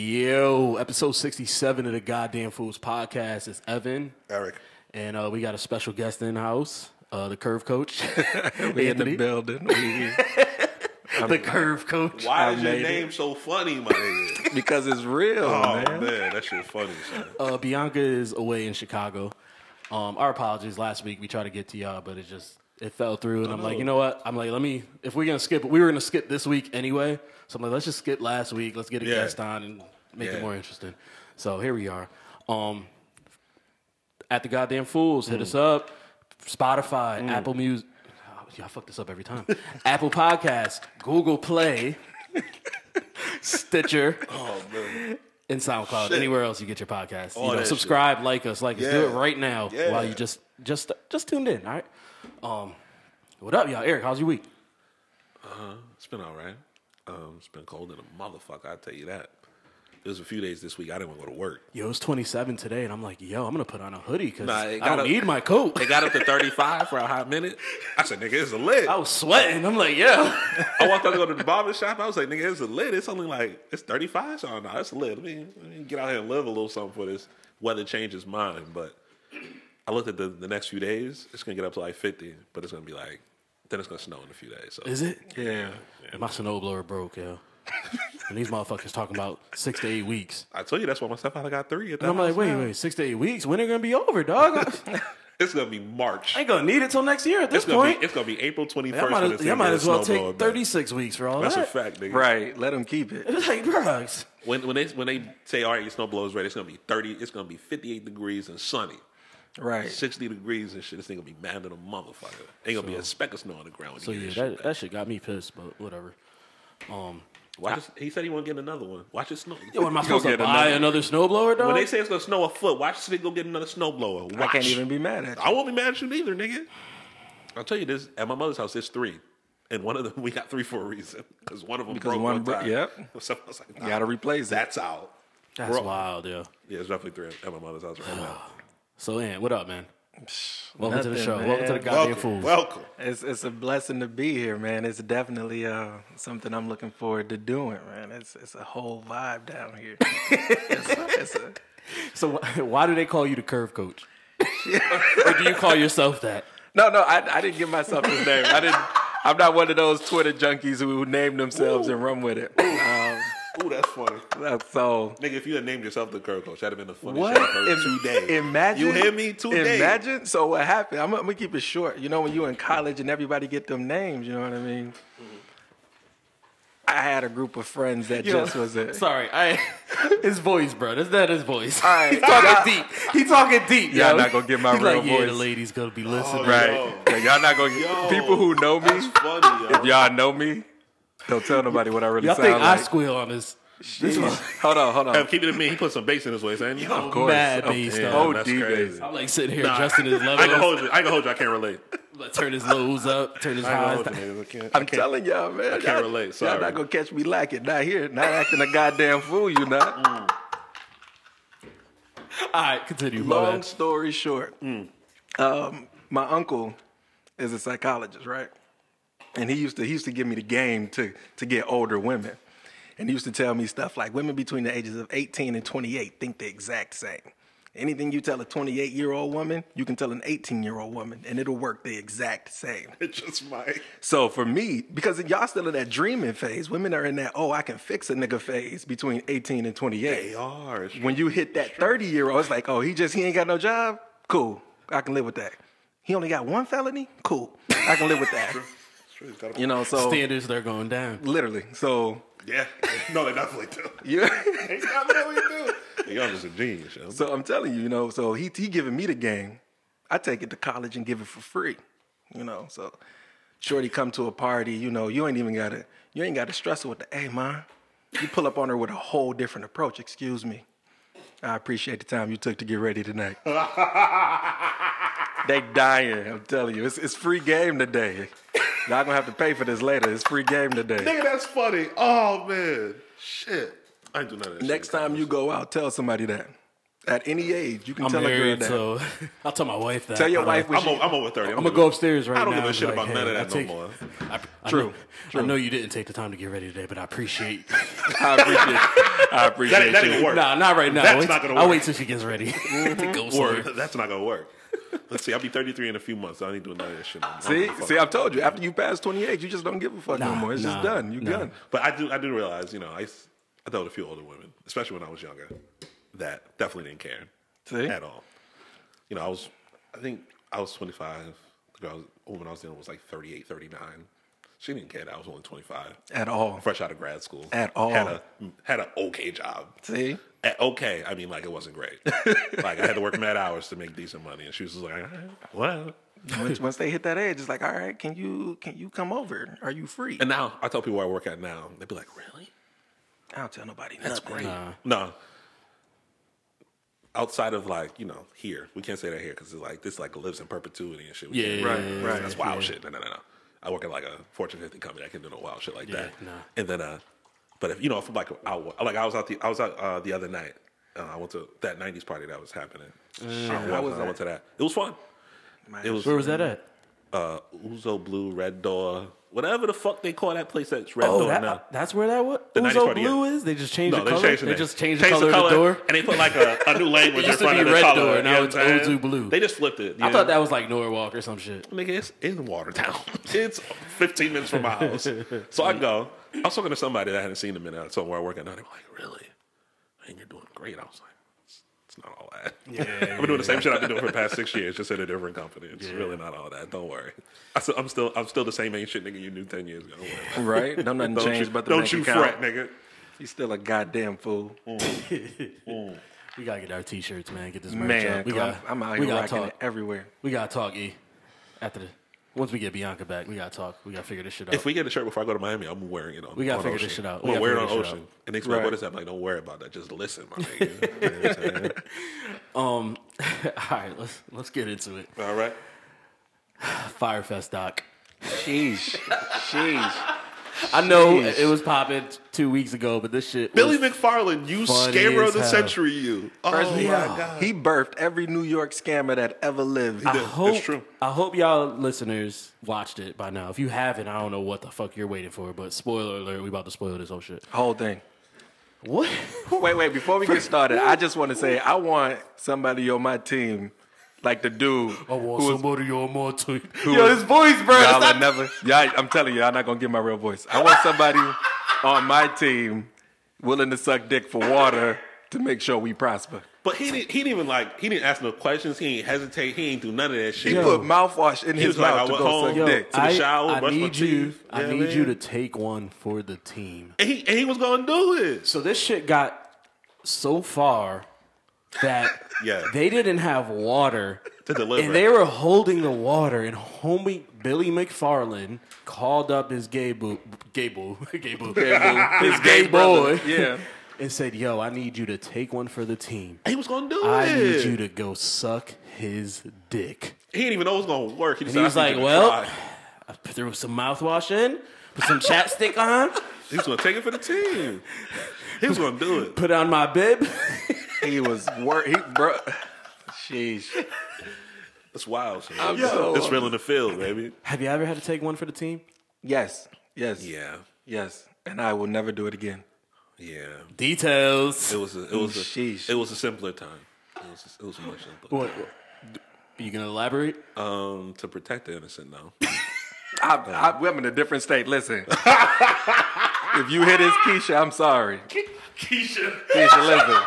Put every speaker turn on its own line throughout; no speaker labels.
Yo, episode 67 of the Goddamn Fools podcast. It's Evan,
Eric.
and uh, we got a special guest in house, uh, the curve coach.
We in
Anthony.
the building. We-
the curve coach.
Why
I
is your
made it.
name so funny, my nigga?
because it's real,
oh man.
man.
that shit funny, son.
Uh, Bianca is away in Chicago. Um, our apologies. Last week we tried to get to y'all, but it just it fell through. And I'm like, you know what? I'm like, let me. If we're gonna skip, we were gonna skip this week anyway. So I'm like, let's just skip last week. Let's get a
Yeah.
guest on and make it
Yeah.
more interesting. So here we are. Um, at the goddamn fools, hit us
Mm.
up. Spotify, Apple Music. Oh, yeah, I fuck this up every time. Apple Podcasts, Google Play, Stitcher
Oh man,
in SoundCloud,
Shit.
anywhere else you get your podcast.
All
you know,
that
subscribe, like us, like us. Do
Yeah.
it right now
Yeah.
while you just just just tuned in. All right. Um, what up, y'all? Eric, how's your week?
it's been all right. Um, it's been cold in a motherfucker. I will tell you that. There's a few days this week I didn't want to go to work.
Yo, it's 27 today, and I'm like, yo, I'm gonna put on a hoodie because
Nah,
I
it
don't
gotta-
need my coat.
They got up to 35 for a hot minute.
I said, nigga, it's a lid.
I was sweating. I'm like, yo,
I walked up to go to the barber shop. I was like, nigga, it's a lid. It's only like it's 35. So no, it's a lid. Let me, let me get out here and live a little something for this. Weather changes mine, but I looked at the, the next few days. It's gonna get up to like 50, but it's gonna be like then it's gonna snow in a few days. So
is it?
Yeah.
My snowblower broke, yo. and these motherfuckers talking about six to eight weeks.
I told you that's why my stepfather got three. At the
And I'm like,
house
wait,
now.
wait, six to eight weeks? When are it gonna be over, dog? I
It's gonna be March.
ain't gonna need it till next year at this
It's gonna
point.
be it's gonna be April twenty
Y'all
first.
might, y'all might as well take 36 weeks for all
That's
that.
a fact, nigga.
Right. Let them keep it.
It's like, drugs.
When when they when they say all right, your snow blows ready, it's gonna be thirty. It's gonna be fifty eight degrees and sunny.
Right.
Sixty degrees and shit. This thing gonna be mad than a motherfucker. Ain't gonna be a speck of snow on the ground. When
So
you
yeah,
get
that,
this shit
that shit got me pissed, but whatever. Um,
back. Watch this- he said he won't get another one. Watch it snow.
yo, am I
Go
supposed to
get
buy another,
another-
snowblower, dog?
when they say it's gonna snow a foot, watch this nigga go get another snowblower. Watch.
I can't even be mad at you.
I won't be mad at you neither, nigga. I'll tell you this: at my mother's house, there's three, and one of them we got three for a reason because one of them
Because
broke
one
one
bro-
time.
yep.
So I was like,
You gotta
nah,
replace that.
That's out.
That's
Bro-
wild, yo.
Yeah, it's roughly three at my mother's house right now.
So, Ant, what up, man? Welcome to the
nothing,
show. Welcome to the
man.
goddamn
welcome,
fools.
welcome.
It's it's a blessing to be here, man. It's definitely uh, something I'm looking forward to doing, man. It's it's a whole vibe down here. it's, it's a,
so, wh- why do they call you the curve coach? or do you call yourself that?
no, no, I, I didn't give myself his name. I didn't. I'm not one of those Twitter junkies who name themselves and run with it. Um,
Ooh, that's funny.
that's- so
Nigga, if you had named yourself the curve coach, that'd have been the funniest
What?
shit I've heard
Im-
today.
Imagine.
You hear me? Today.
Imagine. So what happened? I'm, gonna- I'm gonna keep it short. You know, when you in college and everybody get them names, you know what I mean? I had a group of friends that just was it.
Sorry, I his voice, bro. That's not his voice.
All right,
He's talking deep. He talking deep.
Y'all
yo.
not gonna get my
He's
real
like, Yeah, the
voice. Oh,
ladies gonna be listening.
Right.
Yo.
Yeah, y'all not gonna
Yo.
people who know
That's
me.
funny, yo.
If y'all know me, don't tell nobody what I really
Y'all
sound
think I
like.
squeal on this?
hold on, hold
Yo,
on.
Keep it in me. He put some bass in his way, saying, yo,
Of course.
Mad
Oh,
beast,
damn,
dog.
OD
that's
bass.
crazy.
I'm like sitting here
Nah.
adjusting his
I can
levels.
hold you. I can hold you. I can't relate.
Like, turn his lows up, turn his
Uh, I can
highs
hold
down.
you, niggas. I can't.
I'm telling y'all, man. I
can't relate,
Y'all
sorry.
not gonna catch me lacking. Not here. Not acting a goddamn fool. You not.
Mm.
All right, continue. my
Long
bad.
story short,
Mm.
um, my uncle is a psychologist, right? And he used to he used to give me the game to to get older women, and he used to tell me stuff like women between the ages of 18 and 28 think the exact same. Anything you tell a 28 year old woman, you can tell an 18 year old woman, and it'll work the exact same.
It's just my.
So for me, because y'all still in that dreaming phase, women are in that oh I can fix a nigga phase between 18 and 28
They are. It's-
when you hit that 30 year old, it's like, oh, he just, he ain't got no job? Cool. I can live with that. He only got one felony? Cool. I can live with that.
it's true. It's gotta-
You know, so
Standards they're going down.
literally. So,
Yeah. No, they definitely do.
you,
They definitely do. Y'all just a genius, yo.
so I'm telling you, you know, so he, he giving me the game. I take it to college and give it for free. You know, so Shorty come to a party, you know, you ain't even gotta, you ain't gotta stress her with the, hey, man. You pull up on her with a whole different approach. Excuse me. I appreciate the time you took to get ready tonight. They dying. I'm telling you, it's it's free game today. Y'all gonna have to pay for this later. It's free game today.
Nigga, that's funny. Oh man, shit. I ain't do none of that.
Next time you go out, tell somebody that. At any age, you can
I'm
tell a girl
married,
that.
so I'll tell my wife that.
tell your
Uh,
wife when
I'm,
she,
o- I'm over 30.
I'm gonna go upstairs right now.
I don't give a
and be
shit
like,
about
"Hey,
none of
I
that no
take-
more.
I, I
True,
Know, I know you didn't take the time to get ready today, but I appreciate.
I appreciate. I appreciate.
That ain't, that ain't
you.
work.
nah, not right now.
That's
Wait-
not gonna
I'll
work.
wait till she gets ready to go
Word.
somewhere.
That's not gonna work. Let's see. I'll be 33 in a few months. I ain't doing none of that shit. no more. I don't give a
See,
fuck.
see, I've told you. After you pass 28, you just don't give a fuck no
Nah,
more. It's just
nah,
done. You
nah.
done.
But I do, I do realize, you know, I, s- I dealt with a few older women, especially when I was younger, that definitely didn't care
See?
at all. You know, I was, I think I was 25. The girl, I was, when I was dealing with was like 38, 39. She didn't care that I was only 25.
At all.
Fresh out of grad school.
At all.
Had a, had an okay job.
See?
At okay, I mean, like it wasn't great. like I had to work mad hours to make decent money, and she was just like, "All right, "Well."
Once, once they hit that age, it's like, all right, can you can you come over? Are you free?
And now I tell people where I work at now, they'd be like, "Really?"
I don't tell nobody. That's great.
No. Outside of like you know here, we can't say that here because it's like this like lives in perpetuity and shit. We
Yeah,
can't-
right,
right.
That's wild shit. No, no, no, no. I work at like a Fortune 50 company. I can do no wild shit like that.
nah.
And then uh, but if you know if I'm like out, like I was out the I was out uh, the other night. Uh, I went to that '90s party that was happening. Shit, I,
was
was, I went to that. It was fun.
Man.
It was
Where was that at?
uh, Uzo Blue Red Door, whatever the fuck they call that place that's Red
Oh,
Door
that,
now.
that's where that was.
The 90s
Uzo
party, yeah.
Blue is. They just changed
No,
the
they
color.
changed the
they
name.
just changed, the color of the door.
and they put like a, a new language in
used to
front
be
of the
Red
color.
Door,
you
now
know
it's
what I'm saying?
Ozu Blue.
They just flipped it.
I thought that was like Norwalk or some shit.
nigga, it's in Watertown. It's 15 minutes from my house, so I go. I was talking to somebody that I hadn't seen in a minute somewhere I work at, and they were like, "Really? Man, you're doing great." I was like. "It's- It's not all that. I've been doing the same shit I've been doing for the past six years, just at a different company. It's really not all that. Don't worry. I still, I'm still, I'm still the same ancient nigga you knew ten years ago. Don't worry about it.
Right? Don't nothing
Don't
change
you,
but the
don't
bank
you
account.
fret, Oh, nigga.
He's still a goddamn fool.
We gotta get our t-shirts, man. Get this merch
Man,
up. We
'cause I'm-
gotta-
I'm, out
we
here
gotta
rocking
talk.
it everywhere.
We gotta talk, E. After the once we get Bianca back, we gotta talk. We gotta figure this shit out.
If we get a shirt before I go to Miami, I'm wearing it on.
We gotta
on
figure
Ocean.
this shit out. We
I'm gonna
gotta
wear it on
figure this shit
Ocean.
out.
And next right.
Right.
what is that? I'm like, don't worry about that. Just listen, my nigga. You know what I'm saying?
um, all right, let's let's get into it.
All right.
Firefest doc.
Sheesh. Sheesh.
I know
Jeez.
it was popping two weeks ago, but this shit.
Billy
was,
McFarland, you
funny
scammer
as
of the
hell.
century, you. Oh my
yeah.
god.
He birthed every New York scammer that ever lived.
I
did. It's
hope.
true.
I hope y'all listeners watched it by now. If you haven't, I don't know what the fuck you're waiting for. But spoiler alert, we about to spoil this whole shit.
Whole thing.
What?
Wait, wait. Before we get started, I just want to say I want somebody on my team, like the dude
I want
who was
somebody on my team.
who
Yo,
was-
his voice, bro.
Y'all
It's
are
not-
never. Y'all, I'm telling you, I'm not gonna get my real voice. I want somebody on my team willing to suck dick for water to make sure we prosper.
But he didn't. He didn't even like. He didn't ask no questions. He didn't hesitate. He ain't do none of that shit.
He put mouthwash in his
was like,
mouth
I
to
went
go
home.
suck
oh, Yo,
dick.
to the
I,
shower,
I
brush my
need you.
teeth.
I
Yeah,
need
man.
you to take one for the team.
and he, and he was gonna do it.
So this shit got so far that
Yeah.
they didn't have water
To deliver.
And they were holding the water, and homie Billy McFarland called up his gay boo, gay boo, gay boo, his gay boy,
Yeah.
and said, "Yo, I need you to take one for the team.
He was gonna do
I
it.
need you to go suck his dick."
He didn't even know it was gonna work. He, just
And he was
said, "I
like,
need you to
"Well,
try."
I threw some mouthwash in, put some chapstick on,
he was gonna take it for the team. He was gonna do it."
put on my bib."
He was wor- he bro. Sheesh.
That's wild. Shit.
I'm so-
it's real in the field, baby.
Have you ever had to take one for the team?
Yes. Yes.
Yeah,
Yes. And I will never do it again.
yeah.
Details.
It was
Oh,
a, it was a,
Sheesh.
it was a simpler time. It was it was a much simpler.
What? what- You gonna elaborate?
Um, to protect the innocent, though.
I, I, I'm in a different state. Listen. if you hit his Keisha, I'm sorry.
Keisha,
Keisha, listen.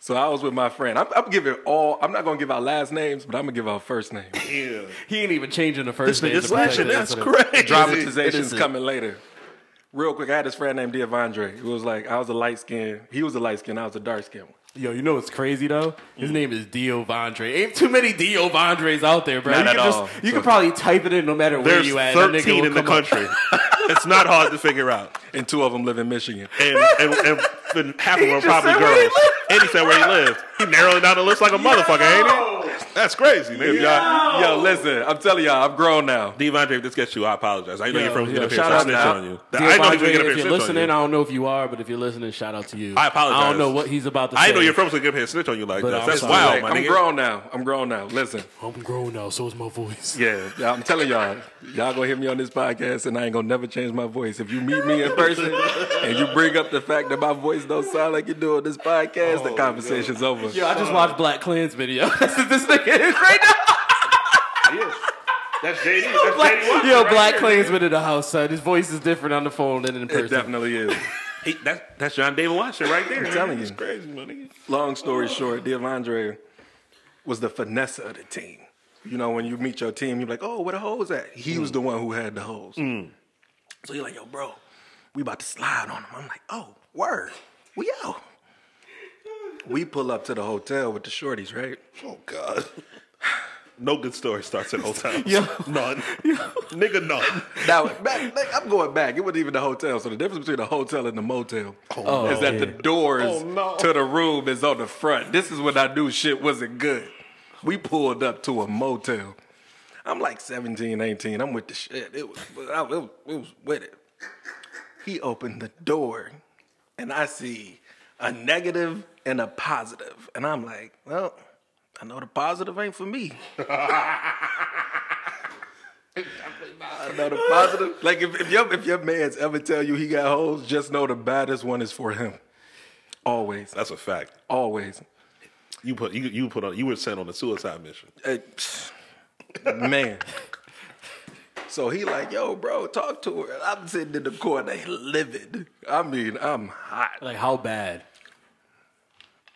So I was with my friend. I'm, I'm giving all. I'm not gonna give out last names, but I'm gonna give out first names.
yeah,
He ain't even changing the first name.
it's
to protect
lashing.
the
That's
incident.
crazy.
Dramatization's
a-
coming later. Real quick, I had this friend named Devondre. It was like I was a light skin. He was a light skin. I was a dark skin one.
Yo, you know what's crazy though? His name is Dio Vondre. Ain't too many Dio Vondres out there, bro.
Not
you
at
can just
all.
you
So-
can probably type it in no matter where
There's
you at. and that nigga
13
will
in the
come up.
country. it's not hard to figure out,
And two of them live in Michigan.
and and, and, and half of them are
just
probably
said where he
girls. And he said where he lived. He narrowed it down the list like a motherfucker, ain't he? That's crazy, nigga. Y'all,
Yo, listen, I'm telling y'all, I'm grown now.
Devondre, if this gets you, I apologize. I know you're from
Yo,
gonna
yo,
appear
shout
a
out
snitch
to-
on you. I know he's gonna
DeAndre,
get a
if you're
snitch
listening, I
on you.
don't know if you are, but if you're listening, shout out to you.
I apologize.
I don't know what he's about to say.
I know you're from gonna get a snitch on you like
But
that.
I'm
That's
sorry.
wild,
Like,
my
I'm
nigga.
grown now. I'm grown now. Listen,
I'm grown now, so is my voice.
yeah, y'all- I'm telling y'all, y'all gonna hear me on this podcast, and I ain't gonna never change my voice. If you meet me in person and you bring up the fact that my voice don't sound like you do on this podcast, the conversation's over.
Yo, I just watched Black Klan's video. That's what this nigga is right now.
That's JD. That's
Yo, Black Klan's been in the house, son. His voice is different on the phone than in
It
person.
definitely is.
He, that, that's John David Washington right there. I'm
telling you.
it's crazy, my nigga.
Long story short, Devondre was the finesse of the team. You know, when you meet your team, you're like, oh, where the hoes at? He was the one who had the hoes. So you're like, yo, bro, we about to slide on him. I'm like, oh, word, we out. We pull up to the hotel with the shorties, right?
Oh God. No good story starts at hotels.
Yo.
None. Nigga, none.
Now, back, like, I'm going back. It wasn't even the hotel. So the difference between the hotel and the motel
Oh,
is that the doors
Oh, no.
to the room is on the front. This is when I knew shit wasn't good. We pulled up to a motel. I'm like 17, 18. I'm with the shit. It was, I, it was, it was with it. He opened the door, and I see a negative and a positive, and I'm like, well, I know the positive ain't for me. I know the positive. Like if, if your if your man's ever tell you he got hoes, just know the baddest one is for him. Always,
That's a fact.
always.
You put you you put on you were sent on a suicide mission.
Uh, psh, man. So he like, yo, bro, talk to her. And I'm sitting in the corner, livid. I mean, I'm hot,
Like, how bad?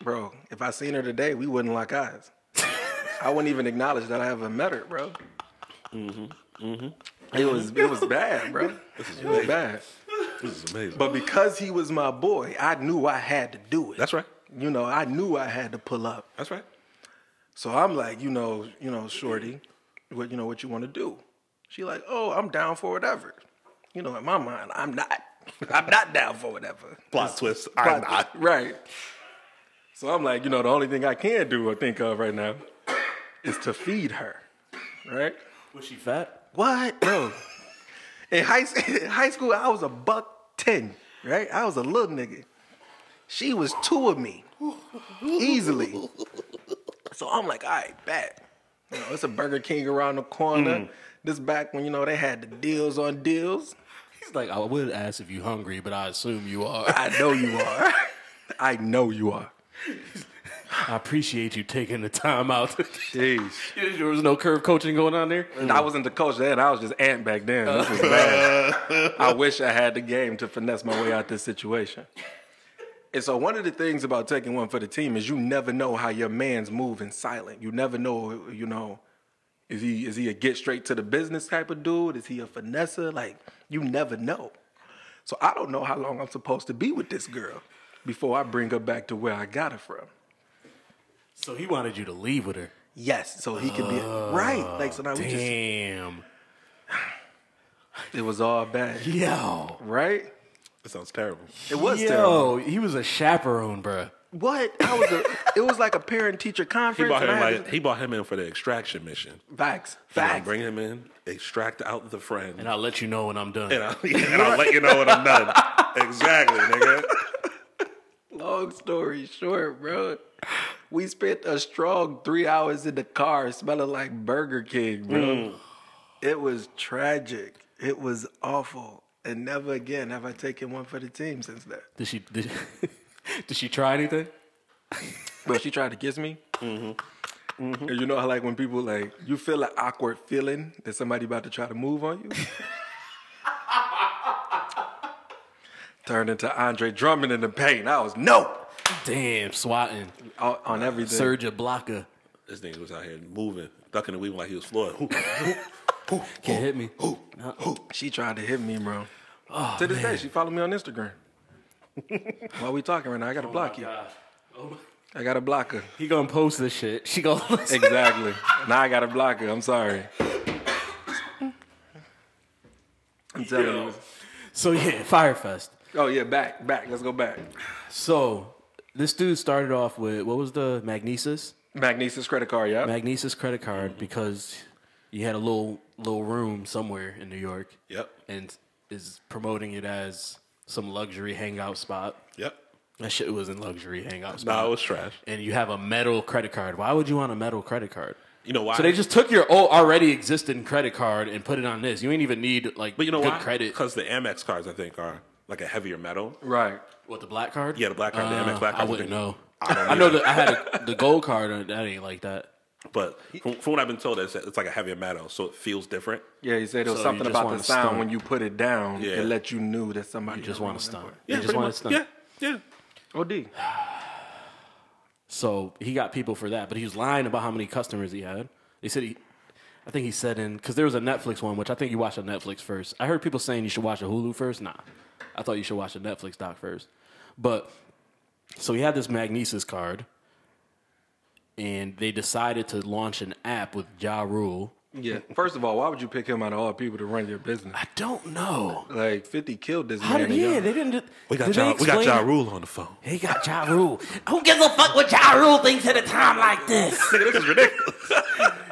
bro. If I seen her today, we wouldn't lock eyes. I wouldn't even acknowledge that I haven't met her, bro. It was it was bad, bro. It was bad.
This is amazing.
But because he was my boy, I knew I had to do it.
That's right.
You know, I knew I had to pull up.
That's right.
So I'm like, you know, you know, shorty, what you know what you want to do? She like, oh, I'm down for whatever. You know, in my mind, I'm not. I'm not down for whatever.
Plot twist. I'm
But-
not.
Right. So I'm like, you know, the only thing I can do or think of right now is to feed her. Right?
Was she fat?
What? Bro. In high, s- in high school, I was a buck 10, right? I was a little nigga. She was two of me, easily. So I'm like, all right, bet. You know, it's a Burger King around the corner. This back when, you know, they had the deals on deals.
He's like, I would ask if you hungry, but I assume you are.
I know you are. I know you are.
I appreciate you taking the time out.
Jeez.
there was no curve coaching going on there.
I wasn't the coach then. I was just ant back then. This was bad. I wish I had the game to finesse my way out this situation. And so one of the things about taking one for the team is you never know how your man's moving silent. You never know, you know, is he is he a get straight to the business type of dude? Is he a finesser? Like you never know. So I don't know how long I'm supposed to be with this girl before I bring her back to where I got her from.
So he wanted you to leave with her.
Yes, so he could be right. Like so now we just
Damn.
it was all bad,
Yo.
right?
That sounds terrible.
It was
Yo,
terrible.
he was a chaperone, bruh.
What? I was a, it was like a parent teacher
He
conference.
brought him
and I had
like he brought him in for the extraction mission.
to- facts.
You know,
Facts.
Bring him in, extract out the friend,
And I'll let you know when I'm done.
and I'll, and I'll let you know when I'm done. exactly, nigga.
Long story short, bro. We spent a strong three hours in the car smelling like Burger King, bro.
Mm.
It was tragic. It was awful. And never again have I taken one for the team since that.
Did she did, did she try anything?
Bro, she tried to kiss me. And you know how like when people like you feel an awkward feeling that somebody about to try to move on you. Turned into Andre Drummond in the paint. I was no
Damn, swatting.
on, on everything.
Serge Blocker.
This nigga was out here moving, ducking and weaving like he was Floyd. Who-
Can't hit me.
She tried to hit me, bro. to this day, she followed me on Instagram. While we talking right now, I gotta block you. I gotta block her.
Oh He gonna post this shit. She gonna listen.
Exactly. now I gotta block her. I'm sorry. I'm telling you.
So yeah, Firefest.
Oh yeah, back, back. Let's go back.
So this dude started off with what was the Magnesis?
Magnesis credit card, yeah.
Magnesis credit card because you had a little little room somewhere in New York.
Yep.
And is promoting it as some luxury hangout spot.
Yep.
That shit was in luxury hangout
No,
spot.
it was trash.
and you have a metal credit card. Why would you want a metal credit card?
You know why?
So they just took your old, already existing credit card and put it on this. You ain't even need like
but you know
good
why?
credit.
Because the Amex cards, I think, are like a heavier metal.
Right.
What the black card?
Yeah, the black card, the
Uh,
MX black card.
I wouldn't know.
I don't
I, know
either.
that I had a, the gold card. and That ain't like that.
But from, from what I've been told, it's, it's like a heavier metal, so it feels different.
Yeah, he said there was
So you
something
just
about
want
the
to
sound
stunt.
when you put it down.
Yeah.
It let you knew that somebody
Just want to stunt.
Yeah,
they just
pretty
want
much.
to stunt.
Yeah, yeah.
OD.
So he got people for that, but he was lying about how many customers he had. He said he, I think he said in because there was a Netflix one, which I think you watched on Netflix first. I heard people saying you should watch a Hulu first. Nah, I thought you should watch a Netflix doc first. But so he had this Magnesis card, and they decided to launch an app with Ja Rule.
Yeah. First of all, why would you pick him out of all people to run your business?
I don't know.
Like Fifty killed this
How
man.
did,
and
yeah,
y'all-
they didn't.
We got
did they
ja, we got
explain-
ja Rule on the phone.
He got Ja Rule. Who gives a fuck what Ja Rule thinks at a time like this?
Nigga, this is ridiculous.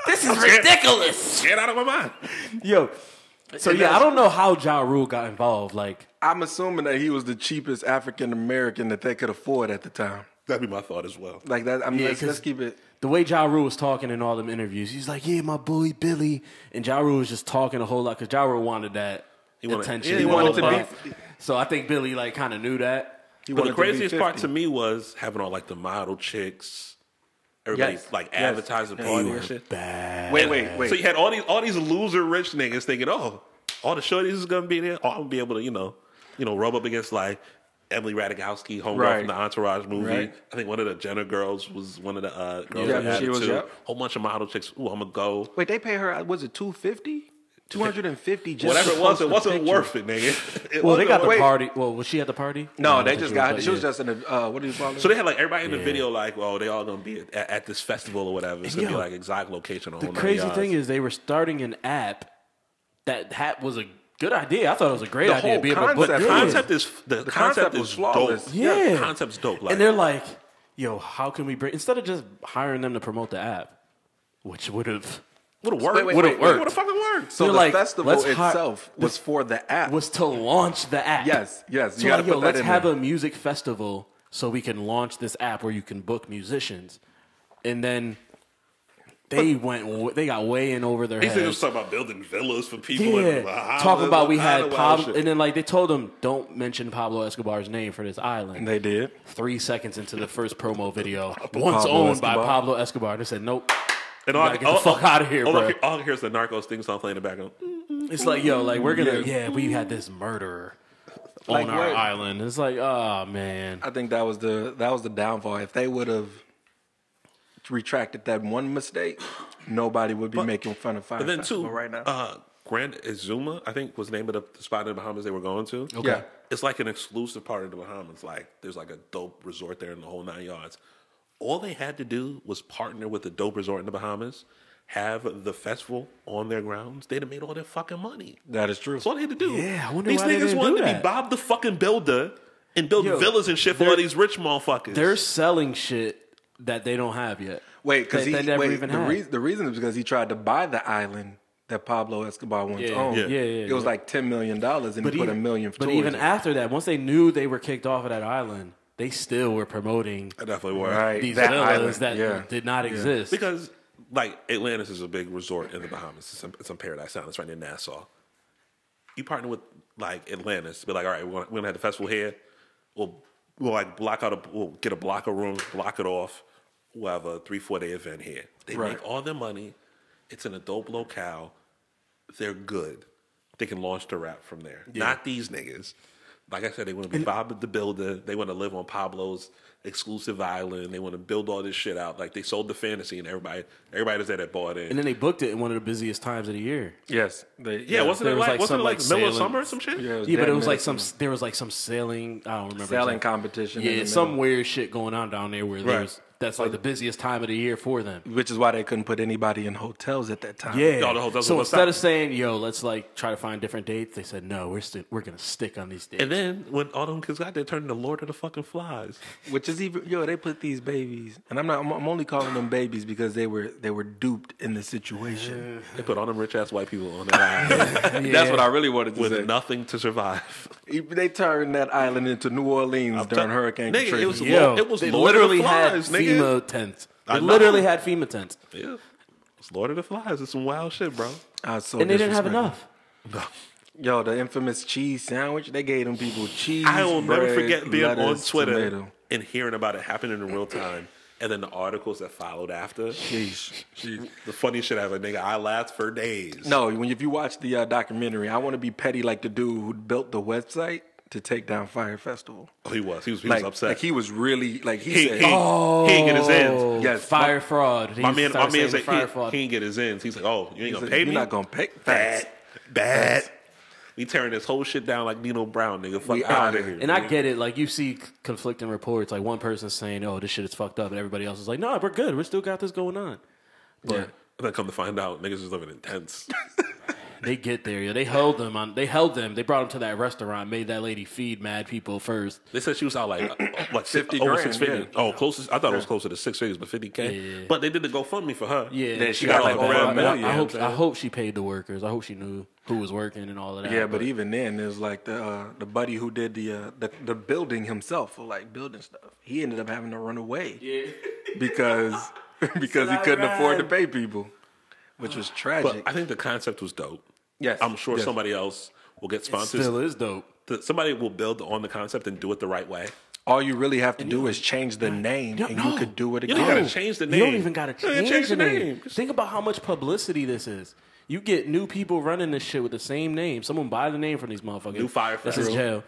This is ridiculous.
Get out of my mind.
Yo. So yeah, I don't know how Ja Rule got involved. Like,
I'm assuming that he was the cheapest African American that they could afford at the time.
That'd be my thought as well.
Like that. I mean,
Yeah,
let's,
'cause-
let's keep it.
the way Ja Rule was talking in all them interviews, he's like, "Yeah, my boy Billy," and Ja Rule was just talking a whole lot because Ja Rule wanted that
wanted-
attention.
yeah, he
the
wanted
whole
to
buff. So I think Billy like kind of knew that.
He
But the
wanted to be
craziest part
50.
to me was having all like the model chicks, everybody's
Yes.
like
Yes.
advertising
They
party
were
and shit.
Bad.
Wait, wait, wait.
So you had all these all these loser rich niggas thinking, oh, all the shorties is gonna be there. Oh, I'm gonna be able to, you know, you know, rub up against like Emily Ratajkowski, homegirl
Right.
from the Entourage movie.
Right.
I think one of the Jenner girls was one of the uh, girls.
Yeah,
that had
she
it
was,
too.
yep.
Whole bunch of model chicks. Ooh, I'm gonna go.
Wait, they pay her. Was it two fifty? Two hundred and fifty. Just
Whatever
to
it was,
post
it
the
wasn't
picture.
worth it, nigga. It
Well, they
wasn't
got the
worth it.
party. Well, was she at the party?
No,
I
they
think
just
was
got.
at-
She was
yeah.
just in the. Uh, what do you call it?
So they had like everybody in the video, like, oh, they all gonna be at, at this festival or whatever. It's gonna
yo,
be like exotic location.
The crazy thing is, they were starting an app that hat was a good idea. I thought it was a great
The
idea.
whole
being able to book-
the
concept-
Yeah.
concept is the,
The
concept,
concept was
is
flawless.
dope.
Yeah.
the concept's dope. Like,
and they're like, yo, how can we bring, instead of just hiring them to promote the app, which would have,
would have worked.
wait,
Would
wait,
have
wait.
worked. Would have fucking worked.
So
They're
the
like,
festival
let's hi-
itself was for the app.
was to launch the app.
Yes, yes,
So
you gotta
like, yo,
put that
let's
in
have
there.
a music festival so we can launch this app where you can book musicians. And then they went, w- they got way in over their
These
heads.
niggas talking about building villas for people.
Yeah,
in the islands,
talking about we
all
had
that wild
Pablo,
shit.
and then like they told them, don't mention Pablo Escobar's name for this island.
they did.
Three seconds into the first promo video, once
Pablo
owned by
Escobar.
Pablo Escobar, they said, nope.
And
You
all,
gotta get the fuck outta here, Mm.
all,
bro.
I- All I hear is the Narcos theme song playing in the background.
It's like, yo, like we're gonna,
Yeah.
yeah, we had this murderer
Like
on our
what?
island. It's like, oh man,
I think that was the that was the downfall. If they would have retracted that one mistake, nobody would be making fun of Fire
But then
Festival
too,
right now.
uh, Grand Izuma, I think was the name of the the spot in the Bahamas they were going to.
Yeah.
It's like an exclusive part of the Bahamas. Like there's like a dope resort there in the whole nine yards. All they had to do was partner with a dope resort in the Bahamas, have the festival on their grounds. They'd have made all their fucking money.
That is true.
That's all they had to do.
Yeah, I wonder
these
why they
niggas
didn't
wanted
do
to be
that.
Bob the fucking Builder and build
Yo,
villas and shit for
they're-
all these rich motherfuckers.
they're selling shit that they don't have yet.
Wait, because
That
he
they never
wait,
even
the,
had.
reas- the reason is because he tried to buy the island that Pablo Escobar once
Yeah,
owned.
yeah, yeah, yeah,
it was
yeah.
like ten million dollars, and he put a million.
but
towards
even
it.
after that, once they knew they were kicked off of that island, they still were promoting
I definitely were.
Right.
these
that
villas
island,
that
yeah.
did not exist.
Because like Atlantis is a big resort in the Bahamas. It's on, it's on Paradise Island. It's right near Nassau. You partner with like Atlantis, be like, all right, we're gonna, we're gonna have the festival here. We'll we'll like block out a we'll get a block of rooms, block it off. We'll have a three four day event here. They
Right.
make all their money. It's an adult locale. They're good. They can launch the rap from there. Not these niggas. Like I said, they want to be Bob the Builder. They want to live on Pablo's exclusive island. They want to build all this shit out. Like they sold the fantasy, and everybody, everybody was there that bought in.
and then they booked it in one of the busiest times of the year.
yes, they,
yeah, wasn't
there
it
was,
like,
like,
wasn't
some,
it like,
like,
middle of
sailing-
summer or some shit?
Yeah, it was
Yeah, but
dead
it was like
minutes
some.
and-
There was like some sailing. I don't remember.
Selling
exactly.
competition. in the
Yeah,
middle.
some weird shit going on down there where
Right.
there's that's like the busiest time of the year for them.
which is why they couldn't put anybody in hotels at that time.
Y'all, the hotels
so
were
instead
outside.
of saying, "Yo, let's like try to find different dates," they said, "No, we're sti- we're gonna stick on these dates."
And then when all them kids got there, turned into Lord of the fucking Flies.
Which is even yo, they put these babies, and I'm not. I'm, I'm only calling them babies because they were they were duped in the situation.
They put all them rich ass white people on that island
That's what I really wanted to
with
say.
nothing to survive.
They turned that island into New Orleans during
tell-
Hurricane
Nigga, it
Katrina.
was-
Yo,
Lord- it was
they
Lord of the
literally
Flies,
had
nigga.
FEMA tents. They
I know. Oh,
literally had FEMA tents,
Yeah, it's Lord of the Flies. It's some wild shit, bro.
I was so
and they didn't have
disrespectful.
enough.
Yo, the infamous cheese sandwich. They gave them people cheese.
I will never
bread,
forget being on
lettuce,
Twitter
tomato.
and hearing about it happening in real time, and then the articles that followed after.
Sheesh. Sheesh.
The funny shit ever, nigga. I laughed for days.
No, when if you watch the uh, documentary, I want to be petty like the dude who built the website to take down Fire Festival.
Oh, he was. He was. He
like,
was upset.
Like he was really like he,
he,
said,
he, he didn't get his
Oh,
ends.
Yes,
fire
my-
fraud. He
My man, my
started saying
man's like,
fire
he,
fraud.
he didn't get his ends. He's like, oh, you ain't
He's
gonna
like,
pay
You're
me.
not gonna pay. Facts.
bad, bad. We tearing this whole shit down like Nino Brown, nigga.
We
Fuck out
outta
of here.
and I get it. Like you see c- conflicting reports. Like one person's saying, "Oh, this shit is fucked up," and everybody else is like, "No, we're good. We still got this going on." But
And I come to find out, niggas is living in tents.
They get there. Yeah, they held them on. They held them. They brought them to that restaurant. Made that lady feed mad people first.
They said she was out like uh, what
50
fifty over
grand,
six figures.
yeah.
Oh, closest. I thought it was closer to six figures, but fifty k.
Yeah.
But they did the GoFundMe for her.
Yeah,
Then she got,
like,
all
over a
that. I-
million,
I, hope.
you know what
I
I'm
hope she paid the workers. I hope she knew who was working and all of that.
Yeah, but even then, it was like the uh, the buddy who did the, uh, the the building himself for like building stuff. He ended up having to run away because because he
Said I
couldn't afford to
ran.
pay people, which was
But
tragic.
I think the concept was dope.
Yes.
I'm sure
Yes.
somebody else will get sponsors.
still is dope.
Th- somebody will build on the concept and do it the right way.
All you really have to do is change the name, and
no.
you could do it
You
again.
don't gotta change the name.
You don't even got to
You
change, the name. Think about how much publicity this is. You get new people running this shit with the same name. Someone buy the name from these motherfuckers.
New Firefest.
That's in
True.
jail,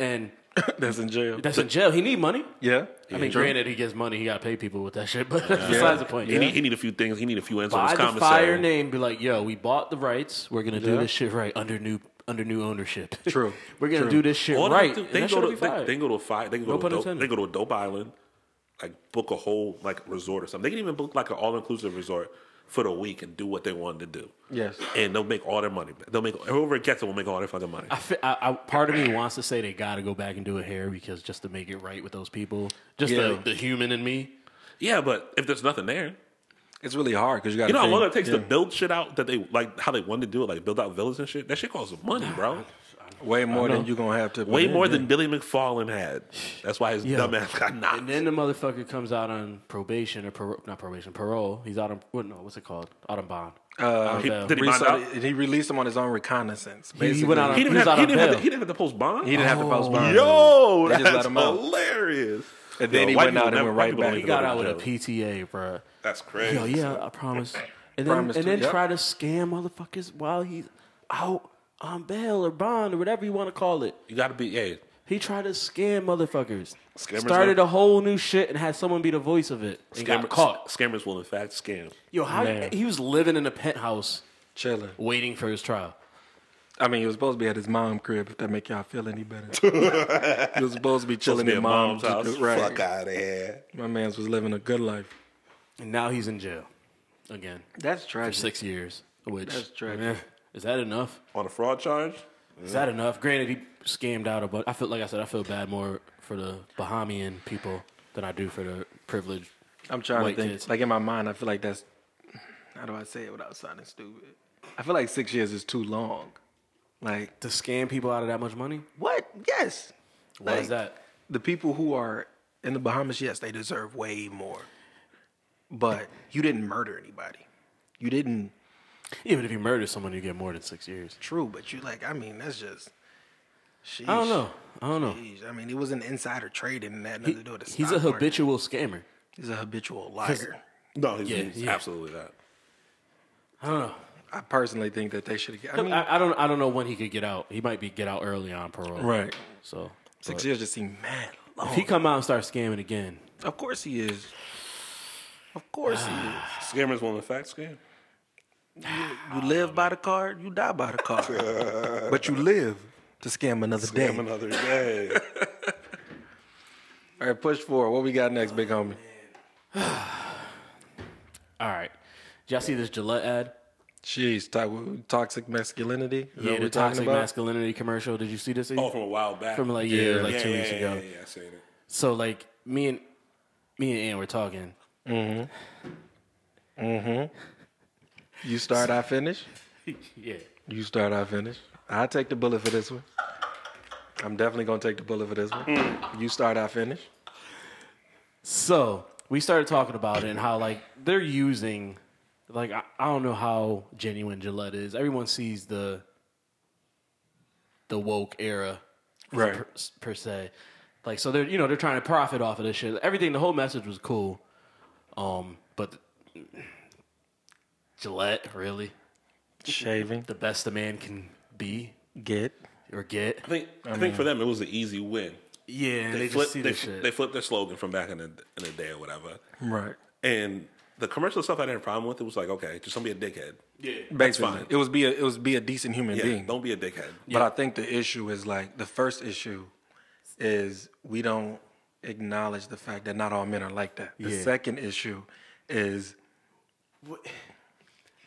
and
That's in jail.
that's in jail. He need money.
yeah.
I mean, granted, he gets money. He got to pay people with that shit, but that's
Yeah.
besides the point.
He, need, he need a few things. He need a few ends on
Buy
his
the
commissary.
fire name. Be like, yo, we bought the rights. We're gonna do
Yeah.
this shit right under new under new ownership.
True.
We're gonna
True.
do this shit
All they
right.
do-
and
They,
that
go
shit'll
to,
be fire.
they, they go to a fire. They can go
No
to
pun
a dope,
intended.
they go to a dope island, like book a whole like resort or something. They can even book like an all inclusive resort for the week and do what they wanted to do.
Yes.
and they'll make all their money. They'll make whoever gets it will make all their fucking money.
I, fe- I, I part of me wants to say they gotta go back and do a hair because just to make it right with those people, just
Yeah.
the, the human in me.
Yeah, but if there's nothing there,
It's really hard because you got.
you know how long it
think,
takes to build shit out that they like how they wanted to do it, like build out villas and shit. That shit costs money, bro.
Way more than you're gonna have to. put
Way
in,
more
yeah.
than Billy McFarlane had. That's why his dumb ass got knocked.
And then the motherfucker comes out on probation or par- not probation parole. He's out on what? No, what's it called? Out on bond.
Uh,
on
he-
bail.
did
he,
he- mind
Reso-
out?
and he released him on his own reconnaissance.
He-
Basically.
he
Oh.
went out on-
he
he
didn't
was
have.
out
He
on
didn't have,
bail.
to, he didn't have to post bond.
He didn't have to post bond.
Yo,
They
that's
just let him out.
hilarious.
And then he
white
went
people
out and
never-
went
white
right
people
back.
never
He
got
go to
out with a
jail.
PTA, bro.
That's crazy.
Yo, yeah, I promise. And then
Promise
and
to-
then
yep.
try to scam motherfuckers while he's out on bail or bond or whatever you want to call it.
You gotta be. Hey,
He tried to scam motherfuckers.
Scammers
Started
are-
a whole new shit and had someone be the voice of it. And
scammer,
got caught.
scammers will in fact scam.
Yo, how
Man.
he was living in a penthouse
Chilling.
waiting for his trial.
I mean, he was supposed to be at his mom crib. If that make y'all feel any better, he was supposed to be chilling
Be
at
at
mom's, Right.
out of here.
My man's was living a good life.
And now he's in jail again
That's
for
tragic.
six years. Which
That's tragic.
eh, is that enough?
On a fraud charge.
Is that enough? Granted, he scammed out a bunch. I feel like I said I feel bad more for the Bahamian people than I do for the privileged.
I'm trying
White
to think.
kids.
Like in my mind, I feel like that's. How do I say it without sounding stupid? I feel like six years is too long. Like
To scam people out of that much money?
what? Yes.
Why
like,
is that?
The people who are in the Bahamas, yes, they deserve way more. But you didn't murder anybody. You didn't.
Even if you murder someone, you get more than six years.
True, but you like. I mean, that's just. Sheesh.
I don't know. I don't know.
Jeez, I mean, it was an insider trading and that had nothing to do with the
He's a
stock market.
habitual scammer.
He's a habitual liar.
No, he's,
Yeah,
he's
yeah.
absolutely not.
I don't know.
I personally think that they should get. I mean,
I, I don't. I don't know when he could get out. He might be get out early on parole.
right.
So
Six years just seem mad long.
if he come out and start scamming again,
of course he is. Of course he is.
Scammers will in fact scam.
You live by the card, you die by the card. but you live to scam another day.
Scam another day.
All right, push forward. What we got next, big homie?
All right. Did y'all see this Gillette ad?
Jeez, to- toxic masculinity. Is that what
yeah,
we're
the
talking
toxic
about?
masculinity commercial. Did you see this?
Oh, from a while back.
From like yeah,
Yeah.
like two
yeah,
weeks
yeah,
ago.
Yeah, yeah, I seen it.
So like me and me and Ann were talking.
You start, I finish.
yeah.
You start, I finish. I take the bullet for this one. I'm definitely gonna take the bullet for this one.
Mm.
You start, I finish.
So we started talking about it and how like they're using like I, I don't know how genuine Gillette is. Everyone sees the the woke era
Right.
per, per se. Like so they're you know they're trying to profit off of this shit. Everything the whole message was cool. Um but Gillette really
Shaving.
the best a man can be
Get.
or get.
I think I, think for them it was an easy win.
Yeah, and they, just
flipped,
see
they,
this shit.
they flipped their slogan from back in the in the day or whatever.
Right.
And the commercial stuff I didn't have a problem with. It was like okay, just don't be a dickhead.
yeah.
Basically,
fine.
it was be a, it was be a decent human
Yeah,
being.
don't be a dickhead.
But I think the issue is like the first issue is we don't acknowledge the fact that not all men are like that. The
Yeah.
second issue is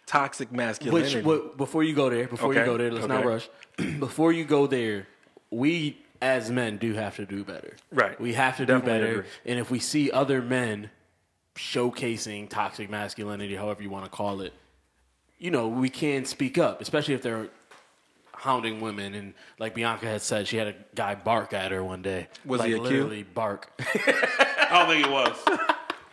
toxic
Which
masculinity.
what, before you go there, before you
Okay.
go there, let's not
Okay.
rush. before you go there, we as men do have to do better.
Right.
We have to
Definitely
do better.
agree.
And if we see other men showcasing toxic masculinity, however you want to call it, you know, we can speak up, especially if they're hounding women and like Bianca had said, she had a guy bark at her one day.
Was
like,
he a Q?
literally bark.
I don't think it was.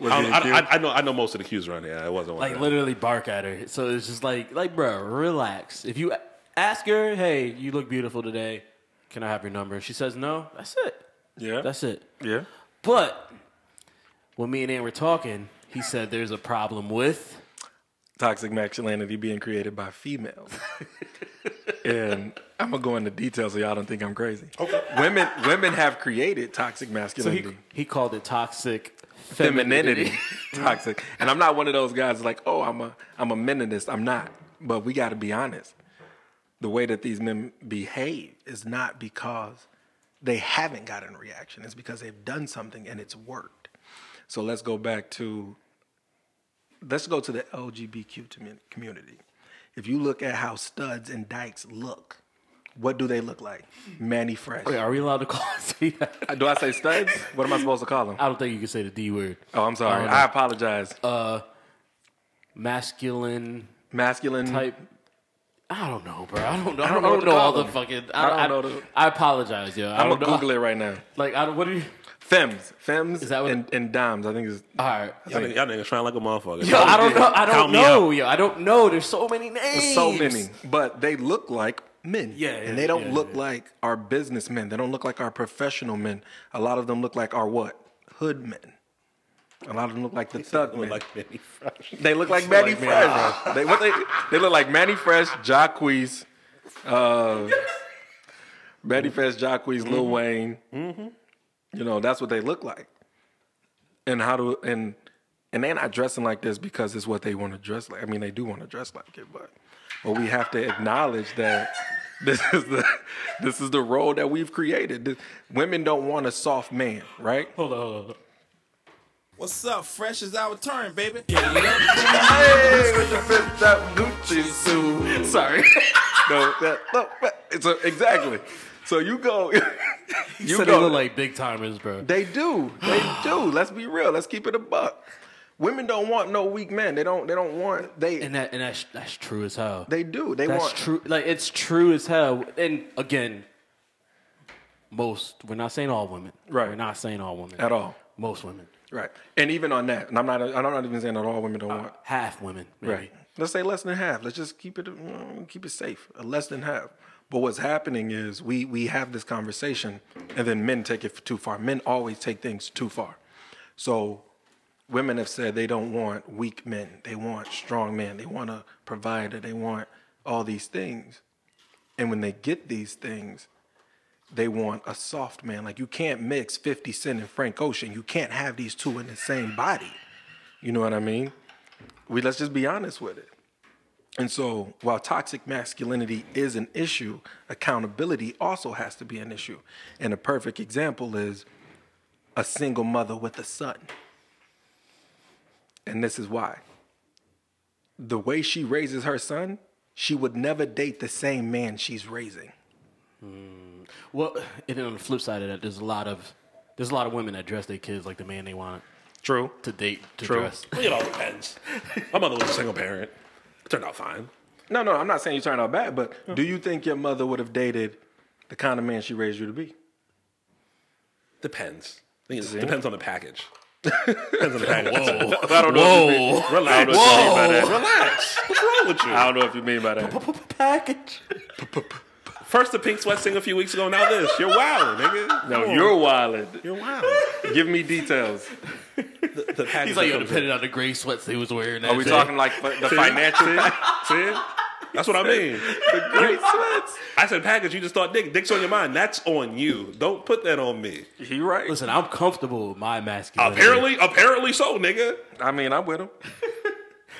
Was
I,
he
don't-
a
I,
Jew?
I- I know I know most of the cues around here. I wasn't one
like
of them.
literally bark at her. So it's just like, like, bro, relax. If you a- ask her, hey, you look beautiful today. Can I have your number? She says no. That's it.
yeah.
That's it.
yeah.
But when me and Ann were talking, he said there's a problem with.
Toxic masculinity being created by females. and I'm gonna go into detail so y'all don't think I'm crazy. Women women have created toxic
So
masculinity.
he, he called it toxic femininity.
femininity toxic and i'm not one of those guys like oh i'm a i'm a meninist i'm not but we got to be honest the way that these men behave is not because they haven't gotten a reaction it's because they've done something and it's worked so let's go back to let's go to the lgbtq commu- community if you look at how studs and dykes look what do they look like manny fresh
Wait, are we allowed to call it say that?
do i say studs what am i supposed to call them
I don't think you can say the D word.
oh i'm sorry
Um,
i apologize
Masculine
masculine
type. I don't know, bro. I don't know. I
don't
don't,
know what to
know all
call
the
them.
fucking.
I
I,
don't
I
know the-
I apologize, yo. I
I'm
don't
gonna
know.
Google it right now.
Like, I don't, what do you?
Fems, fems,
that what-
and, and dimes. I think is
All right.
Y'all, niggas- y'all niggas trying like a motherfucker.
Yo, I don't know. I
Count
don't
me
know. Yo, I don't know. There's so many names.
so many, but they look like men.
Yeah, yeah,
and they don't
yeah,
look
yeah.
like our businessmen. They don't look like our professional men. A lot of them look like our what hood men. A lot of them look like the thug men.
Like Manny Fresh.
they look like Manny
like Manny.
Fresh. they, what they, they look like Manny Fresh, Jacquees, uh, Manny Fresh, Jacquees, Lil
Mm-hmm.
Wayne. You know, that's what they look like. and how to and and they're not dressing like this because it's what they want to dress like. I mean, they do want to dress like it, but but we have to acknowledge that this is the this is the role that we've created. This- women don't want a soft man, right?
Hold on, hold on.
What's up? Fresh is our turn, baby.
Hey, with the fifth step Gucci suit. Sorry. no, that, no, that- so exactly. So you go, you
So they
go.
look like big timers, bro.
They do. They do. Let's be real. Let's keep it a buck. Women don't want no weak men. They don't. They don't want. They
And that and that's that's true as hell.
They do. They
that's
want.
true. Like it's true as hell. And again, most we're not saying all women.
Right.
We're not saying all women
At all.
Most women,
Right. And even on that, and I'm not. I'm not even saying that all
Uh,
women don't want.
half women, maybe.
Right. Let's say less than half. Let's just keep it. mm, Keep it safe. A Less than half. But what's happening is we we have this conversation, and then men take it too far. Men always take things too far. So women have said they don't want weak men. They want strong men. They want a provider. They want all these things. And when they get these things, they want a soft man. Like you can't mix 50 Cent and Frank Ocean. You can't have these two in the same body. You know what I mean? We let's just be honest with it. And so, while toxic masculinity is an issue, accountability also has to be an issue. And a perfect example is a single mother with a son. And this is why. The way she raises her son, she would never date the same man she's raising.
Well, and then on the flip side of that, there's a lot of there's a lot of women that dress their kids like the man they want
True.
to date to
True.
dress.
It all depends. My mother was a single parent. It turned out fine.
No, no, I'm not saying you turned out bad, but do you think your mother would have dated the kind of man she raised you to be?
Depends. I think it depends on the package. depends on the package.
Whoa.
I don't know. if you-
Whoa. I don't know what you mean by that.
Relax. What's wrong with you?
I don't know if you mean by that.
Package.
First the pink sweat sing a few weeks ago, now this. You're wild, nigga.
No, you're wildin'.
You're wild.
Give me details.
The, the package
He's like,
that
yo,
comes
depending on the gray sweats he was wearing.
Are we talking like fi- the financial?
with- See? That's what I mean. The great sweats. I said package. You just thought dick. Dick's on your mind. That's on you. Don't put that on me.
He right.
Listen, I'm comfortable with my masculinity.
Apparently, apparently so, nigga.
I mean, I'm with him.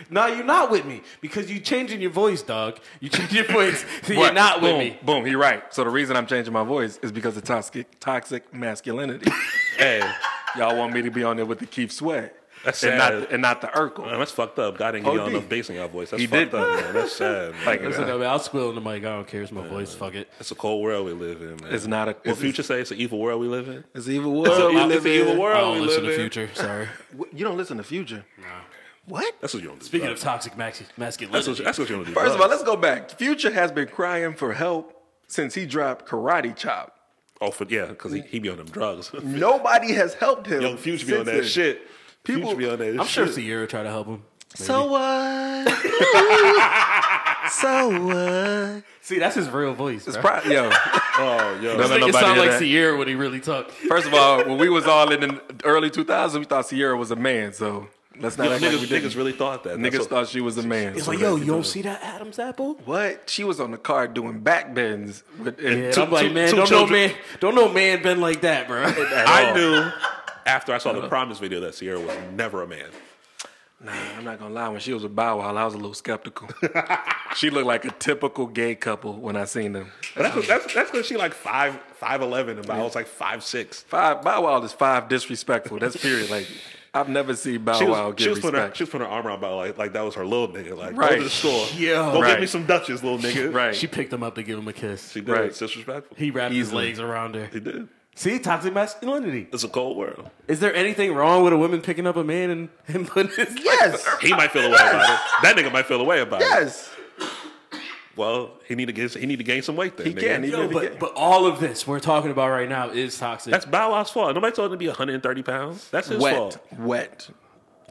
No, you're not with me because you changing your voice, dog. You change your voice. So you're
But
not with
boom,
me.
Boom, he right. So the reason I'm changing my voice is because of toxic toxic masculinity. hey, y'all want me to be on there with the Keith Sweat.
That's
and
sad. Uh-huh.
not and not the
Man,
Urkel.
that's fucked up. God didn't give y'all
OD.
enough bass in your voice. That's
He
fucked
did.
up, man. That's sad. Man.
Like,
uh,
Listen, I mean, I'll spill in the mic. I don't care. It's my voice. Fuck it.
It's a cold world we live in, man.
It's not a
What
it's,
Future say it's an evil world we live in?
It's evil world.
It's
we
an
live
evil
in.
world.
I don't
we
listen
live
to
in.
Future. Sorry.
Wh- You don't listen to Future. What?
That's what you don't do.
Speaking
bro.
of toxic max-
that's what,
masculinity,
you- that's what you don't do.
First of all, let's go back. Future has been crying for help since he dropped Karate Chop.
oh, for, yeah, because he, he be on them drugs.
Nobody has helped him.
Young Future be
since
on that
then.
shit.
People-
Future be on that.
I'm sure
shit.
Sierra tried to help him.
So what? so what?
See, that's his real voice.
It's
bro.
pro- yo.
Oh, yo,
Don't let
Make it
nobody
sound
hear
like
that.
Sierra when he really talked.
First of all, when we was all in the early 2000s, we thought Sierra was a man. So let's not act
niggas,
like we didn't.
niggas really thought that.
niggas
That's what-
thought she was a man.
It's
So
like,
that-
yo, you don't see that Adam's apple?
what? She was on the car doing back bends. With, and
And
two-
I'm like,
two-
man,
two
don't
children-
no man, don't no man been like that, bro.
I
Oh.
knew after I saw
Uh.
the Promise video that Sierra was never a man.
Nah, I'm not gonna lie. When she was with Bow Wow, I was a little skeptical. she looked like a typical gay couple when I seen them.
But that's that's that's because she like five five eleven and I was like five six.
Five Bow Wow is five disrespectful. That's period. Like I've never seen Bow
She was,
Wow
she,
get
was putting her,
respect.
she was putting her arm around about like like that was her little nigga. Like go
Right.
to the store.
Yo.
Go
Right.
get me some Dutchess, little nigga.
right.
She picked him up to give him a kiss.
She did.
Right.
It's disrespectful.
He wrapped his
Easily.
legs around her.
He did.
See, toxic masculinity.
It's a cold world.
Is there anything wrong with a woman picking up a man and him putting his
yes.
He might feel away about it. That nigga might feel away about it.
Yes.
Well, he need to get he need to gain some weight then.
He
nigga.
can. He
Yo,
really
but,
can.
but all of this we're talking about right now is toxic.
That's Bow Wow's fault. Nobody told him to be 130 pounds. That's his fault.
wet. Wet.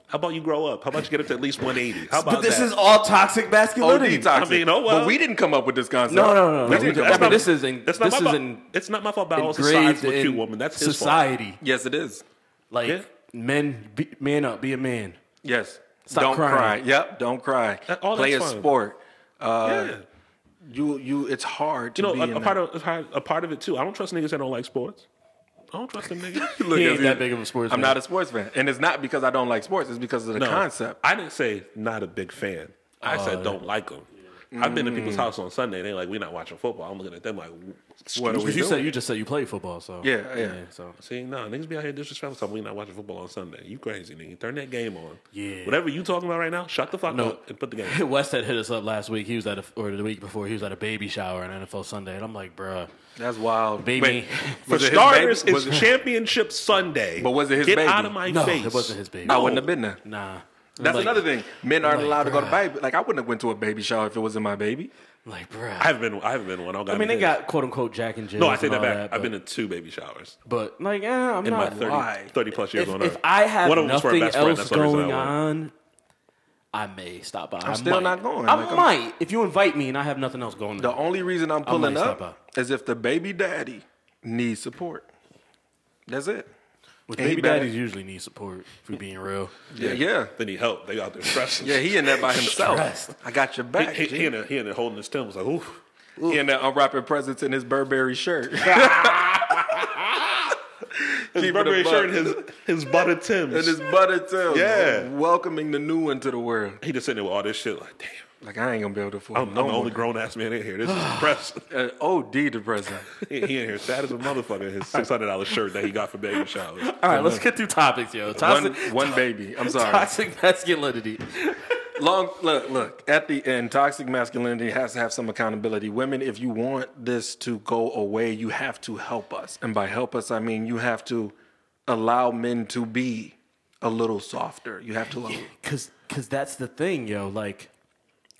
How about you grow up? How about you get up to at least 180? How about
but this
that?
is all toxic masculinity.
OD toxic.
I mean, oh, well.
But we didn't come up with this concept.
No, no, no, no.
We
That's
didn't
not-
come up
that's
with
not-
this.
this is in-
That's not
this
my
is
fault.
in-
it's not my fault. Bow Wow's the size
Engraved
with cute
in
woman. That's his fault.
society.
Yes, it is.
Like
Yeah.
men, be, man up, be a man.
Yes.
Stop
don't
crying.
cry. Yep. Don't cry.
That- all
Play
that's
a
fine.
sport. Uh,
Yeah.
You, you. It's hard to
You know,
be
a,
in
a part
that.
of a part- a part of it too. I don't trust niggas that don't like sports. I don't trust them niggas.
Look,
He ain't
it's-
that big of a sports
I'm
fan.
not a sports fan, and it's not because I don't like sports. It's because of the
No,
concept.
I didn't say not a big fan. I
Oh,
said don't like them. I've been to people's
Mm.
house on Sunday. and They're like, "We're not watching football." I'm looking at them like,
What are we
Because you
doing?
said you just said you play football, so
Yeah, yeah.
so
"See, no, niggas be out here disrespectful. So we not watching football on Sunday. You crazy nigga? Turn that game on.
Yeah.
Whatever you talking about right now, shut the fuck
No.
up and put the game. on.
West had hit us up last week. He was at a, or the week before. He was at a baby shower on NFL Sunday, and I'm like, bruh,
That's wild.
baby.
Wait,
For
was it his
starters,
baby?
it's
Was it-
championship Sunday.
But was it his
Get
baby?
out of my
no,
face.
it wasn't his baby.
I wouldn't have been there.
Nah.
That's
Like-
another thing. Men aren't
like,
allowed to go to
bruh.
baby. Like I wouldn't have went to a baby shower if it wasn't my baby.
Like, bruh.
I
i
haven't been. I haven't been one. I,
mean, they got quote unquote Jack and Jill.
No, I take
and
that
all
back.
That,
I've
but,
been to two baby showers
but like, eh, I'm
in my
not.
30,
why?
30 plus years
if,
on
if
earth.
I have
One of them was for a
nothing
best friend,
else
that's the reason I
going
went.
on, I may stop by. I'm
still
might.
not going.
I
Like, I'm-
might if you invite me and I have nothing else going.
The
on.
only reason I'm pulling
might
up
stop out.
is if the baby daddy needs support. That's it.
With
and he
baby
better-
daddies usually need support. If we're being real,
Yeah, yeah,
They need help. They out there stressing.
yeah. He in there by himself.
Stressed.
I got your back.
he,
He,
he, he, in there, he in there holding his temple. Was like, ooh.
in there unwrapping presents in his Burberry shirt.
His
it
Burberry
a buck.
shirt, his his butter Tim's.
and his butter too.
Yeah.
welcoming the new one to the world.
he just sitting there with all this shit. Like, damn,
Like I ain't gonna be able to afford.
I'm, I'm
no
the only
more.
grown ass man in here. This is depressing.
Uh, OD depressing.
he, he in here sad as a motherfucker. in His six hundred dollar shirt that he got for baby showers.
All right, let's get through topics, yo.
one,
Toxic,
one baby. I'm sorry.
toxic masculinity.
Long look, look. At the end, toxic masculinity has to have some accountability. Women, if you want this to go away, you have to help us. And by help us, I mean you have to allow men to be a little softer. You have to allow
Cause, cause that's the thing, yo. Like,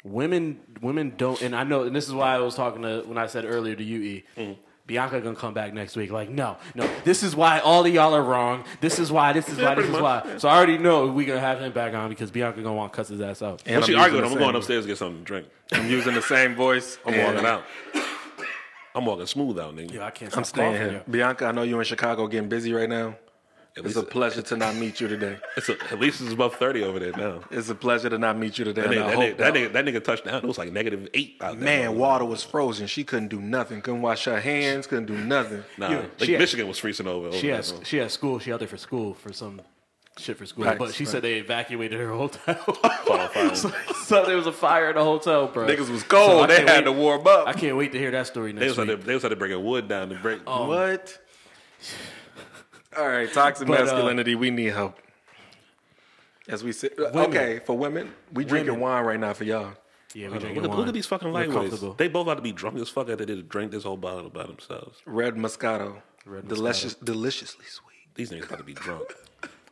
women, women don't. And I know, and this is why I was talking to when I said earlier to you, E.
Mm.
Bianca gonna come back next week. Like, no, no. This is why all of y'all are wrong. This is why. This is why. This is why. So I already know we gonna have him back on because Bianca gonna want to cuss his ass out.
And
What
I'm
you
using
arguing?
the
I'm
same-
going upstairs to get something to drink.
I'm using the same voice.
I'm
and
walking out. I'm walking smooth out, nigga.
Yo, I can't.
I'm
stop
staying
coughing,
here.
yo.
Bianca, I know you're in Chicago getting busy right now.
At
It's
least,
a pleasure to not meet you today.
it's a- at least it's above thirty over there now.
It's a pleasure to not meet you today.
That
and I
nigga, that,
hope
nigga, that, nigga, that nigga touched down. It was like negative eight out there.
Man, water was frozen. She couldn't do nothing. Couldn't wash her hands. Couldn't do nothing.
Nah,
Yeah,
like
she had-
Michigan was freezing over. over
She
there,
has
bro.
she has school. She out there for school for some shit for school.
Right,
but she
right.
said they evacuated her hotel.
fire.
so, so there was a fire in the hotel, bro.
Niggas was cold.
I
they
can't
had
wait-
to warm up.
I can't wait to hear that story
They
next
was out there.
week.
They was out there bringing wood down to break.
Oh,
Um,
What? All right, toxic
But, uh,
masculinity. we need help. As we sit, okay, for women, we drinking wine right now for y'all.
Yeah, we drinking
Look, at-
wine.
look at these fucking
We're
lightweights.
comfortable.
They both ought to be drunk as fuck after they did drink this whole bottle by themselves.
Red Moscato, delicious, deliciously sweet.
These niggas got to be drunk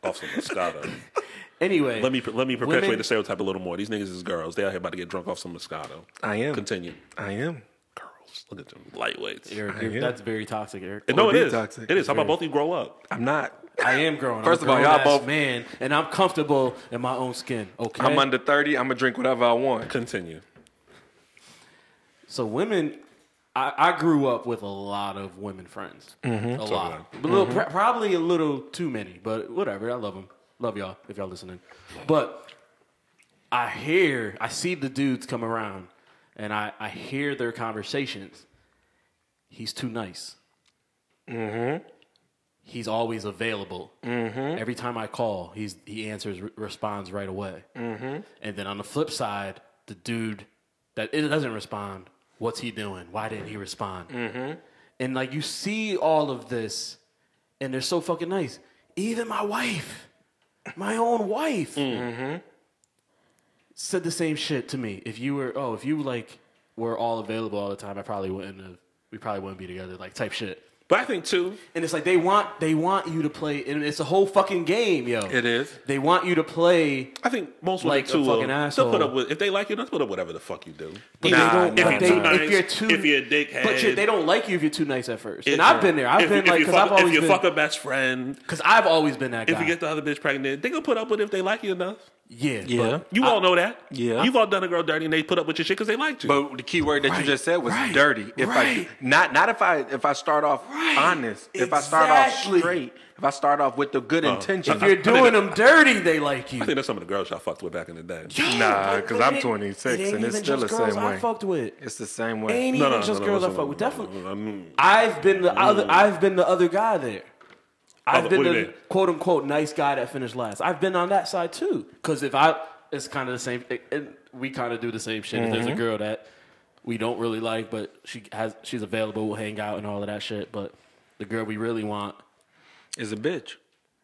off some Moscato.
Anyway,
Let me let me perpetuate
Women-
the stereotype a little more. These niggas is girls. They out here about to get drunk off some Moscato.
I am.
Continue.
I am.
Girls, look at them lightweights.
Eric, you're-
am.
that's very toxic, Eric.
And no,
Or
it
be
is.
toxic.
It is. How about both of you grow up?
I'm not.
I am growing.
First
I'm
of all,
a
y'all
grown-ass
both-
man, and I'm comfortable in my own skin. Okay,
I'm under thirty. I'm gonna drink whatever I want.
Continue.
So women, I, I grew up with a lot of women friends,
Mm-hmm.
a lot, a little, pr- probably a little too many, but whatever. I love them, love y'all if y'all listening. But I hear, I see the dudes come around, and I, I hear their conversations. He's too nice. Mm-hmm. He's always available. Mm-hmm. Every time I call, he's he answers, re- responds right away. And then on the flip side, the dude that it doesn't respond, what's he doing? Why didn't he respond? And like you see all of this, and they're so fucking nice. Even my wife, my own wife, said the same shit to me. If you were, oh, if you like were all available all the time, I probably wouldn't have. We probably wouldn't be together, like type shit.
But I think too.
And it's like they want they want you to play, and it's a whole fucking game, yo.
It is.
They want you to play
I think most
Like
women too.
a fucking
will-
asshole.
They'll put up with if they like you. They'll put up whatever the fuck you do.
But
Nah,
they don't.
nah,
but they,
nah.
if you're too,
If you're a dickhead.
but you- they don't like you if you're too nice at first.
If-
And I've been there. I've
if-
been
if
like,
you
because
fuck-
I've always
if you
been,
fuck a best friend,
because I've always been that guy.
if you get the other bitch pregnant, they gonna put up with it if they like you enough.
yeah,
Yeah.
but-
You all know that.
Yeah.
You've all done a girl dirty and they put up with your shit because they liked you.
But the key word that you just said was
right,
dirty. If
right.
I not not if I if I start off honest, if I start off
exactly. Uh,
straight, if I start off with the good intentions,
if you're doing them dirty, they like
I think
you.
that's some of the girls y'all fucked with back in the day.
Nah,
But-
'cause
but
I'm
it ain't-
26
it ain't
and it's
even
still
just
the same
girls I
way.
fucked with.
it's the same way.
Ain't
No,
even
no,
just
no,
girls I
listen,
fuck with.
no, no,
Definitely,
no, no, no.
I've been the other. I've been the other guy there. I've
Mm. Other-
been
what do you
the
mean?
quote unquote nice guy that finished last. I've been on that side too. Because if I, it's kind of the same. It, it- we kind of do the same shit. If
Mm-hmm.
there's a girl that we don't really like, but she has, she's available. We'll hang out and all of that shit. But the girl we really want,
It's a bitch.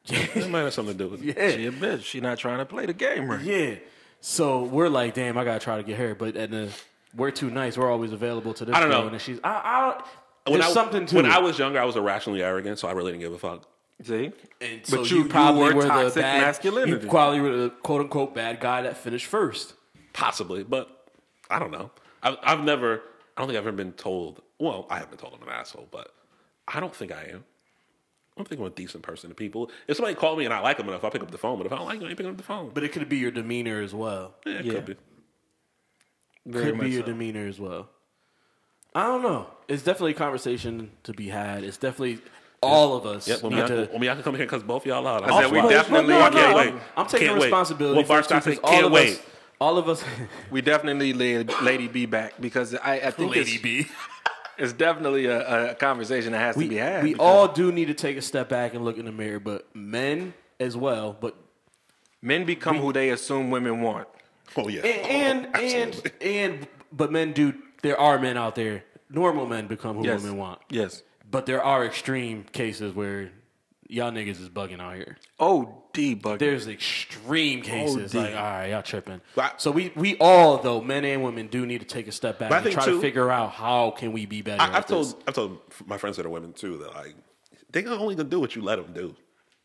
That might have something to do with it.
yeah,
She a bitch. She not trying to play the game right.
yeah. So we're like, damn, I gotta try to get her. But and then we're too nice. We're always available to this.
I don't
girl,
know.
And then she's, I, I don't.
When
there's
I,
something to
when
it.
I was younger, I was irrationally arrogant, so I really didn't give a fuck.
See,
And so you, probably were, the bad,
masculinity.
You probably were the quote unquote bad guy that finished first.
Possibly, but I don't know. I've, I've never, I don't think I've ever been told, well, I haven't been told I'm an asshole, but I don't think I am. I don't think I'm a decent person to people. If somebody called me and I like them enough, I'll pick up the phone, but if I don't like them, I ain't picking up the phone. But
But it could be your demeanor as well.
yeah, it
yeah.
could be.
Very
could
much
be your
so.
demeanor as well. I don't know. It's definitely a conversation to be had. It's definitely all of us
Yep, when,
need
y'all,
to.
when y'all can come here because both y'all out.
I said we
Well,
definitely.
definitely-
no, no,
Can't
no,
wait.
I'm, I'm taking
Can't wait.
responsibility
Well,
for
Bart
it too,
Stockton,
'cause all
can't
of
wait.
us. All of us.
we definitely laid Lady B back because I, I think it's,
B.
it's definitely a, a conversation that has
We,
to be had.
we
because
all do need to take a step back and look in the mirror, but men as well. But
men become who they assume women want.
Oh yeah.
And
Oh,
and
absolutely.
and, and but men do. There are men out there. Normal men become who
Yes.
women want.
Yes.
But there are extreme cases where y'all niggas is bugging out here.
Oh, D bugger.
There's extreme cases.
dear.
like, all right, y'all tripping.
But-
so we we all though, men and women, do need to take a step back
But I
and
think,
try
too-
to figure out how can we be better.
I,
at
I've told
this.
I've told my friends that are women too that like they only gonna do what you let them do.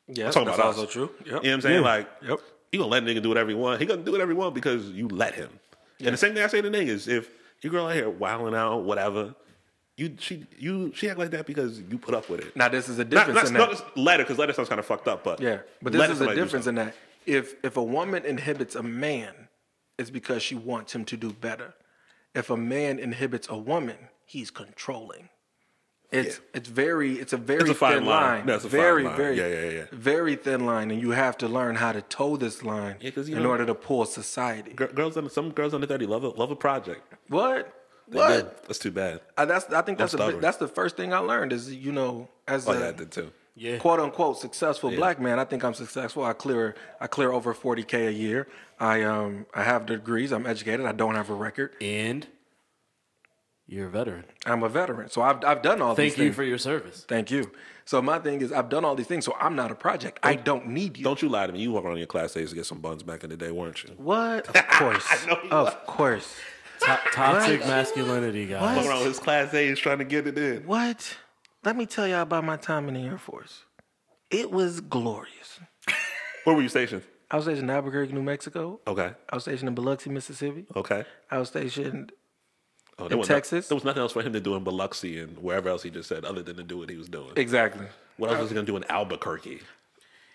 yeah,
I'm talking
that's
about
also
us.
true.
You know what I'm saying? Like,
Yep.
you gonna let a nigga do whatever he want. He gonna do whatever he want because you let him. And the same thing I say to niggas: if your girl out here wilding out, whatever, you she you she act like that because you put up with it.
Now this is a
not,
difference
not,
in that.
not just let her because let her sounds kind of fucked up. But
Yeah, but
let
this is a
somebody do
difference
something.
in that. If if a woman inhibits a man, it's because she wants him to do better. If a man inhibits a woman, he's controlling. It's it's very it's a very
It's a fine
thin
line.
line.
No, it's a fine
very
line.
very
Yeah, yeah, yeah.
very thin line, and you have to learn how to toe this line
'cause you
in
know-
order to pull society.
Gir- girls under some girls under thirty love a, love a project.
What
They
what?
do. That's too bad.
I, that's I think that's a,
stubborn.
big- that's the first thing I learned is you know as
Oh
a
yeah, I did too.
Yeah.
quote unquote successful black man. I think I'm successful. I clear I clear over 40k a year. I um I have degrees. I'm educated. I don't have a record.
and you're a veteran.
I'm a veteran. So I've I've done all these
Thank you
things.
for your service.
Thank you. So my thing is I've done all these things. So I'm not a project. I don't need you.
Don't you lie to me. You were on your class days to get some buns back in the day, weren't you?
What? Of course. of course.
To- toxic masculinity, guys.
Fucking around with his class A's trying to get it in.
What? Let me tell y'all about my time in the Air Force. It was glorious.
Where were you stationed?
I was stationed in Albuquerque, New Mexico.
Oh.
Okay.
I was stationed in Biloxi, Mississippi.
Okay.
I was stationed
Oh,
In
there was
Texas?
there was nothing else for him to do in Biloxi and wherever else he just said, other than to do what he was doing.
exactly.
What else was he going to do in Albuquerque?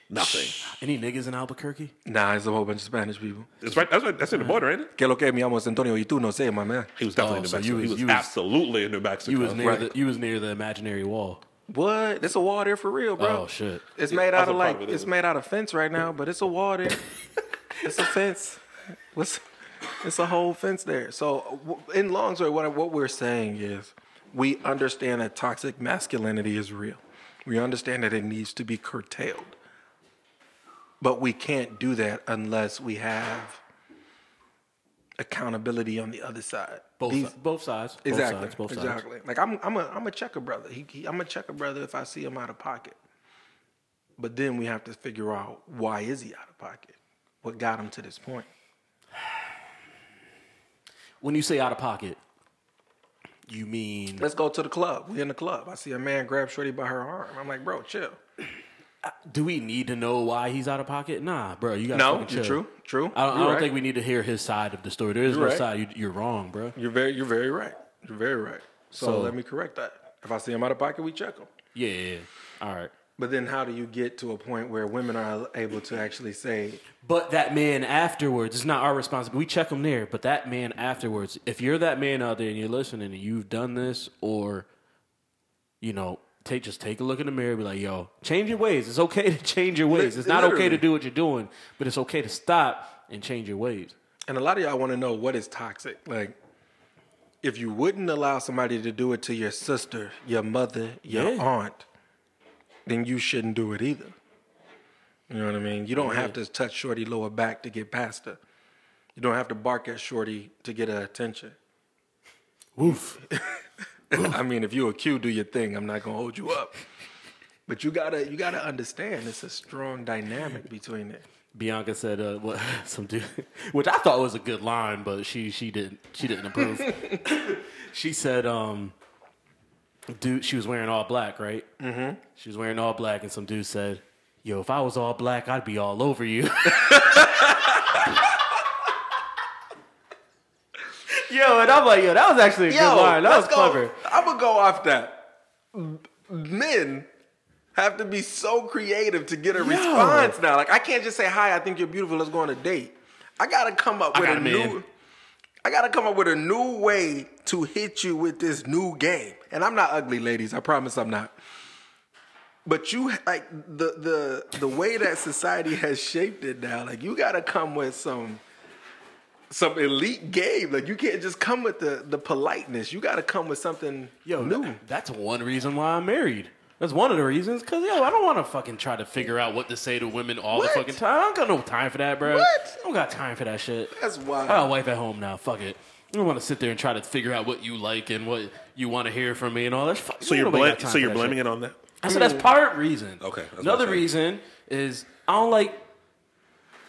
Nothing.
Any niggas in Albuquerque?
Nah, it's a whole bunch of Spanish people.
It's right. That's right. That's in the border, ain't it?
Que lo que mi amo es Antonio y tú no sé, my man.
He was
Oh,
definitely in New
so
Mexico.
you was-
he was,
you was-
absolutely in New Mexico.
You was near
Right.
the you was near the imaginary wall.
What? It's a wall there for real, bro.
Oh shit.
It's made out
that's
of
a part
like
of it,
it's
isn't it?
made out of fence right now, but it's a wall there. it's a fence. What's? It's a whole fence there. So w- in long story, what what we're saying is we understand that toxic masculinity is real. We understand that it needs to be curtailed, but we can't do that unless we have accountability on the other side.
Both
These-
si- both sides. Both
Exactly.
sides. Both sides.
exactly. Like I'm I'm a I'm a checker brother. He, he I'm a checker brother if I see him out of pocket. But then we have to figure out why is he out of pocket? What got him to this point?
When you say out of pocket, you mean
Let's go to the club. We in the club. I see a man grab Shorty by her arm. I'm like, bro, chill.
do we need to know why he's out of pocket? Nah, bro, you got
No,
fucking chill.
you're true, true.
I don't, I
You're
don't
right.
think we need to hear his side of the story. There is no
right.
side. You, you're wrong, bro.
You're very you're very right. You're very right. So,
So-
let me correct that. If I see him out of pocket, we check him.
Yeah, yeah. yeah. All right.
But then how do you get to a point where women are able to actually say,
But that man afterwards, it's not our responsibility. We check him there, but that man afterwards, if you're that man out there and you're listening and you've done this or, you know, take just take a look in the mirror and be like, yo, change your ways. It's okay to change your ways. It's not okay to
literally.
do what you're doing, but it's okay to stop and change your ways.
And a lot of y'all want to know what is toxic. Like, if you wouldn't allow somebody to do it to your sister, your mother, your
Yeah.
aunt, then you shouldn't do it either. You know what I mean? You don't have to touch Shorty lower back to get past her. You don't have to bark at Shorty to get her attention.
Woof.
I mean, if you're a Q, do your thing. I'm not gonna hold you up. But you gotta you gotta understand it's a strong dynamic between it.
Bianca said, uh, "What some dude?" Which I thought was a good line, but she she didn't she didn't approve. she said, um, "Dude, she was wearing all black, right? Mm-hmm. She was wearing all black, and some dude said." Yo, if I was all black, I'd be all over you. yo, and I'm like, yo, that was actually a good line. That was clever.
I'm gonna go off that. M- Men have to be so creative to get a response now. Like I can't just say hi. I think you're beautiful. Let's go on a date. I gotta come up with
got
a
a man.
new. I gotta come up with a new way to hit you with this new game. And I'm not ugly, ladies. I promise I'm not. But you like the the the way that society has shaped it now. Like you gotta come with some some elite game. Like you can't just come with the the politeness. You gotta come with something
Yo,
new.
that's one reason why I'm married. That's one of the reasons. Cause yo, I don't want to fucking try to figure out what to say to women all the fucking time. I don't got no time for that, bro.
What?
I don't got time for that shit.
That's
I
wild.
got a wife at home now. Fuck it. I don't want to sit there and try to figure out what you like and what you want to hear from me and all that. Fuck,
So you're bl- so you're blaming it on that.
I said that's part reason.
Okay, that's what
Another
I'm saying.
reason is I don't like.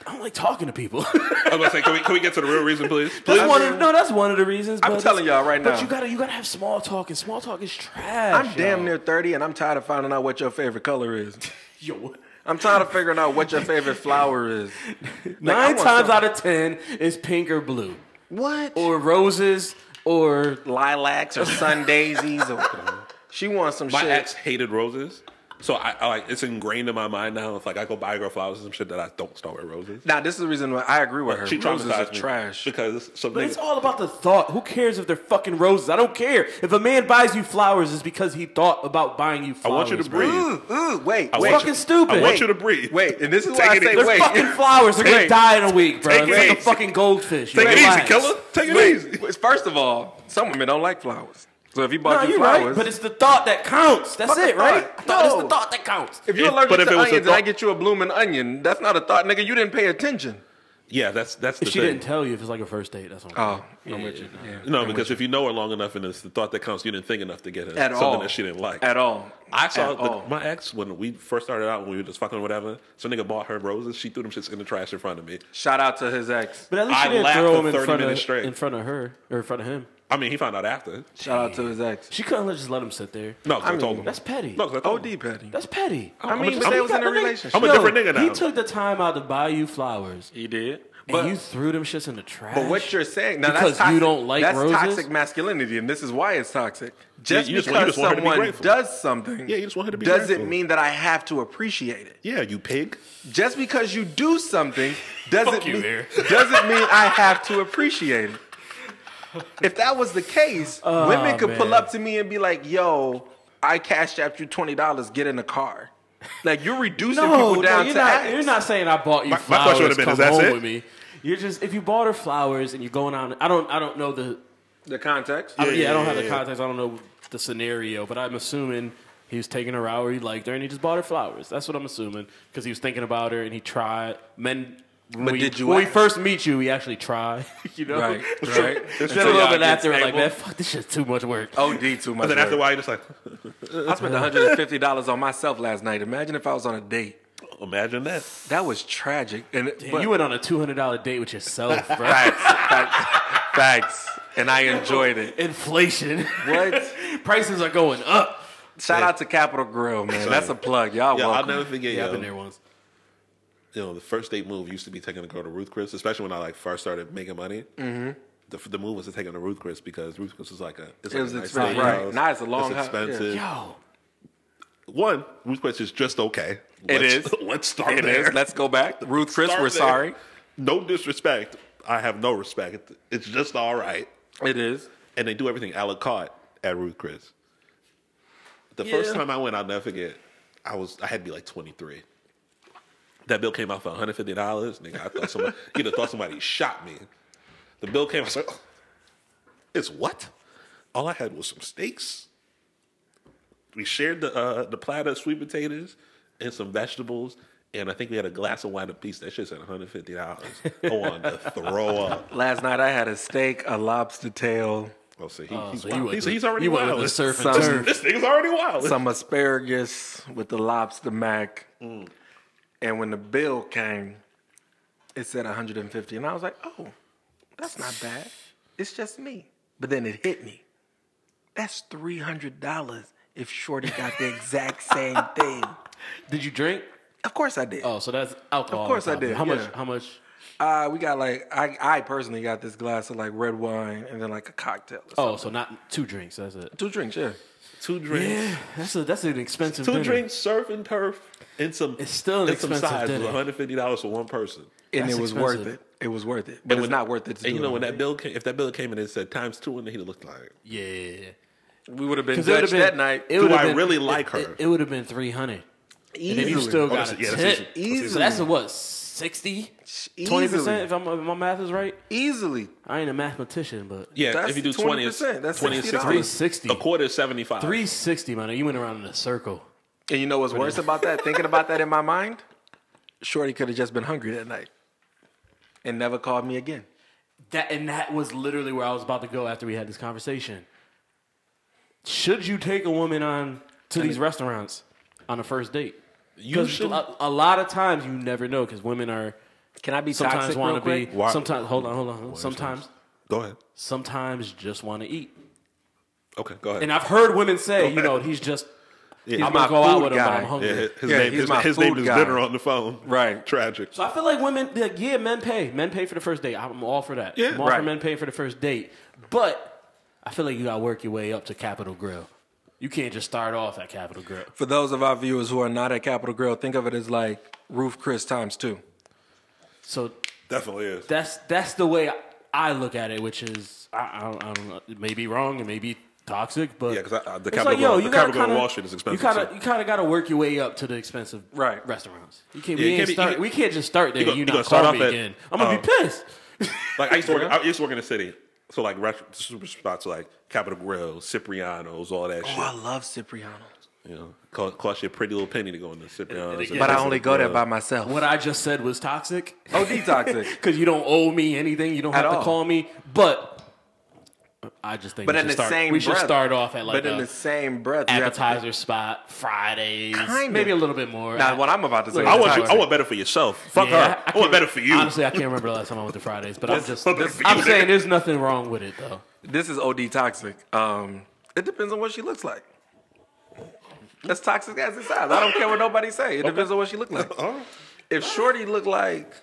I don't like talking to people.
I was about to say, can we, can we get to the real reason, please?
That's
Please.
one of, no, that's one of the reasons.
I'm
but
telling
that's-
y'all right
But
now.
you gotta you gotta have small talk, and small talk is trash.
I'm damn
yo.
near 30 and I'm tired of finding out what your favorite color is.
Yo.
I'm tired of figuring out what your favorite flower is. Like, I
Nine
want
times
something-
out of ten is pink or blue,
What?
or roses, or
lilacs or sun daisies or she wants some
My
shit.
ex hated roses. So I, I like it's ingrained in my mind now. It's like I go buy girl flowers and some shit that I don't start with roses.
now this is the reason why I agree with her.
She
Roses are
traumatized me
trash.
because some
But
nigga-
it's all about the thought. Who cares if they're fucking roses? I don't care. If a man buys you flowers, it's because he thought about buying you
I
flowers.
want you to
bro.
breathe.
Ooh, ooh, wait,
I
wait.
want you-
fucking stupid.
I want you
Wait.
to breathe.
Wait, and this is
Take
why I
it
say
easy.
They're
wait.
fucking flowers. They're gonna
Take-
die in a week, bro.
take
It's
it
like a
easy.
fucking goldfish.
Take it easy,
Relax.
killer. Take it easy.
Wait, First of all, some women don't like flowers. So if you
No,
bought you
you're
flowers,
right. But it's the thought that counts. That's
Fuck
it,
the
right? No.
thought.
It's the
No.
thought that counts.
if you're
If-
allergic
but if
to
it was a
onions and I
thought-
get you a blooming onion, that's not a thought, nigga. You didn't pay attention.
Yeah, that's that's the
If she
thing.
didn't tell you, if it's like a first date, that's all.
Oh, I'm with you. Yeah.
no, because if you know her long enough and it's the thought that counts, you didn't think enough to get her
At
something
all.
that she didn't like.
At all.
I saw
At
the,
all.
my ex when we first started out when we were just fucking or whatever. Some nigga bought her roses. She threw them shits in the trash in front of me.
Shout out to his ex.
But at least she
I
didn't
laughed
throw
for
him in
30
front of
minutes straight.
in front of her or in front of him.
I mean, he found out after.
Shout out to his ex.
She couldn't let- just let him sit there.
No, 'cause I,
mean,
told him.
that's petty.
No, 'cause I told him.
OD petty.
That's petty.
I mean,
a-
but
I'm
they
a-
was in a
That nigga-
relationship.
I'm a
Yo,
different nigga
He
now.
took the time out to buy you flowers,
He did.
and you threw them shits in the trash.
But what you're saying now
Because
that's toxic,
you don't like
that's
roses?
toxic masculinity, and this is why it's toxic. Just
you just- you
because
just want her to be
someone
grateful.
does something,
Yeah, you just want her to be
doesn't
grateful.
mean that I have to appreciate it.
yeah, you pig.
Just because you do something doesn't
Fuck you,
mean,
Eric.
doesn't mean I have to appreciate it. If that was the case, women could pull
Oh, man.
up to me and be like, "Yo, I cashed out you twenty dollars. Get in the car." Like you're reducing
no,
people down
no, you're
to
not.
acts.
You're not saying I bought you
My- my question
flowers.
would've been,
come
is that
home
it?
with me. You're just if you bought her flowers and you're going out. I don't. I don't know the.
the context.
I don't- yeah, I don't have the
yeah, yeah.
context. I don't know the scenario, but I'm assuming he was taking her out where he liked her, and he just bought her flowers. That's what I'm assuming because he was thinking about her and he tried. Men, when,
But
we,
did you
when we
ask?
first meet you, we actually try. you know,
Right, right.
Then
Until
a little
y'all
bit
get
after, we're like,
stable.
man, fuck this shit's too much work.
OD too much.
And then after a
work.
while, you're just like,
I spent $150 on myself last night. Imagine if I was on a date.
imagine that.
That was tragic. And
Damn,
but-
you went on a two hundred dollar date with yourself, bro.
facts, facts, facts. And I enjoyed it.
Inflation.
What?
Prices are going up.
Shout out to Capital Grill, man. That's a plug. Y'all
Yeah, I'll
welcome.
never forget.
Yeah,
yo,
I've been there once.
you know, the first date move used to be taking a girl to Ruth Chris, especially when I like first started making money. Mm-hmm. The, the move was to take her to Ruth Chris because Ruth Chris was like a it's like
was
a nice
expensive,
steakhouse.
right. Now it's a long hou-
expensive.
Yo,
One Ruth Chris is just okay.
It
Let's-
is.
Let's start
It
there.
is. Let's go back. Ruth Chris,
Start
we're
there.
sorry.
No disrespect. I have no respect. It's just all right,
It is.
and they do everything a la carte at Ruth Chris. The first
Yeah.
time I went, I'll never forget. I was I had to be like twenty three. That bill came out for one hundred fifty dollars. Nigga, I thought somebody you know thought somebody shot me. The bill came. I was like, "Oh, it's what? All I had was some steaks. We shared the uh, the platter of sweet potatoes and some vegetables. And I think we had a glass of wine apiece. That shit said $150. I wanted to throw up.
Last night I had a steak, a lobster tail,
Oh, see, he,
Oh,
he's,
so you
wild.
went
He's,
with-
he's already
you went
wild.
with the surf and
Some-
turf.
This nigga's already wild.
some asparagus with the lobster mac.
Mm.
And when the bill came, it said 150. And I was like, oh, that's not bad. It's just me. But then it hit me. That's $300 if Shorty got the exact same thing.
Did you drink?
Of course I did.
Oh, so that's alcohol.
Of course I
probably.
did,
How much?
yeah.
How much?
Uh, we got like, I, I personally got this glass of like red wine and then like a cocktail. or something.
Oh, so not two drinks. That's it.
Two drinks, yeah.
two drinks.
That's a that's an expensive
Two
dinner.
drinks, surf and turf, and some.
It's still an
and some
expensive
sides.
dinner.
One hundred fifty dollars for one person.
And
That's
it was worth
expensive.
it. It was worth it. But it's
when-
not worth it to
and
do
you know
it
when
on
that bill came, if that bill came and it said times two, and he'd have looked like,
Yeah, it
a date. We would have been
would have
Dutch
been
that night.
It would
I
have been,
really
it-
like her?
It, it would have been three hundred. And if you
Easily.
still
Oh,
got
that's-
a
yeah, that's
tip,
easy.
so that's a what 60
Easily.
20 percent. If I'm if my math is right,
Easily.
I ain't a mathematician, but
yeah,
That's
if you do twenty, it's
20%, that's
twenty and
$60.
three
sixty.
sixty.
A quarter is seventy-five.
Three sixty, man. You went around in a circle.
And you know what's worse about that? Thinking about that in my mind, Shorty could have just been hungry that night and never called me again.
That and that was literally where I was about to go after we had this conversation. Should you take a woman on to these restaurants on a first date?
You
Because
should.
a, a lot of times you never know because women are
Can I be
sometimes
toxic
want
real
to be
quick?
Why-
sometimes hold on hold on sometimes
Go ahead.
sometimes just want to eat.
Okay, go ahead.
And I've heard women say, you know, he's just I'm
my
gonna go out
food
with him, but
guy.
I'm hungry.
yeah, his his
Yeah,
name,
he's
his,
my
his name
food
is
guy.
dinner on the phone.
Right.
Tragic.
So I feel like women, like, yeah, men pay. Men pay for the first date. I'm all for that.
Yeah.
I'm all for
Right.
men paying for the first date. But I feel like you gotta work your way up to Capitol Grill. You can't just start off at Capitol Grill.
For those of our viewers who are not at Capitol Grill, think of it as like Roof Chris times two.
So
Definitely is.
that's that's the way I look at it, which is I, I, don't, I don't know. It may be wrong. It may be toxic, but
Yeah, 'cause I- I- the
it's
Capitol Grill- the
gotta
Capitol Grill on
kinda-
Wall Street is expensive,
You kind
so.
of you kind of got to work your way up to the expensive
Right.
restaurants. You can't,
Yeah,
we, ain't
you can't be- you
start,
can't-
we can't just start there.
you
You,
gonna- you
not
gonna
call
start
me
off at, um,
again. I'm gonna be pissed.
Like I used to work. I used to work in the city, so like restaurant, super spots like Capitol Grill, Cipriano's, all that shit.
Oh, I love Cipriano.
You know, co- cost you a pretty little penny to go into Cipriano's.
But
But I
Yes,
only go there by myself.
What I just said was toxic.
OD toxic.
because you don't owe me anything. You don't have
At
to
all.
call me. But I just think
But
we
in
should
the
start,
same
we should
breath-
start off at like
but in
a
the same breath, you have to-
appetizer spot Fridays,
Kinda.
maybe a little bit more.
Now, what I'm about to say,
I
is
want you. I
toxic.
want better for yourself. Fuck
Yeah,
her.
I
I, want
can't-
better for you.
Honestly, I can't remember the last time I went to Fridays, but I'm just
Better for
I'm
you,
saying
nigga.
there's nothing wrong with it though.
This is OD toxic. Um, it depends on what she looks like. That's toxic as it sounds. I don't care what nobody say. It depends on what she look like. If Shorty look like,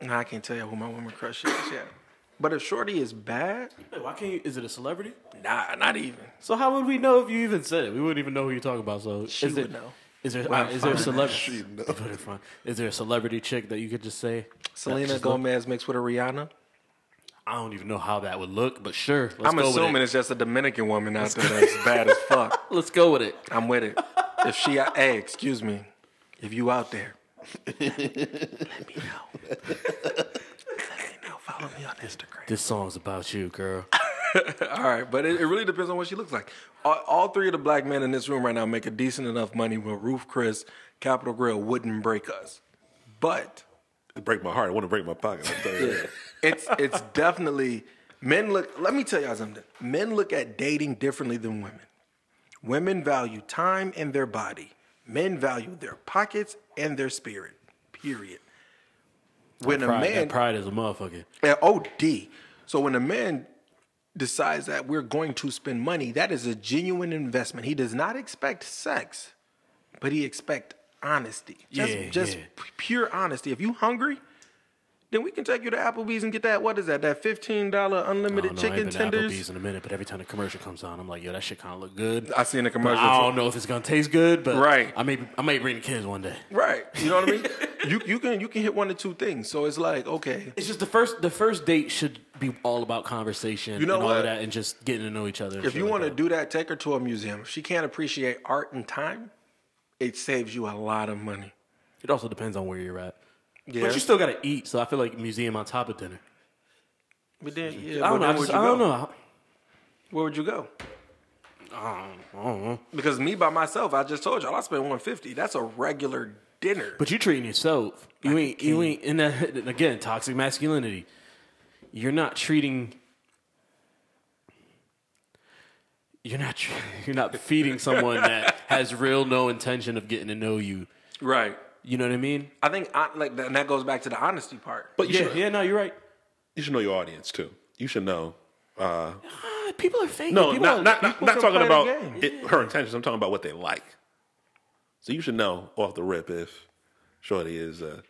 nah, I can't tell you who my woman crush is yet. But if Shorty is bad,
Why can't you? Is it a celebrity?
nah, not even.
So how would we know if you even said it? We wouldn't even know who you're talking about. So
She
is
would
it-
know.
Is there
Well,
uh, is there a
fine.
celebrity? Is there a celebrity chick that you could just say?
Selena
just
Gomez mixed with a Rihanna.
I don't even know how that would look, but sure. Let's go
I'm
with it.
assuming it's just a Dominican woman out there that's bad as fuck.
Let's go with it.
I'm with it. If she, hey, excuse me, if you out there, let me know. Let me know. Follow me on Instagram.
This song's about you, girl.
All right, but it, it really depends on what she looks like. All, all three of the black men in this room right now make a decent enough money where Roof Chris, Capitol Grill wouldn't break us. But
It break my heart. I want to break my pocket. I'll tell you that.
it's it's definitely men look let me tell y'all something. Men look at dating differently than women. Women value time and their body. Men value their pockets and their spirit. Period. When a
Pride, that
man
pride is a motherfucker.
Uh, OD. So when a man decides that we're going to spend money, that is a genuine investment. He does not expect sex, but he expect honesty. Just,
Yeah,
just
yeah.
p- pure honesty. If you hungry, then we can take you to Applebee's and get that. What is that? That fifteen dollar
I
unlimited
don't know, I
chicken
ain't been to Applebee's
tenders.
in a minute, but every time the commercial comes on, I'm like, yo, that shit kind of look good.
I seen the
But
commercial.
I don't know if it's gonna taste good, but
Right.
I may I may bring the kids one day.
Right. You know what I mean? you you can you can hit one of two things. So it's like okay.
It's just the first the first date should be all about conversation
You know
and all
what?
of that and just getting to know each other. and
If
shit
you
like
want to
that.
do that, take her to a museum. If she can't appreciate art and time, it saves you a lot of money.
it also depends on where you're at.
Yeah.
But you still gotta eat, so I feel like museum on top of dinner.
But then, yeah,
I
but
don't know.
then
I, just,
where'd
I
you
don't
go?
know. Uh,
Where would you go?
I don't know.
Because me by myself, I just told y'all I spent one fifty. That's a regular dinner.
But you treating yourself. You ain't. You ain't. And that, and again, toxic masculinity. You're not treating. You're not. tr- You're not feeding someone that has real no intention of getting to know you.
right.
You know what I mean?
I think I, like that, and that goes back to the honesty part.
But you
yeah.
should.
Yeah. No, you're right.
You should know your audience too. You should know. Uh,
Ah, People are fake.
no,
people
not
are,
not, not,
people
not
can
talking
play
about
the game.
it, her intentions. I'm talking about what they like. So you should know off the rip if Shorty is uh,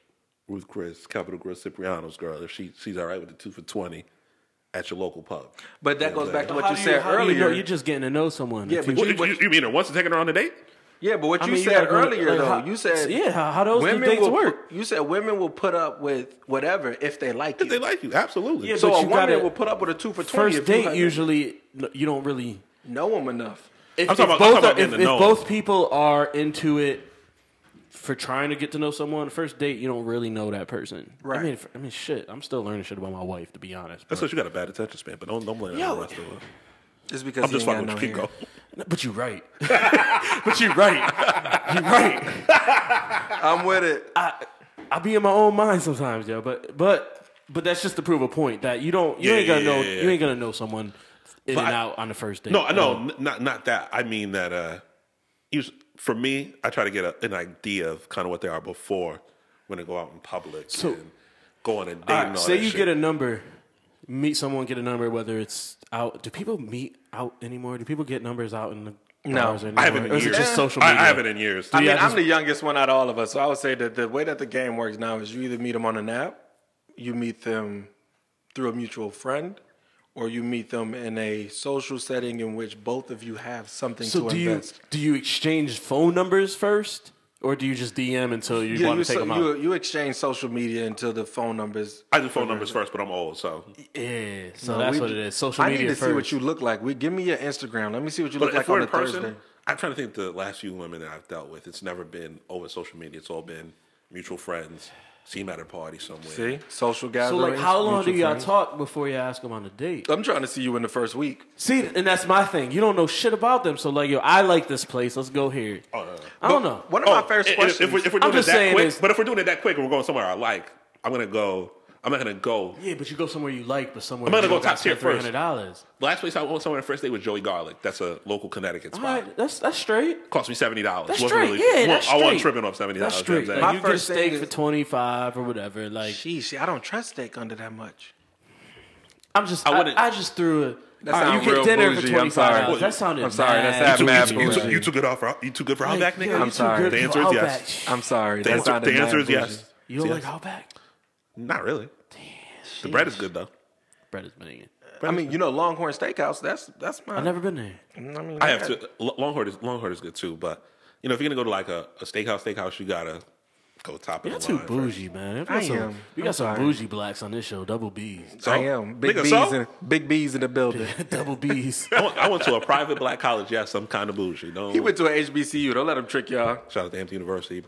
Ruth Chris, Capital Grill Cipriano's girl. If she she's all right with the two for twenty at your local pub.
But that
Yeah,
goes
but-
back to what
How
you
do
said
how do
earlier.
You know, you're just getting to know someone.
Yeah,
If
but
What, you, you mean her once to taking her on a date?
yeah, but what
I
you
mean, you
said
gotta go-
earlier
like,
though,
how-
you said
yeah, how- how those things
will,
work.
You said women will put up with whatever if they like
If
you.
they like you, absolutely.
Yeah,
so
but
a
you
woman
gotta-
will put up with a two for twenty.
First
if you
date
like-
usually no, you don't really
know them enough.
if,
I'm talking
if
about- I'm
both
talking about
are- if,
getting
if
to know 'em.
both people are into it for trying to get to know someone, first date you don't really know that person. I
Right.
mean, f- I mean, shit. I'm still learning shit about my wife, to be honest.
That's
but-
what you got a bad attention span, but don't don't blame it on
Yo.
the rest of us.
Just because
I'm
he
just
ain't
fucking with
got no
you. Keep
hair.
going.
But you right. but you right. You right.
I'm with it.
I be in my own mind sometimes, yo. But but but that's just to prove a point that you don't you
Yeah,
ain't gonna
yeah,
know
yeah, yeah.
you ain't gonna know someone in
But
and
I-
out on the first date.
No, I no, n- not not that. I mean that. Uh, use for me, I try to get a, an idea of kind of what they are before when I go out in public
So-
and go on a date.
All
and
right,
all
say
that
you
shit.
get a number, meet someone, get a number. Whether it's out, do people meet out anymore? Do people get numbers out in the
No,
bars
I
anymore?
haven't in
Or is
years.
it just social
I-
media?
I, haven't in years.
I mean,
Yeah,
I'm
I'm
the
the youngest one out of all of us, so I would say that
the way that the game works now is you either meet them on an app, you meet them through a mutual friend, or you meet them in a social setting in which both of you have something
So
to
do you
invest.
do you exchange phone numbers first, or do you just DM until you
yeah,
want
you,
to take
so-
them
you,
out?
you exchange social media until the phone numbers.
I do phone numbers first, but I'm old, so
Yeah, so
No,
that's
we-
what it is. Social
I
media
need to
first.
see what you look like. We give me your Instagram. Let me see what you
But
look
if
like
we're
on a
in person,
Thursday.
I'm trying to think the last few women that I've dealt with. It's never been over social media. It's all been mutual friends, seen at a party somewhere.
See, social gatherings.
so like, how long do
mutual
y'all
friends. Uh,
talk before you ask them on a date?
I'm trying to see you in the first week.
See, and that's my thing. You don't know shit about them. So like, yo, I like this place. Let's go here.
Uh,
I don't know.
One of
Oh,
my first
i- i-
questions.
If, we're, if we're
I'm
doing it
just
that
saying
quick,
is-
but if we're doing it that quick and we're going somewhere I like, I'm gonna go. I'm not gonna go.
Yeah, but you go somewhere you like, but somewhere
I'm gonna
you
go
don't gotta
top tier
spend
first.
$300.
The last place I went somewhere first date was Joey Garlic. That's a local Connecticut
All
spot.
right, that's that's straight.
Cost me seventy dollars.
That's straight. yeah,
well,
that's
I wasn't
straight.
tripping off seventy dollars.
That's straight.
You know what
Like,
I'm
My
you get a
first thing
steak
is-
for twenty five or whatever. Like
Sheesh, I don't trust steak under that much.
I'm just,
I
I,
wouldn't-
I, just threw it.
That
All
sound
right, you
real
get dinner
bougie,
for
I'm
twenty five
sorry.
dollars. That sounded
I'm sorry,
mad.
that's that
saying?
mad
you, you,
bougie.
took, you took it off. for- You took it for
Like,
Outback,
yo,
nigga.
you
I'm
too
sorry.
good
The
for
answer is yes.
Outback.
I'm sorry.
The
that
answer,
sounded
the answer
mad
is yes.
bougie.
You don't
Yes.
like Outback?
Not really. The bread is good though.
Bread is banging.
I mean, you know, Longhorn Steakhouse. That's that's my.
I've never been there.
I, mean,
I have to. L- Longhorn is Longhorn is good too, but you know if you're gonna go to like a, a steakhouse, steakhouse, you gotta go top of
You're
the
too
line first.
bougie, man. We
I
got some,
am.
We got some
I'm sorry.
bougie blacks on this show. Double B's.
So,
I am big
nigga,
B's
so?
in big B's in the building.
Double B's.
I went, I went to a private black college. Yes, I'm kind of bougie. No,
he went to a HBCU. Don't let him trick y'all.
shout out to Hampton University,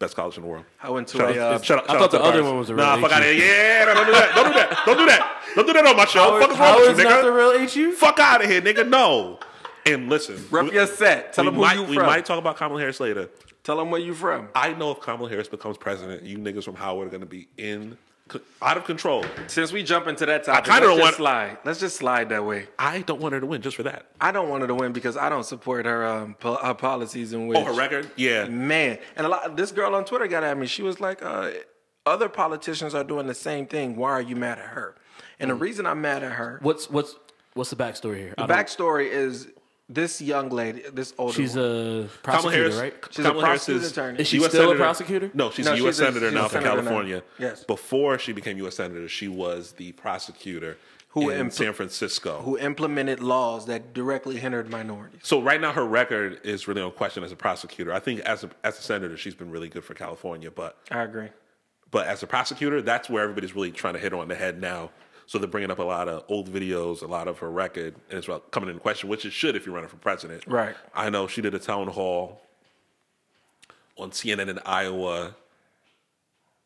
best college in the world.
I went to
Shout
a.
out,
Uh,
shout out,
I
shout
thought
out to
the other
Paris.
one was a
Nah,
real
fuck out of
issue.
here. Yeah, no, don't do that. Don't do that. Don't do that. Don't do that on my show. fuck is wrong with
Howard's
you,
not the
nigga?
real HU?
Fuck out of here, nigga. No. And listen,
Rep your set. Tell
we,
them who
might,
you
we
from.
might talk about Kamala Harris later.
Tell them where you from.
I know if Kamala Harris becomes president, you niggas from Howard are gonna be in out of control.
since we jump into that topic, let's
kinda
just
want-
slide.
Let's just slide that way.
I don't want her to win just for that.
I don't want her to win because I don't support her um, po- her policies in which
Oh, her record? Yeah.
man and a lot this girl on twitter got at me she was like uh, other politicians are doing the same thing why are you mad at her and
Mm.
the reason i'm mad at her
What's what's what's the backstory here? I
the
don't-
backstory is this young lady this older
She's
one-
a
Kamala
prosecutor,
Harris.
right?
She's a
Kamala Harris
prosecutor
is,
attorney. Is
she
US
still a
Senator.
prosecutor?
No, she's
No,
a
she's
U.S.
a-
senator
she's a
now from
senator now.
California.
Yes.
Before she became U.S. senator, she was the prosecutor
Who
in
impl-
San Francisco.
who implemented laws that directly hindered minorities
so right now, her record is really on question as a prosecutor. I think as a, as a senator, she's been really good for California, but
i agree
but as a prosecutor, that's where everybody's really trying to hit her on the head now. So they're bringing up a lot of old videos, a lot of her record, and it's about coming into question, which it should if you're running for president.
Right.
I know she did a town hall on CNN in Iowa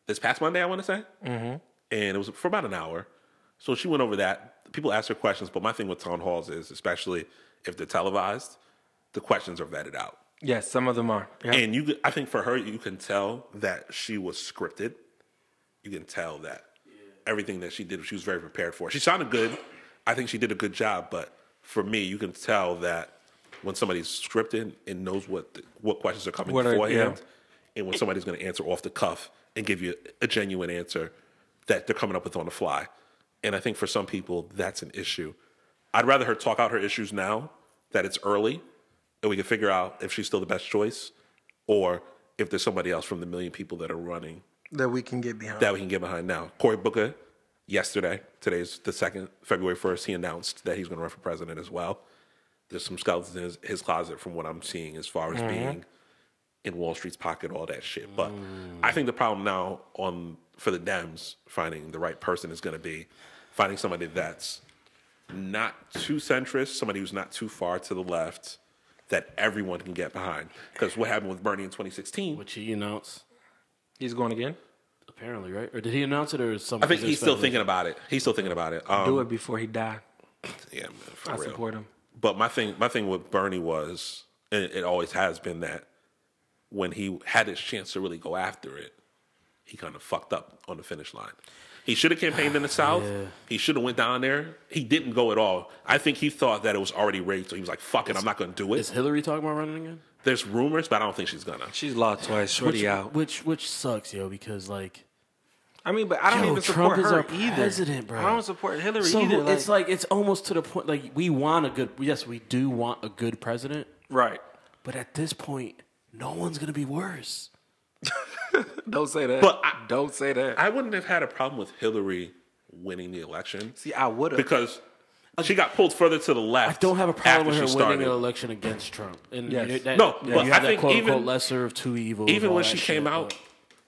this past Monday, I want to say, mm-hmm. and it was for about an hour. So she went over that. People asked her questions, but my thing with town halls is, especially if they're televised, the questions are vetted out.
yes some of them are Yeah.
And you, I think for her, you can tell that she was scripted. You can tell that everything that she did, she was very prepared for. She sounded good. I think she did a good job, but for me, you can tell that when somebody's scripted and knows what the, what questions are coming
What are-
beforehand, and when somebody's going to answer off the cuff and give you a genuine answer that they're coming up with on the fly. And I think for some people, that's an issue. I'd rather her talk out her issues now that it's early and we can figure out if she's still the best choice or if there's somebody else from the million people that are running
that we can get behind
that we can get behind now. Cory Booker, yesterday, today's the second, February first, he announced that he's going to run for president as well. There's some skeletons in his, his closet from what I'm seeing as far
Mm-hmm.
as being in Wall Street's pocket, all that shit. But
Mm.
I think the problem now on for the Dems finding the right person is going to be finding somebody that's not too centrist, somebody who's not too far to the left, that everyone can get behind. Because what happened with Bernie in 2016
Which he announced,
he's going again
apparently, right? Or did he announce it or is something?
I think he's still thinking about it. He's still thinking about it. Um,
do it before he die
Yeah, man, for
i
real.
support him
But my thing, my thing with Bernie was, and it always has been that when he had his chance to really go after it, he kind of fucked up on the finish line. He should have campaigned in the South. He should have went down there. He didn't go at all. I think he thought that it was already rigged, so he was like, "Fuck it, I'm not going to do
Is
it."
Hillary talking about running again?
There's rumors, but I don't think she's gonna.
She's lost twice. Shorty
Which,
out.
which which sucks, yo, because like
I mean, but I don't
Yo,
even
Trump
support
is
her
our
either.
president, bro.
I don't support Hillary
so
either.
who- it's like it's almost to the point like we want a good yes, we do want a good president,
right.
but at this point, no one's gonna be worse.
Don't say that.
But I-
don't say that.
I wouldn't have had a problem with Hillary winning the election
See, I would have.
because she got pulled further to the
I
left.
don't have a problem
after
with her
she
winning
started.
an election against Trump. And
Yes.
you- that,
No,
you
but
have
I
that
think
quote unquote
even-
lesser of two evils.
even
all
when
that
she
shit,
came out,
but-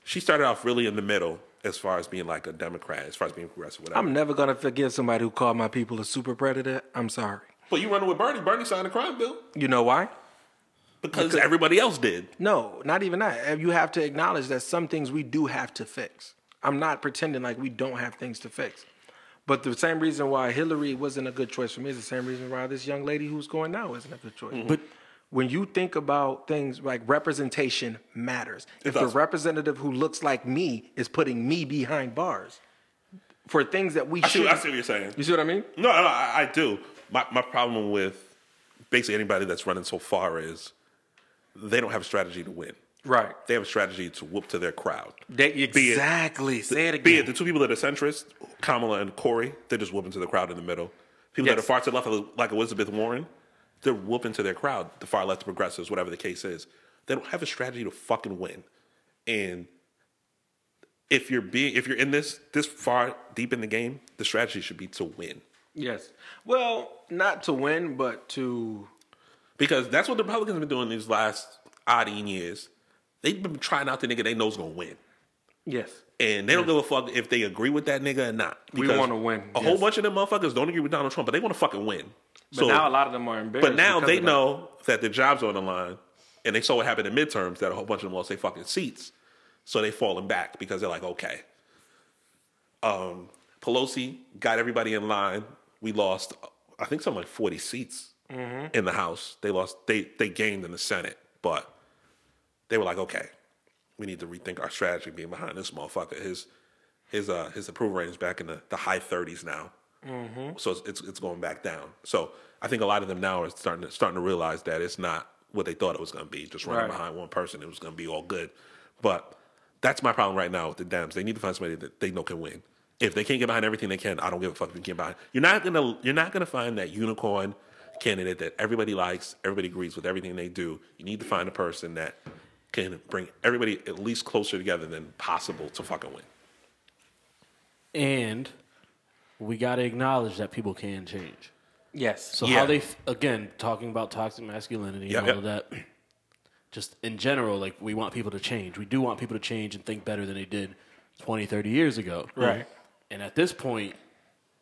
she started off really in the middle as far as being like a Democrat, as far as being progressive, whatever.
I'm never gonna forgive somebody who called my people a super predator. I'm sorry.
but you running with Bernie. Bernie signed a crime bill
You know why?
because, everybody else did.
No, not even that. You have to acknowledge that some things we do have to fix. I'm not pretending like we don't have things to fix. But the same reason why Hillary wasn't a good choice for me is the same reason why this young lady who's going now isn't a good choice.
Mm-hmm.
But when you think about things like representation matters. if the
does.
representative who looks like me is putting me behind bars for things that we
I see,
should
I see what you're saying.
You see what I mean?
No, no, I, I do. My my problem with basically anybody that's running so far is they don't have a strategy to win.
Right.
They have a strategy to whoop to their crowd.
They,
it-
exactly. Say it again.
Be it the two people that are centrist, Kamala and Corey, they're just whooping to the crowd in the middle. People that
Yes.
are far to the left, like Elizabeth Warren, they're whooping to their crowd, the far left progressives, whatever the case is. They don't have a strategy to fucking win. And if you're being, if you're in this this far deep in the game, the strategy should be to win.
Yes. Well, not to win, but to
Because that's what the Republicans have been doing these last odd even years. They've been trying out the nigga they know's gonna win.
yes.
And they don't give a fuck if they agree with that nigga or not.
We
Because
wanna win,
A whole
yes.
bunch of them motherfuckers don't agree with Donald Trump, but they want to fucking win.
But now a lot of them are embarrassed.
but now
because
they
of that.
know that their jobs are on the line, and they saw what happened in midterms that a whole bunch of them lost their fucking seats, so they falling back because they're like, okay, um, Pelosi got everybody in line. We lost, I think, something like forty seats
Mm-hmm.
in the House. They lost. They they gained in the Senate, but they were like, okay, we need to rethink our strategy being behind this motherfucker. His his uh his approval rating is back in the, the high thirties now, so it's, it's it's going back down. So I think a lot of them now are starting to, starting to realize that it's not what they thought it was going to be. Just running
Right.
behind one person, it was going to be all good. But that's my problem right now with the Dems. They need to find somebody that they know can win. If they can't get behind everything they can, I don't give a fuck if you can get behind. You're not gonna you're not gonna find that unicorn candidate that everybody likes, everybody agrees with everything they do. You need to find a person that can bring everybody at least closer together than possible to fucking win.
and we gotta acknowledge that people can change.
Yes.
So
Yeah.
how they f- again talking about toxic masculinity
Yep,
and all of that. Just in general, like we want people to change. We do want people to change and think better than they did 20, 30 years ago.
Right.
And at this point,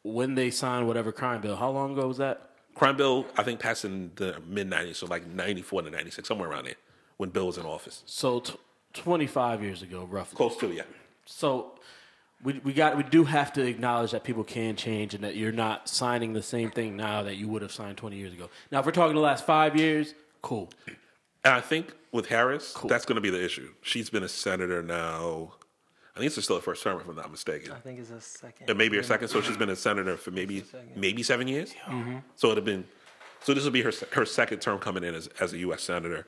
when they signed whatever crime bill, how long ago was that?
Crime bill, I think, passed in the mid '90s, so like '94 to '96, somewhere around there, when Bill was in office.
So t- twenty five years ago, roughly.
Close to yeah.
So we we got we do have to acknowledge that people can change and that you're not signing the same thing now that you would have signed 20 years ago. Now, if we're talking the last five years, cool.
And I think with Harris, that's going to be the issue. She's been a senator now. I think it's still her first term, if I'm not mistaken.
I think it's a second.
And maybe her second. So she's been a senator for maybe maybe seven years. So it'd have been. So this will be her her second term coming in as as a U.S. senator.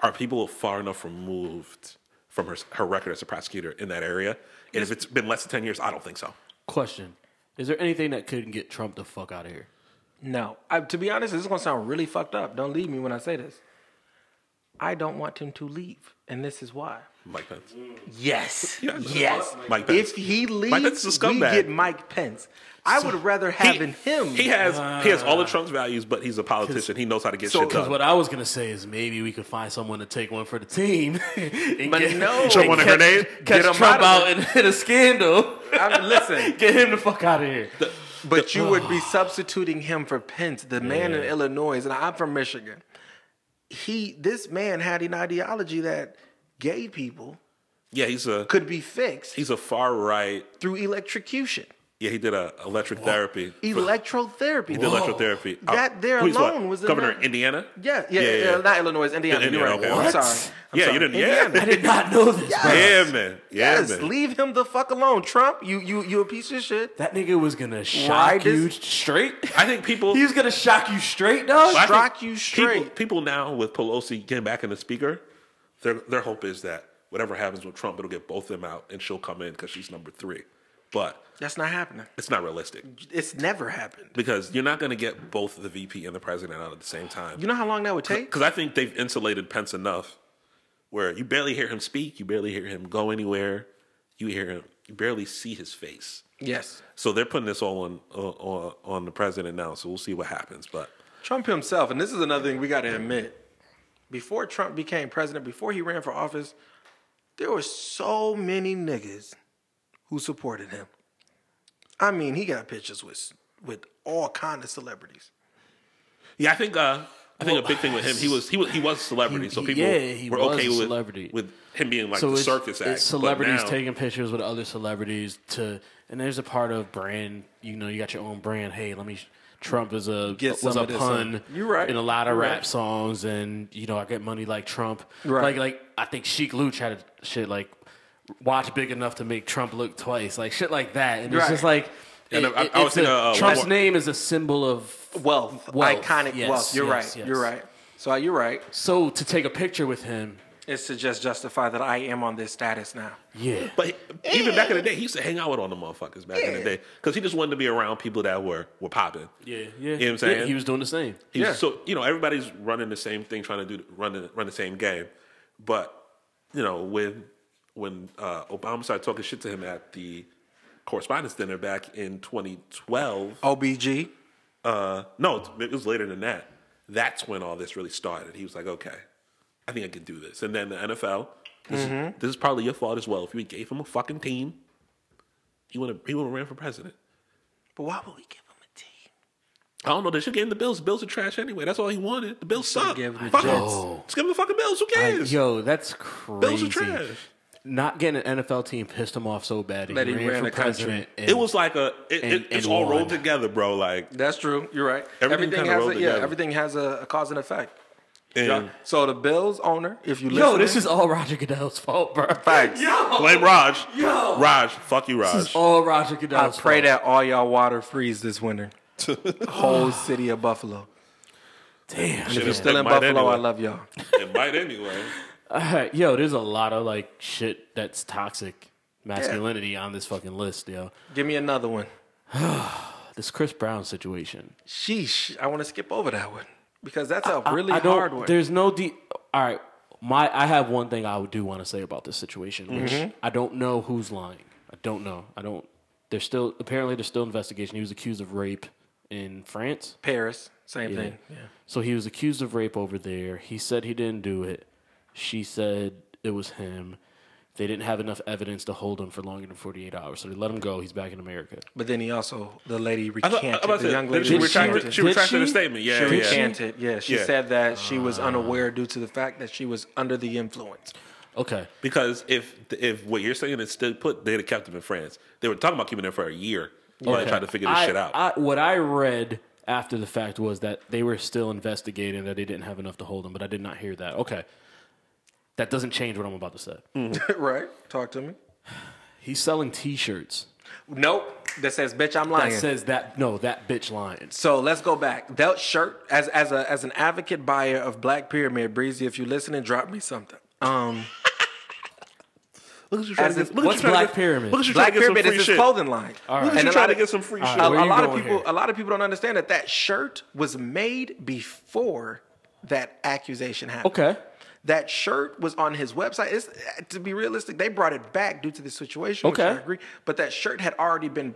Are people far enough removed from her her record as a prosecutor in that area? And if it's been less than ten years, I don't think so.
Question: Is there anything that could get Trump the fuck out of here?
No. I, to be honest, this is going to sound really fucked up. Don't leave me when I say this. I don't want him to leave. And this is why.
Mike Pence.
Yes.
Yeah.
Yes.
Mike Pence.
if he leaves,
Pence is a
we
scumbag.
get Mike Pence. I would rather having him.
He has he has all of Trump's values, but he's a politician. He knows how to get shit
Because
done.
what I was gonna say is maybe we could find someone to take one for the team. and
But no.
Trump want a
catch-
grenade?
Catch
Get him
Trump
out of
out, and hit a scandal.
I mean, listen.
get him the fuck out of here.
But you would be substituting him for Pence, the man in Illinois, and I'm from Michigan. He, this man had an ideology that gay people
yeah, he's a
could be fixed
he's a far right
through electrocution.
Yeah, he did a electric therapy. for-
Electrotherapy.
he did electrotherapy. out-
That there
who's what,
alone was
governor
enough.
of Indiana.
Oh, Yeah, yeah, yeah,
yeah.
not Illinois, Indiana.
Indiana,
You're right.
okay.
I'm
What?
sorry. I'm
yeah,
sorry.
you didn't.
Indiana.
Yeah,
I did not know this. bro.
yeah, man. Yeah,
Yes,
man.
leave him the fuck alone, Trump. You, you, you a piece of shit.
That nigga was gonna shock
Why does-
you straight.
I think people.
He was gonna shock you straight, dog.
I think
Strike you
People,
straight.
people now with Pelosi getting back in the speaker, their their hope is that whatever happens with Trump, it'll get both them out, and she'll come in because she's number three. But
That's not happening.
it's not realistic
It's never happened.
because you're not going to get both the VP and the president out at the same time.
You know how long that would take?
because I think they've insulated Pence enough where you barely hear him speak, you barely hear him go anywhere, you hear him, you barely see his face.
Yes.
So they're putting this all on uh, on, on the president now. So we'll see what happens. But
Trump himself, and this is another thing we got to admit.
Before Trump became president, before he ran for office, there were so many niggas who supported him. I mean, he got pictures with with all kind of celebrities.
yeah, I think uh, I think a big thing with him, he was he was he was a celebrity,
He-
so
he-
people
yeah, he
were
was
okay
a
with
celebrity.
with him being like
so
the
it's,
circus act.
it's
But
celebrities
now-
taking pictures with other celebrities to, and there's a part of brand. You know, you got your own brand. Hey, let me. sh- Trump is a
Get
was
some
a
of this, uh,
pun
huh? You right.
in a lot of
You
rap
right.
songs, and you know I get money like Trump.
Right.
Like like I think Sheik Luch had a shit like watch big enough to make Trump look twice, like shit like that, and it's
Right.
just like
And
it-
I- I
it-
was
it's
thinking,
a-
uh,
Trump's
Walmart-
name is a symbol of
Wealth,
Wealth.
iconic
Yes,
wealth. You're
yes,
right.
yes.
You're right. So you're right.
so to take a picture with him.
It's to just justify that I am on this status now.
Yeah,
But he- even back in the day, he used to hang out with all the motherfuckers back in the
Yeah.
day because he just wanted to be around people that were were popping.
yeah, yeah.
You know what I'm saying?
he was doing the same.
He's,
Yeah.
So you know everybody's running the same thing, trying to do run the, run the same game, but you know when when uh, Obama started talking shit to him at the correspondence dinner back in 2012,
OBG.
uh, no, it was later than that. That's when all this really started. He was like, okay, I think I can do this. And then the NFL, this, is, this is probably your fault as well. If you gave him a fucking team, he would have he would have ran for president.
But why would we give him a team?
I don't know. They should give him the Bills. The Bills are trash anyway. That's all he wanted. The Bills suck.
give him the
Fuck
Jets.
it. Just give him the fucking Bills. Who cares?
Yo, that's crazy.
Bills are trash.
Not getting an NFL team pissed him off so bad.
That he ran
for
the country.
president and-
It was like a. It,
And-
it, it's
and
all
won.
rolled together, bro. Like
That's true. You're right.
Everything
Everything,
kinda
has
rolled
a, yeah.
together.
Everything has a, a cause and effect.
and
So the Bills owner, if you listen,
yo. This is all Roger Goodell's fault, bro.
Facts.
Yo,
blame Raj.
Yo.
Raj, fuck you,
this is
Raj.
all Roger
I
Goodell's fault.
pray that all y'all water freeze this winter. Whole city of Buffalo.
Damn.
Shit,
If you're
it
still in
might
Buffalo,
anyway.
I love y'all.
It might anyway.
All right, yo. There's a lot of like shit that's toxic masculinity on this fucking list, yo.
Give me another one.
This Chris Brown situation.
Sheesh. I want to skip over that one because that's a really
I don't,
hard one.
There's no de- All right, my I have one thing I do want to say about this situation, which I don't know who's lying. I don't know. I don't. There's still apparently there's still investigation. He was accused of rape in France.
Paris, same
Yeah.
thing.
So he was accused of rape over there. He said he didn't do it. She said it was him. They didn't have enough evidence to hold him for longer than 48 hours. So they let him go. He's back in America.
But then he also the lady
I thought, I
recanted.
was about to
the
say,
young
did
lady
she
was
retracted.
recanted.
She
Did
retracted her
she?
statement. Yeah,
Did
yeah.
she?
recanted. Yeah, she
Yeah. Ah.
said that she was unaware due to the fact that she was under the influence.
Okay.
Because if if what you're saying is still put, they'd have kept him in France. They were talking about keeping him for a year while they
Okay.
tried to figure this
I-
shit out.
I, what I read after the fact was that they were still investigating that they didn't have enough to hold him, but I did not hear that. Okay. That doesn't change what I'm about to say.
right? Talk to me.
He's selling T-shirts
Nope. That says, "Bitch, I'm
that
lying."
says that no, that bitch lying.
so let's go back. That shirt, as as a as an advocate buyer of Black Pyramid, Breezy, if you listen and drop me something. Um,
look at you trying
as
to
in-
get, look at
what's
you trying to
Black
get-
Pyramid?
Look at you trying to
Black
get some
Pyramid is
free
his
shit. Look
clothing line.
right.
at
And
you
a
trying
lot
to
of-
get some free
right,
shit.
a,
where
a
you
lot of
going
people
here?
a lot of people don't understand that that shirt was made before that accusation happened
Okay.
that shirt was on his website it's, to be realistic they brought it back due to the situation which
Okay.
I agree but that shirt had already been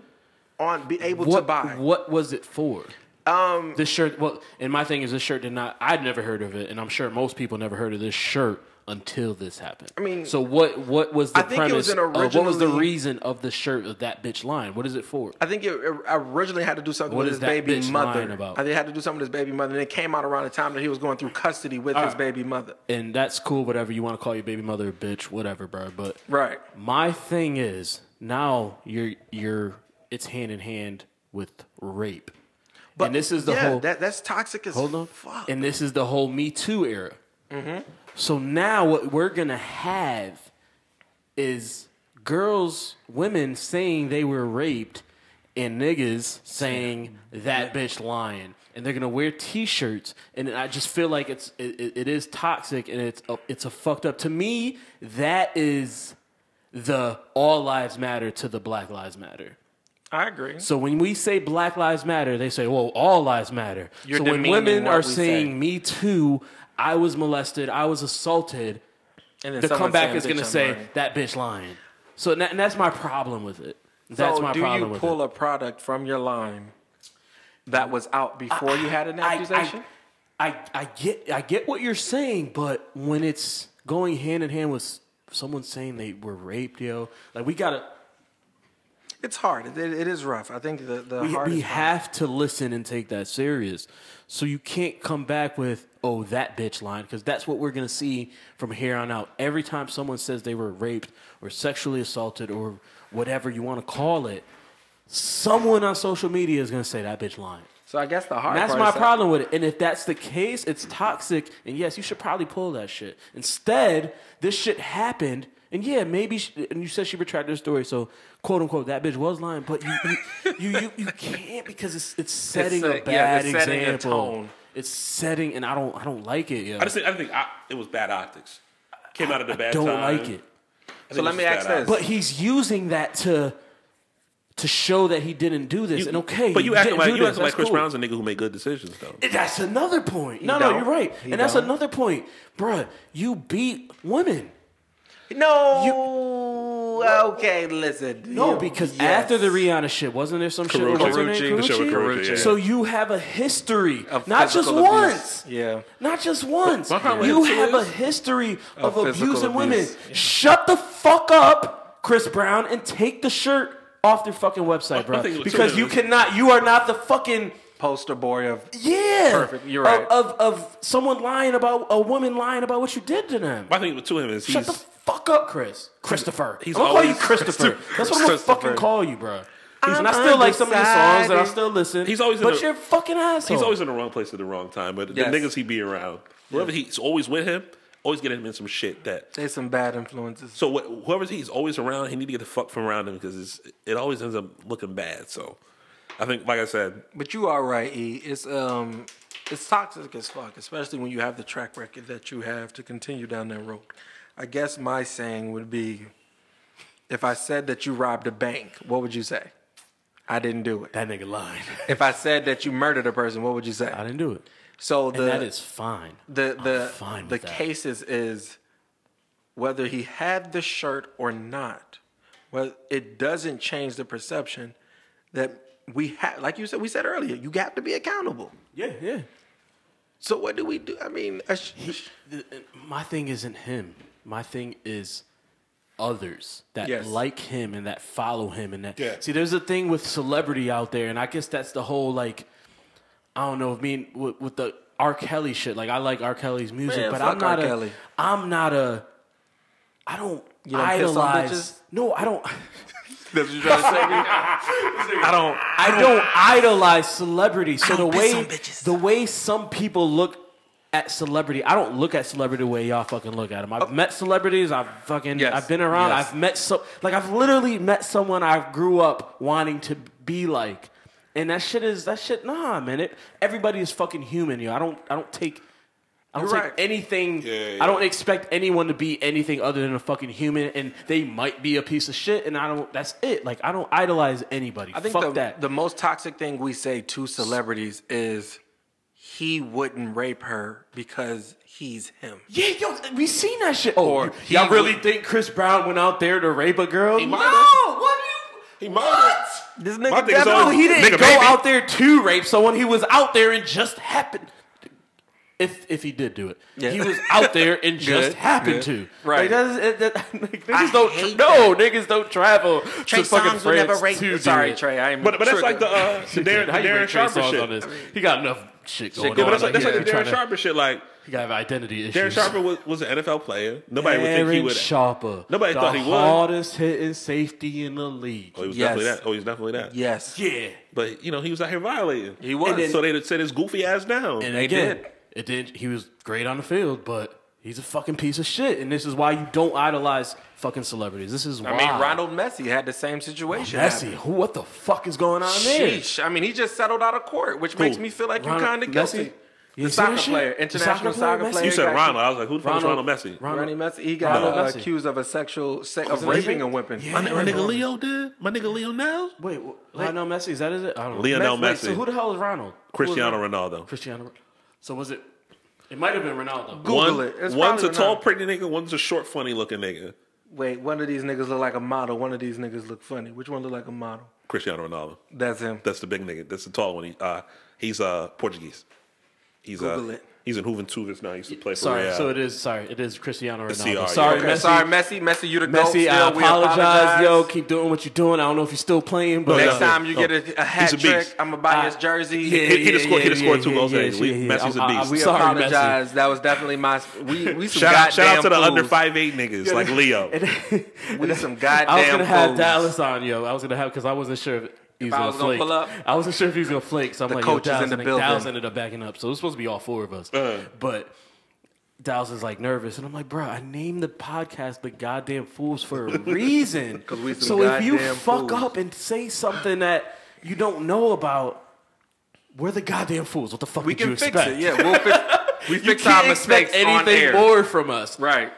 on be able
what,
to buy
What was it for? Um, this shirt. Well, and my thing is, this shirt did not. I'd never heard of it, and I'm sure most people never heard of this shirt until this happened. I
mean,
so what? What was the
I think it
premise?
was an
of- what was the
originally-
reason of the shirt of that bitch line? What is it for?
I think it originally had to do something
What
with
is
his
that
baby
bitch
mother.
lying about?
I think it had to do something with his baby mother, and it came out around the time that he was going through custody with his
right.
baby mother.
and that's cool. Whatever you want to call your baby mother, a bitch, whatever, bro. But
Right.
My thing is now you're you're it's hand in hand with rape.
But
and this is the
yeah,
whole
that, that's toxic as
hold on,
fuck.
and this is the whole Me Too era. Mm-hmm. So now what we're gonna have is girls, women saying they were raped, and niggas saying that bitch lying, and they're gonna wear T-shirts, and I just feel like it's it, it- it is toxic and it's a, it's a fucked up. To me, that is the all lives matter to the Black Lives Matter.
I agree.
So when we say Black Lives Matter, they say, "Well, all lives matter."
You're
so when
demeaning
women
what
are
we
saying,
say.
"Me too," I was molested, I was assaulted,
And then
the
someone
comeback
saying,
is going to
"Bitch, I'm
say
lying."
that bitch lying. So and that- and that's my problem with it. That's
so
my
do
problem
you
with
pull
it.
a product from your line that was out before you had an
I- I-
accusation?
I, I get I get what you're saying, but when it's going hand in hand with someone saying they were raped, yo, like we gotta
It's hard. It, it is rough. I think the the
we,
hardest.
we
part-
have to listen and take that serious. So you can't come back with oh that bitch line because that's what we're gonna see from here on out. Every time someone says they were raped or sexually assaulted or whatever you want to call it, someone on social media is gonna say that bitch line.
so I guess the hard
And that's
part
my
is that-
problem with it. And if that's the case, it's toxic. And yes, you should probably pull that shit. Instead, this shit happened. And yeah, maybe. She, and you said she retracted her story, so quote unquote, that bitch was lying. But you, you, you, you, you can't because it's it's setting a,
It's a-
bad
yeah, it's
example.
setting a tone.
It's setting, and I don't, I don't like it. Yo.
I just think I think I, it was bad optics. Came out at a bad
don't
time.
like it.
So
let me ask this.
But he's using that to to show that he didn't do this. and okay,
but you
he
acting
didn't
like
do
you
this.
acting like
That's
Chris
cool.
Brown's a nigga who made good decisions though.
That's another point. No,
don't.
no, you're right.
He
and that's
don't.
another point. Bruh, you beat women.
No. okay, listen.
No,
You-
because
yes.
after the Rihanna shit, wasn't there some shit? What was her name?
Carucci. The shit with
Carucci?
Carucci, yeah.
So you have a history,
Of
not just
physical abuse.
once.
Yeah.
Not just once.
my problem
You
with it too
have a
is-
history of,
Of physical
abusing women.
abuse.
Shut the fuck up, Chris Brown, and take the shirt off their fucking website,
I think
bro.
it was
Because
too-
you cannot. You are not the fucking.
Poster boy of
Yeah,
Perfect. You're
Of-
right.
Of, of someone lying about a woman lying about what you did to them.
My thing to him is
Shut
he's
the fuck up, Chris. Christopher.
he's
I'm gonna call you
always-
Christopher. That's what I'm gonna
Christopher.
fucking call you, bro. and I still like some of your songs that I still listen.
He's always in
but
the-
you're a fucking asshole.
he's always in the wrong place at the wrong time. But
Yes.
the niggas he be around, whoever he's always with him, always getting him in some shit that
There's some bad influences.
So wh- whoever he's always around, he need to get the fuck from around him because it's, it always ends up looking bad. So I think, like I said,
But you are right, E. It's um, it's toxic as fuck, especially when you have the track record that you have to continue down that road. I guess my saying would be, if I said that you robbed a bank, what would you say? I didn't do it.
that nigga lying.
If I said that you murdered a person, what would you say?
I didn't do it.
So the
And that is fine.
the
I'm
the
fine
the
with that.
cases is whether he had the shirt or not. Well, it doesn't change the perception that we have. Like you said, we said earlier, you have to be accountable.
Yeah, yeah.
So what do we do? I mean, a sh-
The- my thing isn't him. My thing is others that
Yes.
like him and that follow him and that.
Yeah.
See, there's a thing with celebrity out there, and I guess that's the whole like. I don't know. I mean, with, with the R. Kelly shit, like I like R. Kelly's music,
Man,
but
fuck
I'm not
R.
a.
Kelly.
am not a. I don't
don't piss on bitches?
idolize. No, I don't.
that's what you're trying to say. I don't.
I don't idolize celebrity. So the
don't piss
way
on bitches.
the way some people look at celebrity, I don't look at celebrity the way y'all fucking look at them. I've met celebrities. I've fucking
Oh. Yes.
I've been around.
Yes.
I've met so like I've literally met someone I grew up wanting to be like, and that shit is that shit. Nah, man. It, everybody is fucking human. Yo, I don't I don't take. I don't
You're
take
right.
anything.
yeah.
I don't expect anyone to be anything other than a fucking human, and they might be a piece of shit. And I don't. That's it. Like I don't idolize anybody.
I think
Fuck
the,
that.
the most toxic thing we say to celebrities is he wouldn't rape her because he's him.
Yeah, yo, we seen that shit. Oh,
Or
y-
he
y'all really
would-
think Chris Brown went out there to rape a girl? No,
might
what
have.
do you?
He might
What?
have.
This
My
nigga
thing is
definitely-
No,
always-
he didn't
Nigga,
go
baby.
out there to rape someone. He was out there and just happened. If if he did do it, he was out there and just
Good,
happened
good.
to.
Right.
Like, that's, it- that, like,
I
niggas don't.
hate
no, niggas don't travel to fucking
Songz would
France
never rape-
to do
Sorry,
it.
Trey. I am
but but that's
triggered.
like the, uh, the Darren,
How
the
you
Darren
bring Trey
Sharper
Songz
shit.
on this? He got enough shit going
Yeah,
on.
but that's like,
Like,
that's
yeah,
like the
he
Darren
tryna-
Sharper shit. Like
You gotta have identity
Darren
issues.
Sharper was, was an NFL player. Nobody would think he
Darren
would.
Sharper.
Nobody
the
thought he would.
hardest hitting safety in the league.
Oh, he was
Yes.
definitely that. Oh, he's definitely that.
Yes.
Yeah.
But you know, he was out here violating. He
was.
so they set his goofy ass down.
And
They
again,
did.
It did. He was great on the field, but he's a fucking piece of shit. And this is why you don't idolize fucking celebrities. This is why.
I mean, Ronald Messi had the same situation.
Messi. Who? What the fuck is going on there?
Sheesh. I mean, he just settled out of court, which makes me feel like you
Ronald-
kind of guilty.
Messi? You
The
see
soccer
that shit?
player,
The
international soccer player.
Messi?
you said
got-
Ronald. I was like, who the fuck is Ronald
Ronald-
Messi?
Ronnie
Ronald-
Messi. He got
Ronald
uh,
Messi.
accused of a sexual se- of
it
raping
rape?
a woman.
My, my nigga Leo did. My nigga Leo now.
Wait, wh- Lionel Messi? Is that is it? I don't know.
Lionel
Wait, so
Messi.
who the hell is Ronald? Who is
Cristiano
Ronald?
Ronaldo.
Cristiano. Ron- So was it? It might have been Ronaldo.
Google
One,
it. It's
one's a
probably
tall,
Ronaldo.
pretty nigga. One's a short, funny looking nigga.
Wait, one of these niggas look like a model. One of these niggas look funny. Which one look like a model?
Cristiano Ronaldo.
That's him.
That's the big nigga. That's the tall one. He, uh, he's uh, Portuguese. He's
Google
uh,
it.
He's in Juventus now. He used to play for
Sorry.
Real.
So it is. Sorry, it is Cristiano Ronaldo.
CR, yeah.
sorry,
Okay,
Messi.
Sorry, Messi. Messi, you the goat.
Messi,
Still,
I
we
apologize, yo. Keep doing what you're doing. I don't know if you're still playing, but
Next
uh,
time you
No.
get a, a
He's
hat
a
trick,
beast.
I'm gonna buy his jersey.
yeah,
He- he
yeah,
just scored- he
yeah,
just scored
yeah,
two
yeah,
goals
yeah,
today. We-
yeah, yeah.
Messi's a
I- I-
beast.
We
sorry, Messi.
apologize. That was definitely my. We we some
shout, out, shout
goddamn
out to the
fools.
under five eight niggas like Leo.
We some
I was gonna
goddamn
have
fools.
Dallas on, yo. I was gonna have because I wasn't sure if he was
I
gonna
was gonna
flake.
pull up.
I wasn't sure if he was gonna flake. So I'm like, yo,
coach is in
Dallas,
the
and Dallas
building.
ended up backing up, so it was supposed to be all four of us.
Uh.
But Dallas is like nervous, and I'm like, bro, I named the podcast "The Goddamn Fools" for a reason.
we some
so if you
goddamn
fuck
fools.
up and say something that you don't know about, we're the goddamn fools. What the fuck
We
did you
can fix
expect?
it. Yeah, we'll fix. We fix our mistakes on
anything
air.
more from us.
Right.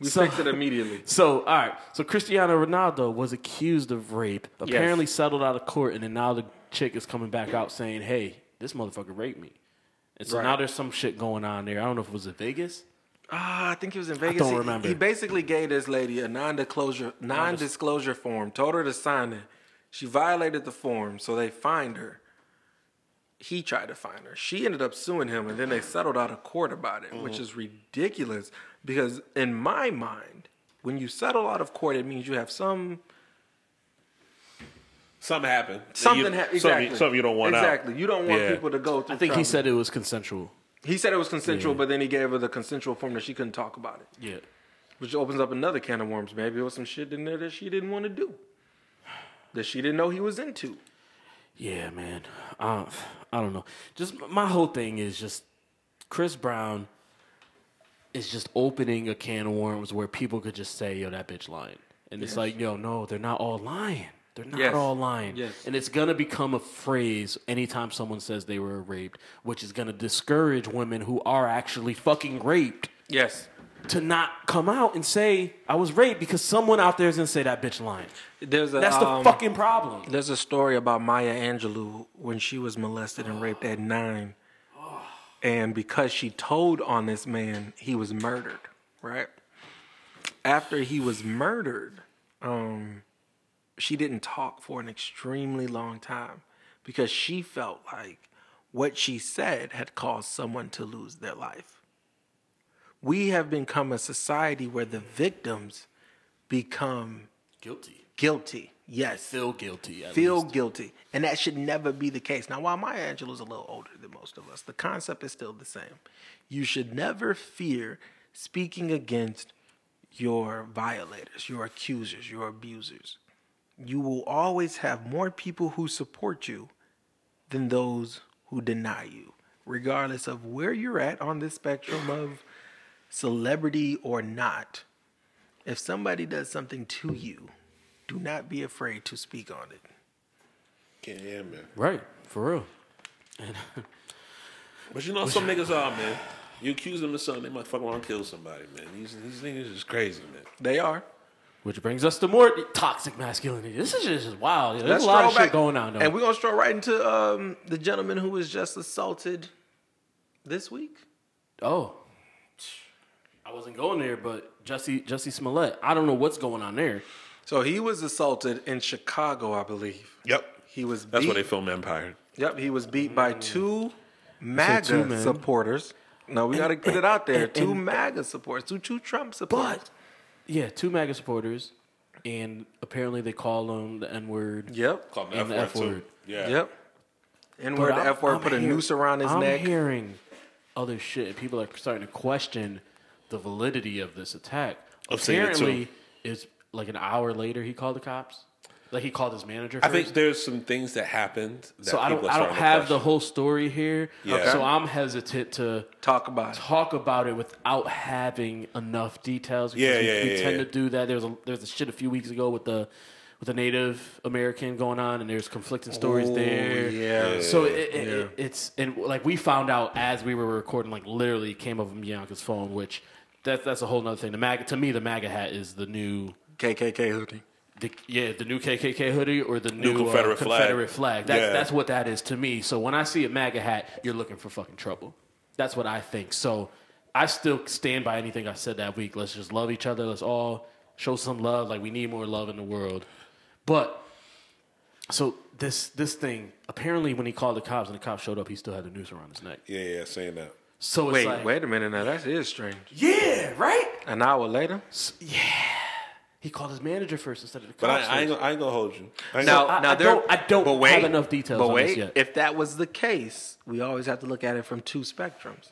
We
So-
fix it immediately.
So, all right. So Cristiano Ronaldo was accused of rape. Apparently settled out of court, and then now the chick is coming back out saying, "Hey, this motherfucker raped me." And so now there's some shit going on there. I don't know if it was in Vegas.
Ah, I think he was in Vegas.
don't
He-
remember.
He basically gave this lady a non-disclosure non-disclosure form. Told her to sign it. She violated the form, so they fined her. He tried to find her. She ended up suing him, and then they settled out of court about it,
Mm-hmm.
which is ridiculous. Because in my mind, when you settle out of court, it means you have some
something happened. You-
something hap-
something-
exactly
Something, you don't want out.
exactly. You don't want
Yeah.
people to go through.
I think he
trauma.
said it was consensual.
he said it was consensual, but then he gave her the consensual form that she couldn't talk about it.
Yeah.
Which opens up another can of worms. Maybe it was some shit in there that she didn't want to do. That she didn't know he was into.
Yeah, man. Uh, I don't know. Just my whole thing is just Chris Brown is just opening a can of worms where people could just say, "Yo, that bitch lying," and it's like, "Yo, no, they're not all lying. They're not
Yes.
all lying."
Yes.
And it's gonna become a phrase anytime someone says they were raped, which is gonna discourage women who are actually fucking raped
Yes.
to not come out and say, "I was raped," because someone out there is gonna say that bitch lying.
There's a
That's the
um,
fucking problem.
There's a story about Maya Angelou when she was molested and raped at nine. And because she told on this man, he was murdered, right? After he was murdered, um, she didn't talk for an extremely long time because she felt like what she said had caused someone to lose their life. We have become a society where the victims become
Guilty.
guilty. Yes
Feel guilty. at
feel
least.
guilty, and that should never be the case. Now, while Maya Angelou's a little older than most of us, the concept is still the same. You should never fear speaking against your violators, your accusers, your abusers. You will always have more people who support you than those who deny you, regardless of where you're at on this spectrum of celebrity or not. If somebody does something to you, do not be afraid to speak on it.
Yeah, man.
Right, for real.
But you know, some niggas are man. You accuse them of something, they might fucking want to kill somebody, man. These these niggas is crazy, man.
They are.
Which brings us to more toxic masculinity. This is just just wild. There's
Let's
a lot of
stroll
shit going on, though.
And we're gonna stroll right into um, the gentleman who was just assaulted this week.
oh, I wasn't going there, but Jesse Jesse Smollett. I don't know what's going on there.
So he was assaulted in Chicago, I believe.
Yep.
He was beat.
That's why they film Empire.
Yep, he was beat by two MAGA
two men.
supporters. No, we gotta put it out there. Two MAGA supporters, two two Trump supporters.
Yeah, two MAGA supporters, and apparently they call them the N word.
yep,
Called
And the F word.
Yeah.
yep. N word,
But
F word,
I'm
put a
hear-
noose around his
I'm
neck.
hearing other shit. and People are starting to question the validity of this attack.
I've seen it, too.
Apparently, it's like an hour later he called the cops. Like he called his manager.
I
First.
think there's some things that happened. That
so I don't.
people are
I don't
starting to
have the
question.
whole story here.
Yeah.
So I'm hesitant to
Talk about it.
talk about it without having enough details. because
Yeah,
we,
yeah,
we
yeah,
tend
yeah.
to do that. There's a there's a shit a few weeks ago with the with the Native American going on, and there's conflicting stories there.
Oh, yeah.
So it, it, it- it's and like we found out as we were recording, like literally came up on Bianca's phone, which that's that's a whole nother thing. The MAGA to me, the MAGA hat is the new.
KKK hoodie.
The, yeah, the new KKK hoodie or the new,
Confederate
uh,
flag.
Confederate flag. That's
Yeah.
that's what that is to me. So when I see a MAGA hat, you're looking for fucking trouble. That's what I think. So I still stand by anything I said that week. Let's just love each other. Let's all show some love. Like we need more love in the world. But so this this thing apparently when he called the cops and the cops showed up, he still had the noose around his neck.
Yeah, yeah, saying that.
So it's
Wait,
like,
wait a minute now. That is strange.
yeah, right.
An hour later.
He called his manager first instead of the
But I,
cops.
I, ain't,
first.
gonna- I ain't gonna hold you. I ain't
Now,
I-
now
I
there-
don't- I don't
but wait,
have enough details
But
on
wait,
this yet.
if
That was the case. We always have to look at it from two spectrums.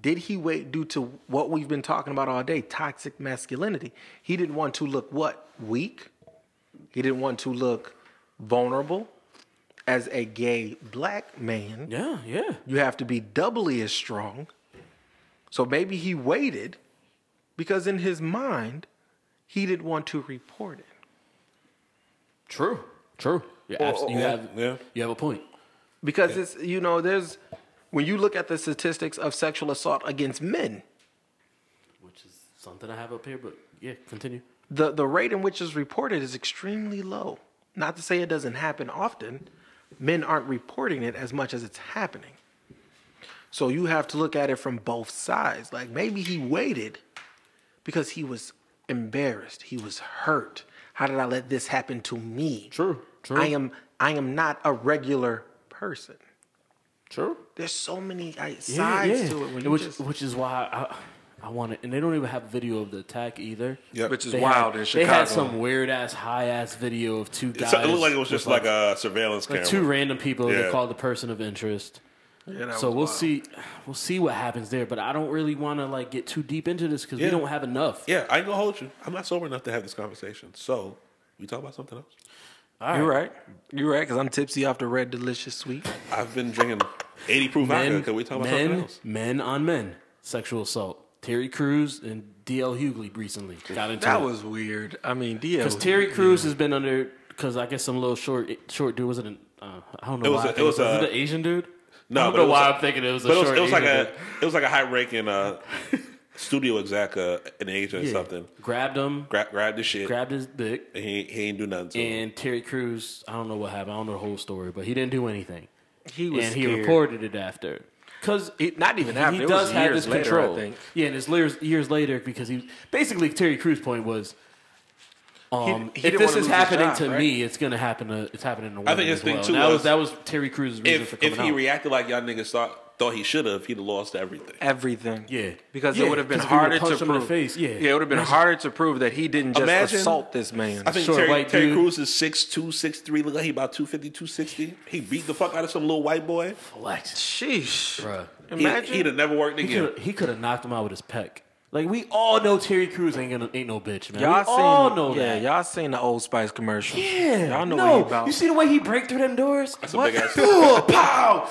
Did he wait due to what we've been talking about all day, toxic masculinity? He didn't want to look what? Weak? He didn't want to look vulnerable as a gay black man.
yeah, yeah.
You have to be doubly as strong. So maybe he waited because in his mind, he didn't want to report it.
True. True. You're abs- you have
yeah.
you have a point.
Because it's, you know, there's, when you look at the statistics of sexual assault against men,
Which is something I have up here, but yeah, continue.
the, the rate in which it's reported is extremely low. Not to say it doesn't happen often, men aren't reporting it as much as it's happening. So you have to look at it from both sides. Like maybe he waited because he was embarrassed, he was hurt. How did I let this happen to me?
True, true.
I am I am not a regular person.
True.
There's so many I,
Yeah,
sides
yeah.
to it when you
which,
just
which is why I, I want it. And they don't even have video of the attack either.
Yep.
Which is
They
wild
had,
in
They had
Chicago.
some weird ass, high ass video of two guys.
So it looked like it was just
with,
like, a surveillance camera.
like two random people. They
Yeah.
called the person of interest.
that
so
was
we'll see, we'll see what happens there. But I don't really want to like get too deep into this because
Yeah.
we don't have enough.
yeah, I ain't gonna hold you. I'm not sober enough to have this conversation. So we talk about something else.
You're right. You're right, because I'm tipsy off the red delicious sweet.
I've been drinking 80 proof vodka.
Men,
Can we talk about something
men,
else?
men on men, sexual assault. Terry Crews and DL Hughley recently got into
That
it.
was weird. I mean, DL.
Because Terry Crews has been under because I guess some little short short dude was it an uh, I don't know
It was
why
a-
I
it
think
was
was
a-
it an Asian dude.
No,
I don't
but
know
it was
why
a-
i I'm thinking it was a
But it was,
short.
it was like
Asian
a
dude.
it was like a high ranking uh, studio exec uh, in Asia or
Yeah.
something.
Grabbed him,
Grab grabbed the shit.
grabbed his dick,
and he he ain't do nothing to him.
and Terry Crews. I don't know what happened. I don't know the whole story, but he didn't do anything,
He was
and he
scared.
reported it after. Because
Not even after.
he
it
does
was
have
years
this
later,
control.
I think.
Yeah, and it's years, years later because he basically Terry Crews' point was, um, if
he didn't
this
wanna
is
lose his
happening
job,
to
right?
me, it's gonna happen to it's happening to women
think his
as
thing
well.
too
And that
was
was that was Terry Crews' reason for
If
coming
if he
out.
reacted like y'all niggas thought thought he should have, he'd have lost everything.
Everything.
Yeah.
Because
Yeah,
it would have been
'cause we would've
harder to
punched
prove.
him in the face, yeah.
it would have been harder to prove that he didn't just
Imagine-
assault this man.
I think
Short
Terry,
white
Terry
dude.
Crews is 6'2", 6'3", Look like he about 250, 260. He beat the fuck out of some little white boy.
Flex,
Sheesh.
bruh.
He, he'd have never worked
He
again.
could he could have knocked him out with his peck. Like we all know Terry Crews ain't gonna ain't no bitch, man.
Y'all
we all
seen-
know
yeah,
that.
y'all seen the Old Spice commercial.
Yeah,
Y'all know
no.
what he about.
You see the way he break through them doors?
That's a big ass
Ooh, pow!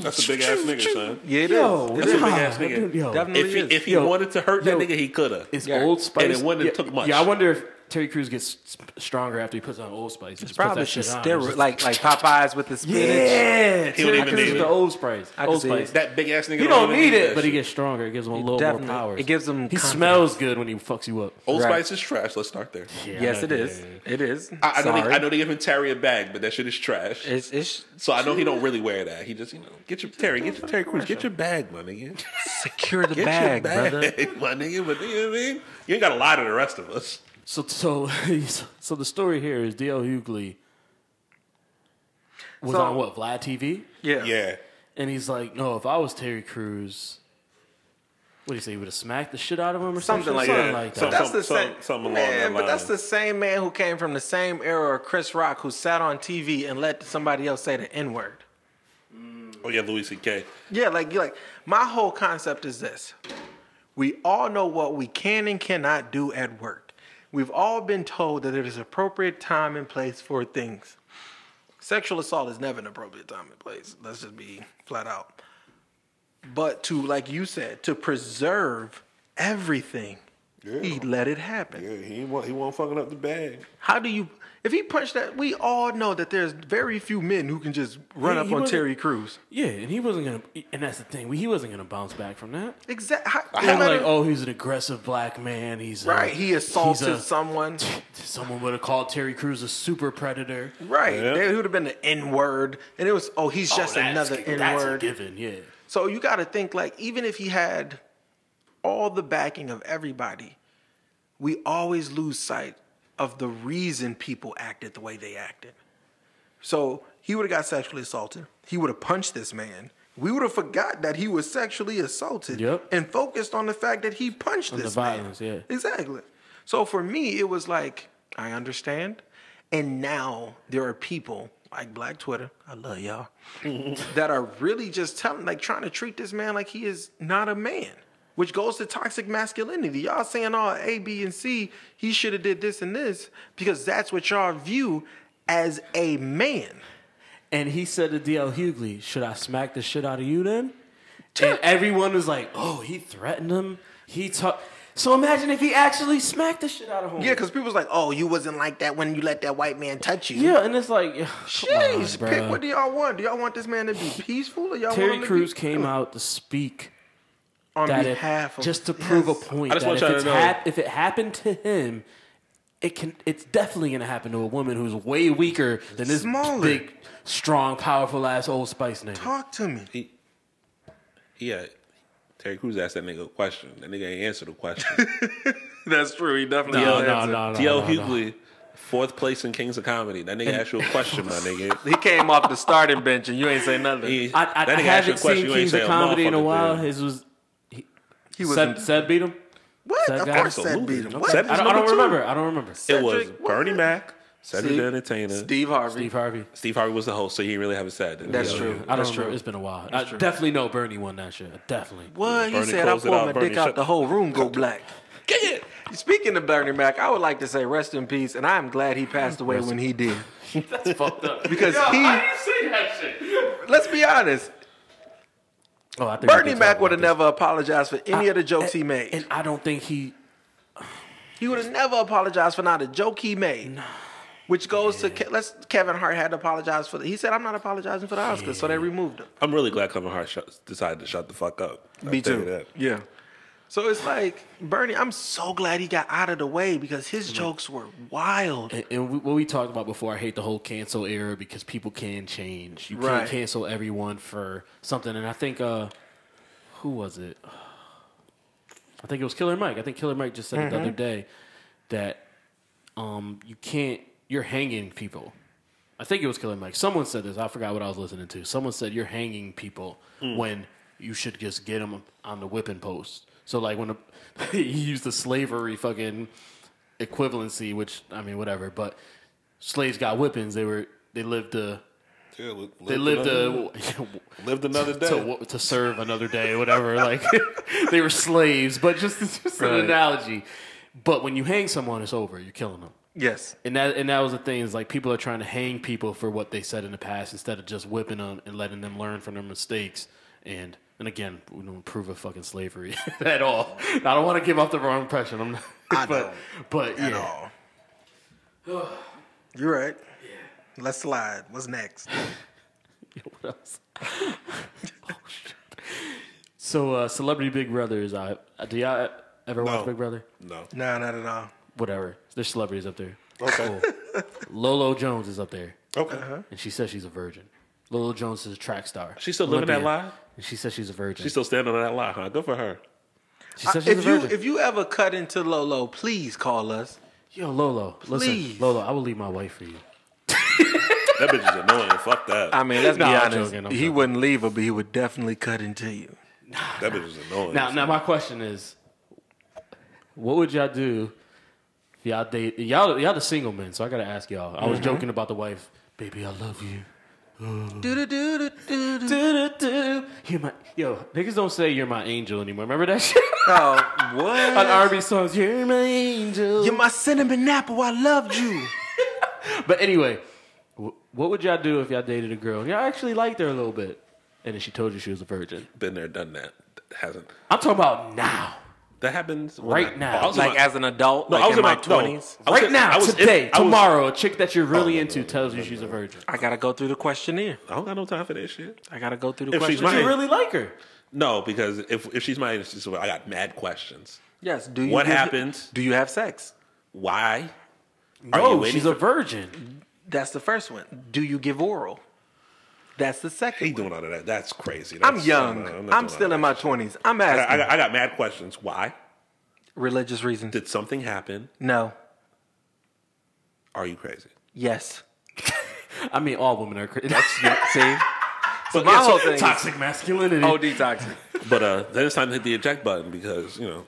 That's a big ass nigga, son.
yeah, it
Yo,
is.
nah,
That's a big ass nigga.
dude, yo.
Definitely
If he,
is.
if he
Yo,
wanted to hurt
yo.
that nigga, he could have.
It's
Yeah.
Old Spice.
And it wouldn't have
yeah,
took much.
Yeah, I wonder if Terry Crews gets s- stronger after he puts on Old Spice. It's
Probably just steroid, like like Popeyes with the
yeah,
spinach.
don't
Terry
even
Crews
need
with
it.
the Old Spice.
can
Old
see
Spice.
That big ass nigga.
You don't
even
need
that
it, but he
shit.
gets stronger. It gives him a little
definitely-
more powers.
it gives him
He
confidence.
smells good when he fucks you up.
Old
Right.
Spice is trash. Let's start there.
Yeah,
Yes,
I
it
know,
is.
yeah, yeah, yeah.
It is.
I, I, know
Sorry.
they, I know they giving Terry a bag, but that shit is trash.
It's, it's
so I know he don't really wear that. He just, you know, get your Terry, get your Terry Crews, get your bag, my nigga.
secure the
Get
bag,
your bag,
brother.
my nigga. But you know what I mean? You ain't got to lie to the rest of us.
So, so, so the story here is D.L. Hughley was
So-
on what Vlad TV,
Yeah.
Yeah.
and he's like, "No, if I was Terry Crews, what do you say? You would have smacked the shit out of him or
Something
something,
like
something
that.
like that."
Some-
That's the
some-
same
something along
man,
that
but that's
line.
the same man who came from the same era of Chris Rock, who sat on TV and let somebody else say the N word.
Oh yeah, Louis C.K.
Yeah, like you like my whole concept is this. We all know what we can and cannot do at work. We've all been told that it is appropriate time and place for things. Sexual assault is never an appropriate time and place. Let's just be flat out. But to like you said, to preserve everything, he let it happen.
Yeah, he won't. He won't fucking up the bag.
How do you if he punched that we all know that there's very few men who can just run
He-
up
he
on
wasn't-
Terry Crews.
Yeah, and he wasn't gonna. And that's the thing. He wasn't gonna bounce back from that.
Exactly.
People like, oh, he's an aggressive black man. He's a-
Right, he assaulted
he's a-
someone.
Someone would have called Terry Crews a super predator.
Right,
Yeah.
there would have been the N word, and it was oh he's just
Oh, that's-
another N
That's a
word.
given. Yeah.
So you got to think like even if he had all the backing of everybody, we always lose sight of the reason people acted the way they acted. So he would have got sexually assaulted. He would have punched this man. We would have forgot that he was sexually assaulted
Yep.
and focused on the fact that he punched
the
this
violence, yeah.
man. Exactly. So for me, it was like, I understand. And now there are people like Black Twitter, I love y'all, that are really just telling, like trying to treat this man like he is not a man, which goes to toxic masculinity. Y'all saying, oh, A, B, and C, he should have did this and this, because that's what y'all view as a man.
And he said to DL Hughley, "Should I smack the shit out of you then?" And everyone was like, "Oh, he threatened him. He talked." So imagine if he actually smacked the shit out of him.
Yeah, because people's like, oh, you wasn't like that when you let that white man touch you.
Yeah, and it's like,
Jeez,
jeez,
pick what do y'all want? Do y'all want this man to be peaceful or y'all
Terry
want him
Crews
to be
came out to speak
on
that if-
behalf of
just to prove a point.
I just
that
want
if,
y'all to
it's
know-
hap- if it happened to him, it can. It's definitely going to happen to a woman who's way weaker than this
Smaller.
big, strong, powerful ass old Spice nigga.
talk to me.
He, yeah. Terry Crews asked that nigga a question. That nigga ain't answered the question.
That's true. He definitely.
No,
did.
no, no, no,
D.L.
no, no.
Hughley, fourth place in Kings of Comedy. That nigga asked you a question, my nigga.
He came off the starting bench and you ain't say nothing.
He-
I, I,
that nigga
I
asked you
haven't
a question,
seen
you ain't
Kings
say
of
a
Comedy in a
motherfucker
while.
did.
His was
He was
Sed, Sed beat him.
what?
Said
Of
guy?
course, Sed beat him.
Absolutely.
What?
Said-
I don't, I don't
Number two.
remember. I don't remember.
It was
Cedric, what?
Bernie Mac, Cedric
Steve-
the Entertainer. Steve.
Steve Harvey.
Steve Harvey.
Harvey was the host, so he didn't really have a sad.
That's true.
I don't
That's
remember.
true.
It's been a while. I definitely know Bernie won that shit. I Definitely.
What? He
Bernie
said, I
closed it
pulled
out.
my
Bernie,
dick
shut
out the
the-
whole room, go black.
Yeah.
Speaking of Bernie Mac, I would like to say rest in peace, and I am glad he passed away when he did.
That's fucked up.
Because he, let's be honest,
Oh, I think we
Bernie
did
Mac
talk
would
about
have
this.
never apologized for any
I-
of the jokes he
and-
made.
and I don't think he.
He would have never apologized for not a joke he made. Which goes to Ke- let's Kevin Hart had to apologize for the He said, "I'm not apologizing for the Oscars," so they removed him.
I'm really glad Kevin Hart shut, decided to shut the fuck up. I'll tell you that.
Yeah.
So it's like Bernie. I'm so glad he got out of the way because his jokes were wild.
And, and we, what we talked about before, I hate the whole cancel era because people can change. You
Right.
can't cancel everyone for something. And I think, uh, who was it? I think it was Killer Mike. I think Killer Mike just said it the other day that um, you can't, you're hanging people. I think it was Killer Mike. Someone said this. I forgot what I was listening to. Someone said you're hanging people when you should just get them on the whipping post. So like when a, he used the slavery fucking equivalency, which I mean whatever, but slaves got whippings. They were they lived to
Yeah, li-
they lived
another-
to
lived another day.
to, wo- to serve another day or whatever. like they were slaves, but just, just an analogy. But when you hang someone, it's over. You're killing them.
Yes.
And that and that was the thing is like people are trying to hang people for what they said in the past instead of just whipping them and letting them learn from their mistakes. And and again, we don't approve of fucking slavery at all. I don't want to give off the wrong impression. I'm not, but but yeah,
You're right. Let's slide. What's next?
What else? oh, shit. So, uh, Celebrity Big Brother is out. Uh, Do y'all ever watch
No.
Big Brother?
No.
No, not at all.
Whatever. There's celebrities up there. Okay. Lolo Jones is up there,
Okay.
and she says she's a virgin. Lolo Jones is a track star.
She's still living that
Olympian.
lie?
And she says she's a virgin.
She's still standing on that lie, huh? Good for her.
she says she's
If
a
you
virgin.
if you ever cut into Lolo, please call us.
Yo, Lolo,
Please.
listen, Lolo, I will leave my wife for you.
That bitch is annoying. Fuck that.
I mean, let's
No,
be
I'm
honest.
joking, I'm
he
joking.
wouldn't leave
But he would definitely cut into you.
that bitch is annoying.
Now, now my question is, what would y'all do? If y'all date y'all y'all the single men, so I gotta ask y'all. I was joking about the wife, baby, I love you.
Oh,
Do-do-do-do-do. You're my yo, niggas don't say you're my angel anymore. Remember that shit?
Oh,
On
what?
R&B songs, you're my angel.
You're my cinnamon apple. I loved you.
But anyway, wh- what would y'all do if y'all dated a girl and y'all actually liked her a little bit, and then she told you she was a virgin?
Been there, done that. That hasn't.
I'm talking about now,
That happens when
right
I-
now,
I was in
Like
my-
as an adult,
No,
like
I was
in my
in my- no.
twenties.
I was
right
in-
now,
I was in-
today,
I was-
tomorrow. a chick that you're really into tells you she's a virgin.
I gotta go through the questionnaire.
I don't got no time for that shit.
I gotta go through the
If she's
questionnaire.
Did you
Right.
really like her?
No, because if if she's my age, she's- I got mad questions.
Yes. Do you
What
give-
happens?
Do you have sex?
Why?
No,
waiting
Oh, she's a virgin.
That's the first one. Do you give oral? That's the second.
He doing all of that. That's crazy.
I'm
That's- uh,
young. I'm,
not- not doing all
still in
that.
my twenties. I'm
I
asking.
got, I, got, I got mad questions. Why?
Religious reasons.
Did something happen?
No.
Are you crazy?
Yes.
I mean, all women are crazy. That's
See?
But
my
yeah, so-
whole thing is-
toxic masculinity.
Oh, detoxing.
But uh, then it's time to hit the eject button because you know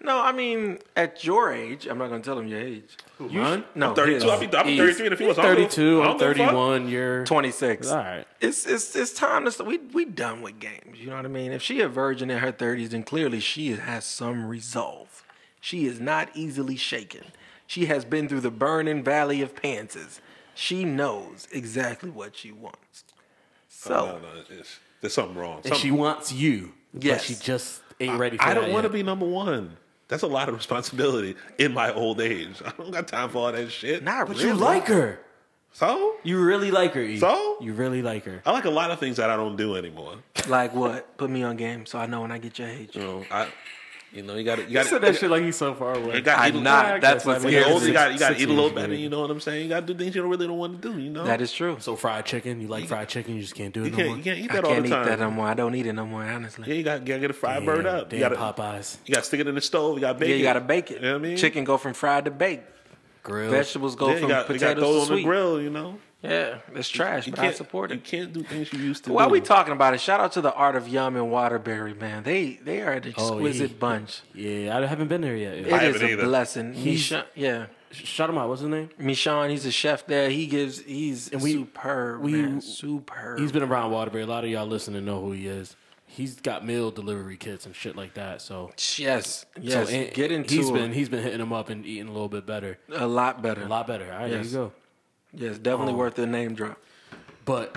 No, I mean,
At your age, I'm not gonna tell him your age.
you mine?
no.
32. I'll be, I'll be 33 in a few months. I don't give a-
Thirty-two.
I
I'm
don't give a fuck.
thirty-one. You're
Twenty-six.
All right.
It's it's it's time to st- we we done with games. You know what I mean? If she a virgin in her thirties, then clearly she has some resolve. She is not easily shaken. She has been through the burning valley of panses. She knows exactly what she wants. So
No, no, it's, there's something wrong.
And she
Something-
wants you,
Yes.
but she just ain't ready. for
I don't
that
want to
yet.
be number one. That's a lot of responsibility in my old age. I don't got time for all that shit.
not
But
really.
you like her.
so
You really like her. E.
So?
you really like her.
I like a lot of things that I don't do anymore.
like what? Put me on game so I know when I get your age.
You know, I, you know, you got to, you got
You said that shit like he's so far away.
You got to eat,
I'm not. That's
I
what
mean,
you
Yeah,
know, you
scares me.
got, you got to
six
eat a little
years,
better.
maybe.
You know what I'm saying? You got to do things you don't really don't want to do. You know,
That is true.
So fried chicken, you like fried chicken, you just can't do it
you
no
can't,
more.
you can't eat
I
that all
can't
the
eat
time.
that no more. I don't eat it no more. Honestly,
yeah, you got, you got to get a fried bird
Damn,
up. You
damn
got to,
Popeyes
you got to stick it in the stove. You got to bake
Yeah,
it.
you gotta bake
You
it.
know what I mean?
Chicken go from fried to baked.
grill.
Vegetables go
Yeah, you
from
got, you got to
potatoes
throw it
to
on the
sweet.
grill. You know,
Yeah, it's trash,
you
but I support
You
it.
can't do things you used to.
Why
do.
Mm-hmm.
we talking about it? Shout out to the Art of Yum and Waterbury, man. They they are an
Oh, he-
exquisite bunch.
Yeah, I haven't been there yet.
It is
haven't
a
either.
blessing. Michon, yeah,
Shout him out. What's his name?
Michon, he's a chef there. He gives he's
we-
superb,
we-
man. Superb.
He's been around Waterbury. A lot of y'all listening know who he is. He's got meal delivery kits and shit like that. So,
yes, yes.
so and-
Get into
He's
it.
been he's been hitting him up and eating a little bit better,
a lot better.
a lot Oh. better. All right,
Yes.
there you go.
Yes, definitely worth the name drop.
But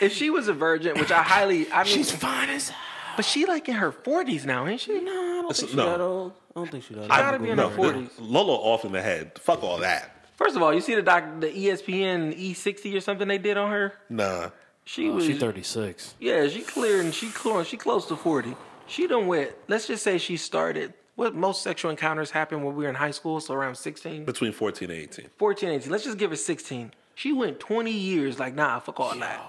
if she was a virgin, which I highly, I mean,
fine as
but she like in her forties now, ain't she?
no. I don't think she
no.
that old. Oh, I don't think she that old.
I
gotta be in
no,
her 40s.
Lolo off in the head. Fuck all that.
First of all, you see the doc, the E ESPN E60 or something they did on her.
Nah.
She
Oh,
was,
she's thirty six.
yeah, she clear and she close, she close to forty. She done went. Let's just say she started. What most sexual encounters happen when we were in high school, so around 16,
Between 14 and 18.
14, 18. Let's just give her 16. She went 20 years like, nah, fuck all that.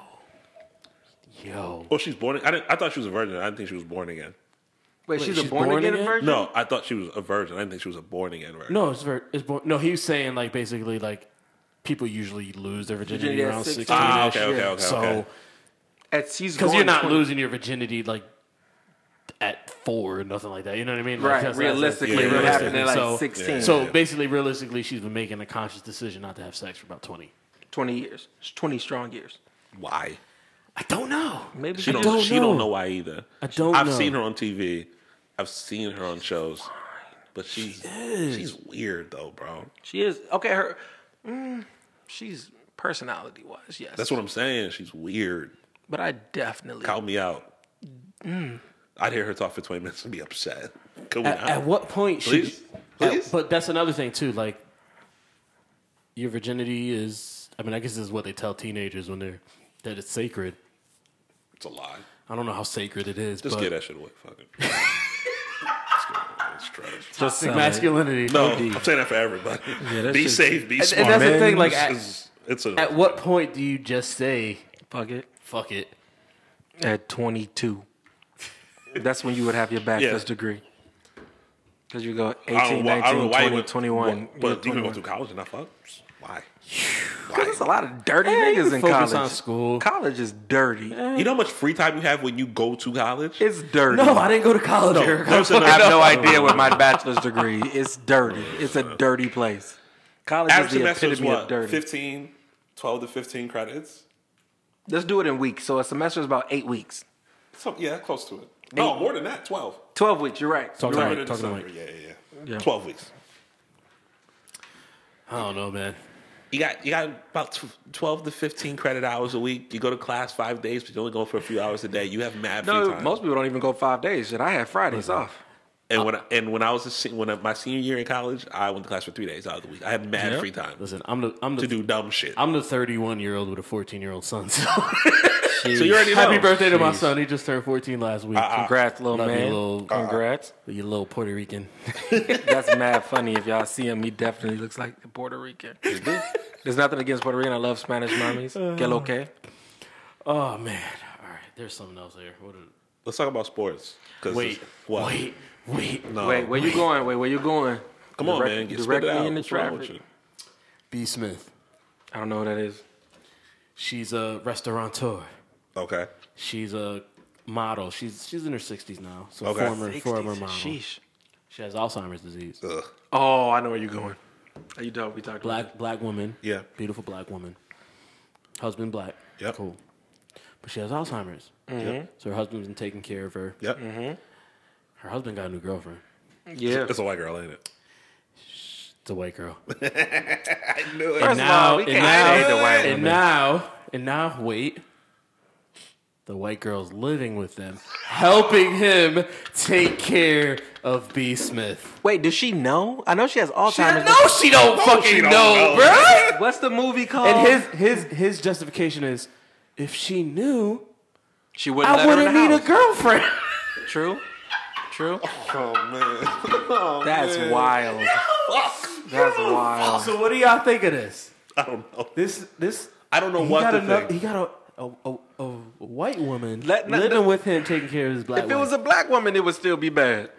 Yo,
Oh, she's born. I, didn't, I thought she was a virgin. I didn't think she was born again.
Wait, she's,
she's
a born,
born
again,
again?
virgin?
No, I thought she was a virgin. I didn't think she was a born again virgin.
no, it's ver- it's born. No, he was saying like basically like people usually lose their virginity
Virginity at
around
16.
sixteen.
Ah, okay, okay, okay.
so.
okay.
At she's
Because you're
going
not
20.
losing your virginity like at four or nothing like that. You know what I mean?
Right,
Like, that's- that's-
realistically,
it happened
at, like,
so,
16.
So
Yeah.
basically, realistically, she's been making a conscious decision not to have sex for about twenty.
20 years. 20 strong years.
Why?
I don't know.
Maybe
She
she
don't,
don't
she don't
know.
know why either.
I don't
I've
know.
seen her on TV. I've seen her on shows. But she's she's weird though, bro.
She is okay. Her, mm, she's personality wise, yes.
That's what I'm saying. She's weird.
But I definitely
Count me out. I'd hear her talk for 20 minutes and be upset. Could we
Mm. At,
not?
at what point? should-
Please? Please?
at- but that's another thing too. Like your virginity is. I mean, I guess this is what they tell teenagers when they're that it's sacred.
it's a lie.
I don't know how sacred it is.
Just
but
get that shit away. Fuck it. Just get it away. It's trash.
Just masculinity.
No, I'm saying that for everybody. be safe, be
and
smart.
that's the thing, like,
It's-
at-
it's, it's a,
At what point do you just say
fuck it
fuck it?
at 22. That's when you would have your bachelor's
Yeah.
degree. Because you go 18,
I don't,
19,
know why- I don't know why
20,
you went
21.
But you can go
21.
through college and not fuck. Why?
There's a lot of dirty
you
niggas
can
in
focus
college.
on school.
College is dirty.
You know how much free time you have when you go to college?
It's dirty.
No, Oh, I didn't go to college. Eric.
There's a-
I have no idea what my bachelor's degree. It's dirty. It's a dirty place. College
Average
is the
semester is
epitome of
what?
dirty.
15, twelve to fifteen credits.
Let's do it in weeks. So a semester is about eight weeks.
So yeah, close to it. No, more than that, twelve.
12 weeks, you're right.
Talking
November
about
to
talking
December.
about.
yeah, yeah, yeah. Twelve weeks.
I don't know, man.
You got you got about tw- twelve to fifteen credit hours a week. You go to class five days, but you only go for a few hours a day. You have mad free
No,
time.
most people don't even go five days. And I have Fridays off.
and when I, and when I was a, se- when I, my senior year in college, I went to class for three days out of the week. I had mad free time
Listen, I'm the I'm the
to do dumb shit.
I'm the 31 year old with a 14 year old son. So
so you already know.
happy birthday to my son. He just turned 14 last week.
Ah,
Congrats, little
Love you,
man.
little-
Congrats.
You little Puerto Rican.
That's mad funny. If y'all see him, he definitely looks like a Puerto Rican. There's nothing against Puerto Rican. I love Spanish mommies. Que lo que?
Oh man. All right. There's something else here. What a,
Let's talk about sports. 'cause
wait.
it's- what?
Wait. Wait.
No.
Wait, where you going? Wait, where you going?
Come on,
Direct-
man. Get spit
directly
it out.
into
What's wrong with
traffic.
you?
B. Smith.
I don't know what that is.
She's a restaurateur.
Okay.
She's a model. She's she's in her 60s now. So
Okay.
former former model.
Sheesh.
She has Alzheimer's disease.
Ugh.
Oh, I know where you're going.
You dope. We talked about
Black black woman.
Yeah.
Beautiful black woman. Husband black.
Yep.
Cool. But she has Alzheimer's.
Mm-hmm.
Yep.
So her husband's been taking care of her.
Yep.
Her husband got a new girlfriend.
Yeah.
It's a white girl, ain't it?
It's a white girl.
I knew it.
And now,
all, we
and
can't
now,
hate the white
and
women.
now, and now, wait. The white girl's living with them, helping him take care of B. Smith.
Wait, does she know? I know she has Alzheimer's.
no, she don't fucking
don't
know,
know.
bro.
What's the movie called?
And his his his justification is, if she knew,
She wouldn't
I
let her in
wouldn't
the
need a
house.
girlfriend.
True. True.
Oh man.
That's wild. That's wild.
So what do y'all think of this?
I don't know.
This this
I don't know
he
what
got
to
ano-
think.
he got a a, a, a white woman
Let- not-
living with him, taking care of his black.
If it was a black woman, it would still be bad.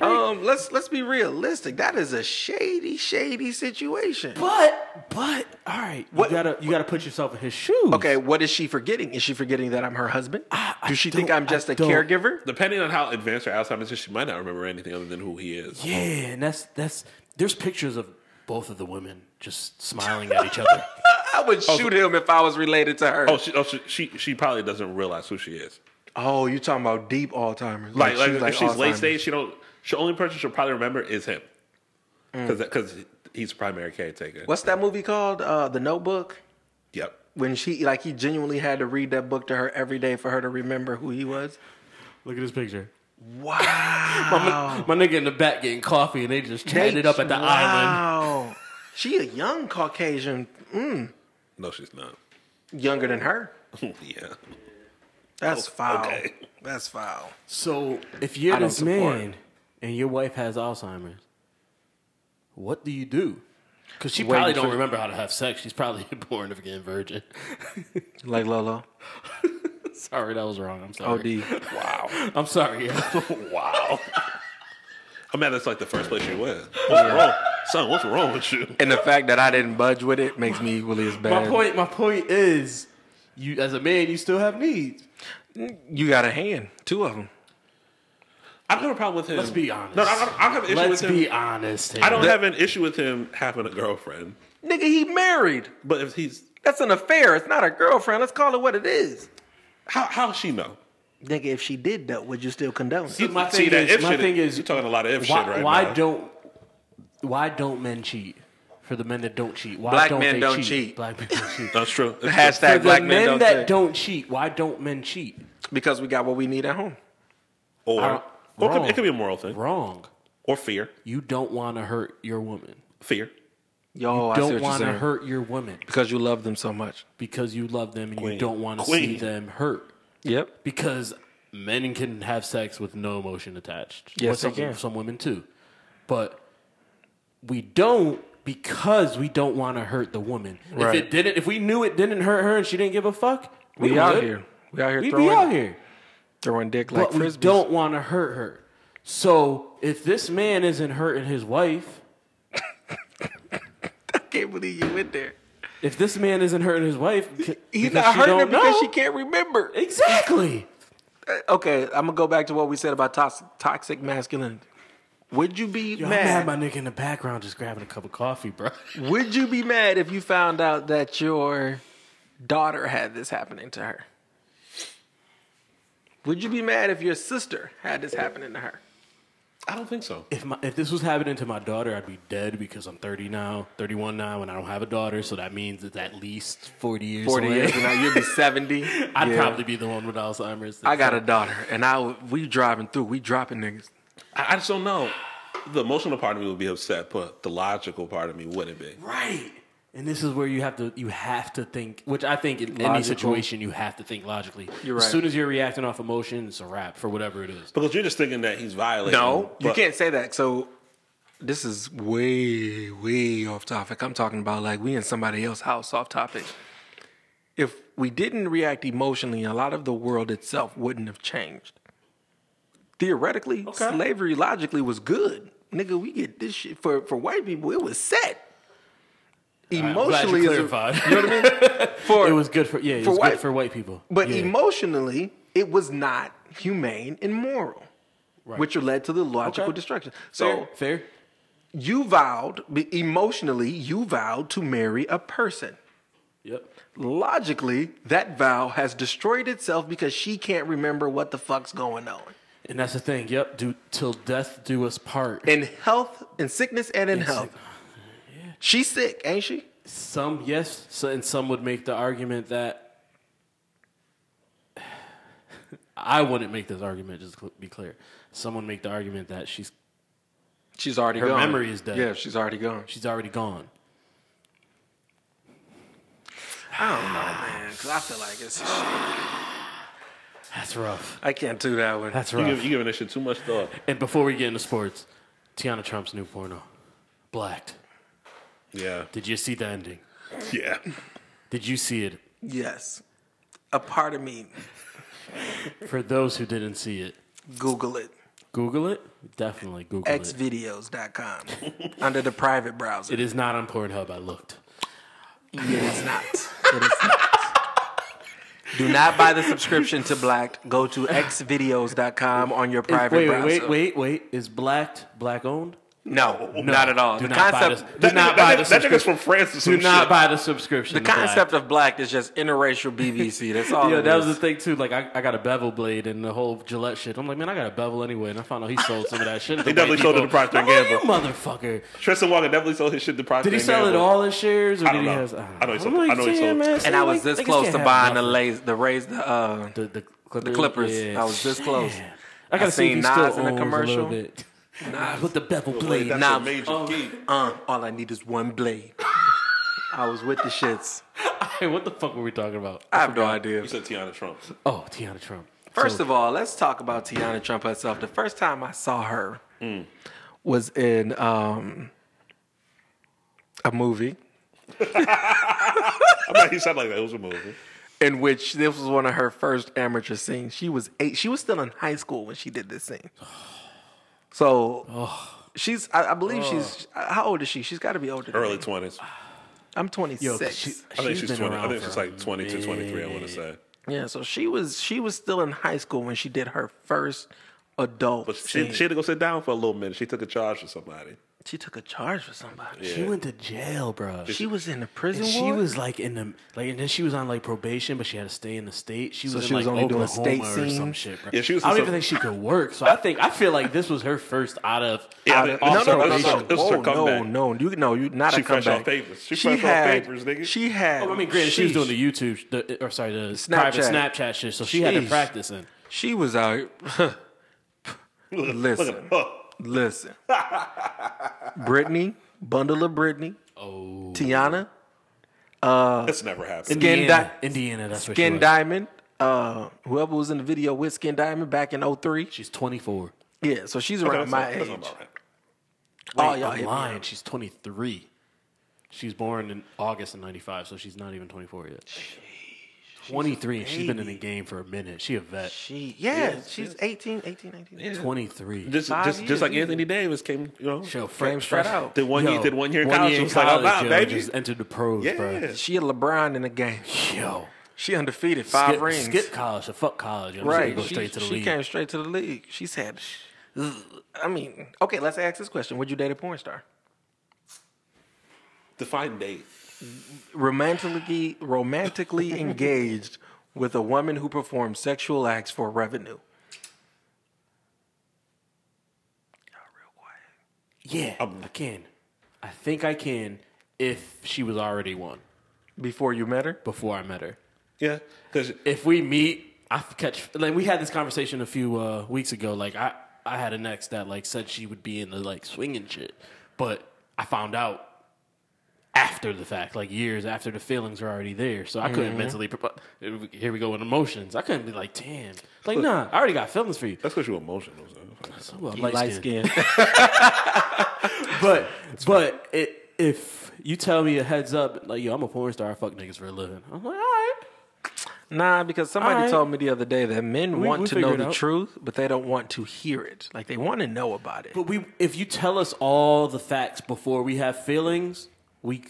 Um, let's let's be realistic. That is a shady, shady situation.
But but all right,
What-
you gotta you gotta put yourself in his shoes.
Okay, what is she forgetting? Is she forgetting that I'm her husband? Does she think
don't-
I'm just
I
a
don't-
caregiver?
Depending on how advanced her Alzheimer's is, she might not remember anything other than who he is.
Yeah, and that's that's there's pictures of both of the women just smiling at each other.
I would shoot him if I was related to her.
Oh,
Oh,
she, oh she, she she probably doesn't realize who she is.
Oh, you talking about deep Alzheimer's?
Like like,
she's
if she's late
Alzheimer's.
stage, she don't. She only person she'll probably remember is him, because he's the primary caretaker.
Mm. What's that movie called? Uh, the Notebook.
Yep.
When she like he genuinely had to read that book to her every day for her to remember who he was.
Look at this picture.
Wow.
My, my nigga in the back getting coffee, and they just chatting it up at the island.
Wow. She a young Caucasian, mm,
No, she's not.
younger than her.
yeah.
That's
Oh,
foul.
okay.
That's foul.
So if you're
I don't
this
support.
man and your wife has Alzheimer's, what do you do? Because she
Waiting
probably
for
don't
the-
remember how to have sex. She's probably born again virgin.
Like Lolo.
sorry, that was wrong. I'm sorry.
OD.
Wow.
I'm sorry.
wow. I mean, that's like the first place you went. What's wrong, son? What's wrong with you?
And the fact that I didn't budge with it makes me equally as bad.
my point. My point is, you as a man, you still have needs.
You got a hand. Two of them.
I don't have a problem with him.
Let's be honest.
No, I don't, I don't have an issue
Let's
with him.
be honest. Here.
I don't have an issue with him having a girlfriend,
Nigga, he married.
but if he's
That's an affair. It's not a girlfriend. Let's call it what it is.
how how does she know?
Nigga, if she did that, would you still condone it?
See, my
See
thing
that
is,
if
my
shit.
thing is,
you're talking a lot of if
why,
shit right
why
now.
don't why don't men cheat? For the men that don't cheat, why
Black
don't
men
they
don't
cheat?
cheat.
Black men don't cheat.
That's true. It's
For
Hashtag
the
black
men,
men don't
that
say.
don't cheat, why don't men cheat?
Because we got what we need at home.
true.
I
or
don't-
or it, could,
wrong.
it could be a moral thing
Wrong.
or fear.
You don't want to hurt your woman.
Fear.
Yo, I see
Don't
what you're
want to
saying.
hurt your woman
Because you love them so much.
because you love them and you
Queen.
don't want to see
Queen.
them hurt.
Yep.
Because men can have sex with no emotion attached.
Yes,
Well, some,
they can.
Some women too, but we don't because we don't want to hurt the woman.
Right.
If it didn't, if we knew it didn't hurt her and she didn't give a fuck, we,
We, out
would.
here. We out here
We'd
throwing
be out here,
throwing dick like
but we
frisbees.
don't want to hurt her. So if this man isn't hurting his wife,
Can't believe you went there.
if this man isn't hurting his wife, c-
He's
because
not
she
hurting
don't
her because
know-
she can't remember.
exactly.
Okay, I'm gonna go back to what we said about toxic, toxic masculinity. Would you be
Yo, I'm mad
mad?
my nigga in the background just grabbing a cup of coffee, bro.
Would you be mad if you found out that your daughter had this happening to her? Would you be mad if your sister had this happening to her?
I don't think so.
if my, if this was happening to my daughter, I'd be dead because I'm 30 now, 31 now, and I don't have a daughter. So that means it's at least 40 years.
40
away.
years from now, you'd be 70.
I'd probably be the one with Alzheimer's.
I got a daughter, and I w- we driving through, we dropping niggas.
I, I just don't know. The emotional part of me would be upset, but the logical part of me wouldn't be.
right. And this is where you have to you have to think, which I think in any
Logical.
situation you have to think logically. You're
right.
As soon as you're reacting off emotion, it's a wrap for whatever it is.
Because you're just thinking that he's violating.
No, you
but-
can't say that. So this is way, way off topic. I'm talking about like we in somebody else's house off topic. If we didn't react emotionally, a lot of the world itself wouldn't have changed. Theoretically, slavery logically was good. Nigga, we get this shit for, for white people, it was set.
I'm glad you
Emotionally, is a-
clarified.
for,
it was good for yeah, it
For
was
white-
good for white people.
but
yeah.
emotionally, it was not humane and moral, which led to the logical destruction. So
fair, fair.
you vowed be- emotionally you vowed to marry a person
Yep.
logically that vow has destroyed itself because she can't remember what the fuck's going on
And that's the thing. Yep. Do till death do us part.
in health in sickness and in health she's sick ain't she
Some yes, so, and some would make the argument that I wouldn't make this argument. Just to be clear, someone make the argument that she's
she's already
Her gone. memory is dead.
yeah she's already gone
she's already gone.
because Ah, i feel like it's
That's rough.
i can't do that one
That's
You
rough.
give, you're giving this shit too much thought.
and before we get into sports, Tiana Trump's new porno, Blacked.
Yeah.
Did you see the ending?
Yeah.
Did you see it?
yes a part of me
For those who didn't see it,
google it
Google it. Definitely Google it.
xvideos.com under the private browser
It is not on Pornhub. I looked.
It is not. It is not. Do not buy the subscription to Blacked. Go to xvideos.com on your private
wait, wait,
browser.
wait, wait, wait. Is Blacked black owned?
No, not at all.
Do
The
not
concept,
buy the,
That,
do not
nigga,
buy
that,
the
nigga- that nigga's
subscription.
from France or some
Do not
shit.
buy the subscription.
the concept of Blacked is just interracial BVC. That's all.
Yeah,
it
that was
is.
the thing too. Like I, I got a bevel blade and the whole Gillette shit. I'm like, man, I got a bevel anyway, and I found out he sold some of that shit.
He definitely sold it to Procter
I'm like, you
Gamble.
motherfucker.
Tristan Walker definitely sold his shit to Procter
Did he sell it
Gamble.
all in shares, or
I
did
don't
he
know.
have?
I know he
I'm
sold- I know he
damn,
sold-
man,
and I
see,
was
niggas
this
can't
close to
have
buying the
nothing.
lays, the raise the uh,
the the Clippers.
the Clippers.
Yeah.
I was this close.
I gotta
I
see if
seen
he still
Nas in the
owns a
commercial.
little bit. Nas with the bevel blade.
That's
Nah,
a major geek.
Uh, all I need is one blade. I was with the shits.
Hey, what the fuck were we talking about?
I have no idea.
You said Tiana Trump.
Oh, Tiana Trump.
First of all, let's talk about Tiana Trump herself. The first time I saw her
Mm.
was in um, a movie
I bet he sounded like that. It was a movie.
in which this was one of her first amateur scenes. She was eight. She was still in high school when she did this scene. So she's, I, I believe she's, how old is she? She's got to be older. Than
Early
me.
20s.
I'm 26.
Yo, she-
I think she's,
been
20. I
around
think
for
she's
a
like 22, 23, I want to
minute.
say.
yeah, so she was she was still in high school when she did her first adult
But she,
scene.
she had to go sit down for a little minute. She took a charge for somebody.
She took a charge for somebody.
She went to jail, bro.
She was in the prison
she
ward?
was like in the like, and then she was on like probation, but she had to stay in the state. She was in
she was
like
only doing
Oklahoma
state
or some
scenes?
shit. Bro.
Yeah, she was
I don't
in
even
some-
think she could work. So I think I feel like this was her first out of.
Yeah,
Out
I
of-
mean,
no,
off
no, no, no,
probation.
Oh, no,
This was her comeback.
no, no, you no, you not
She
a
fresh
comeback.
off papers. She fresh off papers, nigga.
She had.
Oh, I mean, granted, she was
sheesh,
doing the YouTube, the, eh, or sorry, the private
Snapchat.
Snapchat shit. So she had to
Jeez.
practice in.
She was out.
Look at-
Listen.
Look at her.
Listen, Brittany, bundle of Brittany,
Oh,
Tiana,
That's never happened.
Skin
Indiana,
Di-
Indiana. That's what she
Skin
was.
Diamond, uh, whoever was in the video with Skin Diamond back in 03.
She's 24.
Yeah, so she's
Okay,
around
that's
my
not- that's not
age.
about right.
Oh,
Wait,
y'all
I'm
hit me
lying.
up.
She's 23. She's born in August of 95, so she's not even 24 yet. 23, and she's been in the game for a minute. She a vet.
She, yeah, she's 18, 18, 19.
23.
Just,
Five
just,
years
just like
either.
Anthony Davis came, you know.
Yo, fr-
Frame
fr-
straight out.
Did one year,
yo,
did one year in
one
college.
year
It
in
was like, oh,
college,
nah,
yo,
baby.
Just entered the pros,
yeah.
bro.
She a LeBron in the game.
Yo,
She undefeated, five
skip,
rings.
skip college to fuck college. Yo, right,
Right.
go
she
straight to the
she
league.
came straight to the league. She said, I mean, okay, let's ask this question. Would you date a porn star?
Define date.
Romantically romantically engaged with a woman who performs sexual acts for revenue.
Yeah, I can. Um, I think I can if she was already one
Before you met her?
before I met her.
Yeah, because
If we meet, I f- catch. Like we had this conversation a few uh, weeks ago. Like I, I had an ex that like said she would be in the like swinging shit, but I found out after the fact, like years after the feelings were already there. So I couldn't mentally. prep- uh, Here we go with emotions. I couldn't be like, damn, like nah, I already got feelings for you.
that's because you're emotional. So.
So well,
Light, skin.
but but it, if you tell me a heads up, like yo, I'm a porn star, I fuck niggas for a living. I'm like, all right,
Nah, because somebody
Alright.
told me the other day that men
We-
want
we
to know
figured it
the
out.
truth, but they don't want to hear it. Like they want to know about it.
but we if you tell us all the facts before we have feelings, we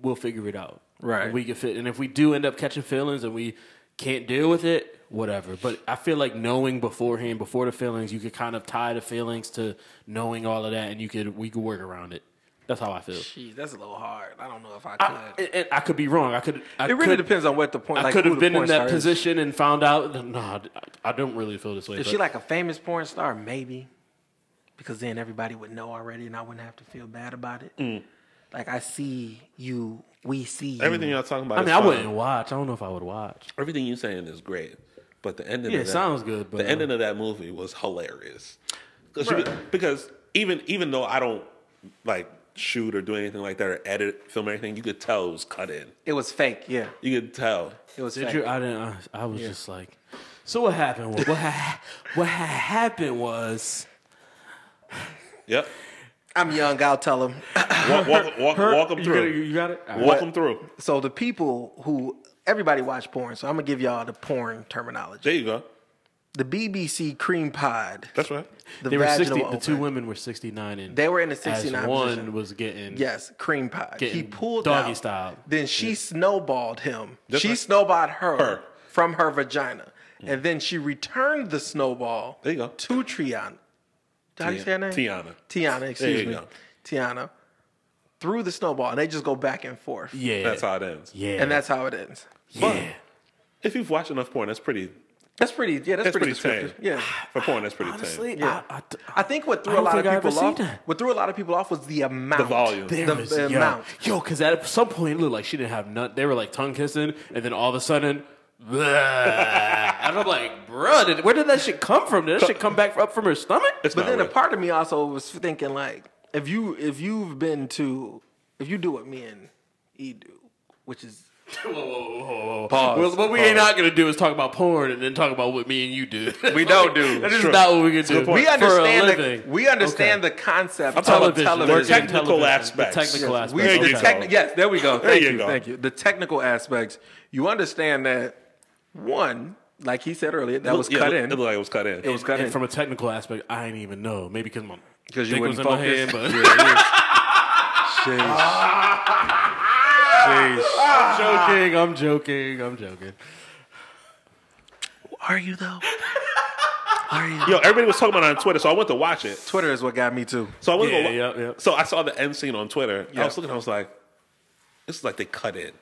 we'll figure it out.
Right.
We can fit, and if we do end up catching feelings and we can't deal with it, whatever. But I feel like knowing beforehand, before the feelings, you could kind of tie the feelings to knowing all of that, and you could we could work around it. That's how I feel.
Jeez, that's a little hard. I don't know if I could.
I, and- and I could be wrong. I could. I
it really
could,
depends on what the point.
I
like,
could
who
have
the
been in
porn
that
star is.
position and found out. No, I, I don't really feel this way.
If
but-
she like a famous porn star, maybe, because then everybody would know already, and I wouldn't have to feel bad about it.
Mm.
Like I see you, we see you.
Everything y'all talking about.
I
is
mean, I
fine.
wouldn't watch. I don't know if I would watch.
Everything you saying is great, but the ending.
Yeah,
of
it
that,
sounds good, but
the ending of that movie was hilarious. 'Cause you- because even even though I don't like shoot or do anything like that or edit film or anything, you could tell it was cut in.
It was fake. Yeah,
You could tell.
it was
Did
fake.
you? I didn't. I, I was just like. So what happened? Was, what ha- what ha- happened was
Yep.
I'm young. I'll tell them.
Walk walk walk, walk them through.
got it.
walk them through.
So the people who everybody watch porn. So I'm gonna give y'all the porn terminology.
There you go.
The BBC cream pod.
That's right.
The
They were
vaginal
sixty. The two
opening.
women were sixty nine, and
They were in the
as
69
one
position.
was getting.
Yes, cream pie. He
Getting
pulled
doggy
out,
style.
Then she snowballed him. she
right.
snowballed her,
Her.
from her vagina,
Mm.
and then she returned the snowball.
There you go.
To Triana. How do you say her name?
Tiana.
Tiana. Excuse
you
me.
go.
Tiana. Through the snowball, and they just go back and forth.
Yeah.
That's how it ends.
yeah.
And that's how it ends.
yeah.
If you've watched enough porn, that's pretty.
That's pretty. Yeah, that's,
That's
pretty,
pretty,
descriptive.
tame.
Yeah.
For porn, that's pretty tame.
Honestly,
Yeah.
I, I,
I think what threw
I
a
don't
lot of
think I ever
people
seen
off.
that.
What threw a lot of people off was the amount.
The volume.
There
The,
was-
the
yo.
amount.
Yo, because at some point it looked like she didn't have none. They were like tongue kissing, and then all of a sudden, blah. and I'm like, bruh, did, where did that shit come from? Did that shit come back up from her stomach?
It's
But
not
then a
real.
part of me also was thinking like, if you if you've been to if you do what me and E do, which is
Whoa, whoa, whoa, whoa, whoa.
Pause,
Well, what we
pause.
ain't not gonna do is talk about porn and then talk about what me and you do.
We don't do.
That's just not what we can do.
we
For a
understand the,
living.
we understand the concept of
television.
television.
We're
Television.
technical
Technical
aspects.
aspects.
The technical
Yes,
aspects.
We,
There
the
you go.
techni- yes, there we go. Thank
you
you,
go.
thank you. The technical aspects. You understand that one, like he said earlier, that was
Yeah,
cut
it
in.
looked like it was cut in.
It was cut
and
in.
from a technical aspect, I didn't even know. Maybe because my
'Cause you
dick was in
wouldn't
my hand,
focus.
but
Sheesh. Sheesh.
joking. I'm joking. I'm joking.
Are you though? Are you?
Yo, everybody was talking about it on Twitter, so I went to watch it.
Twitter is what got me too.
So I went
Yeah,
to go, wa-
yeah, yeah.
So I saw the end scene on Twitter. I was looking, I was like, this is like they cut in.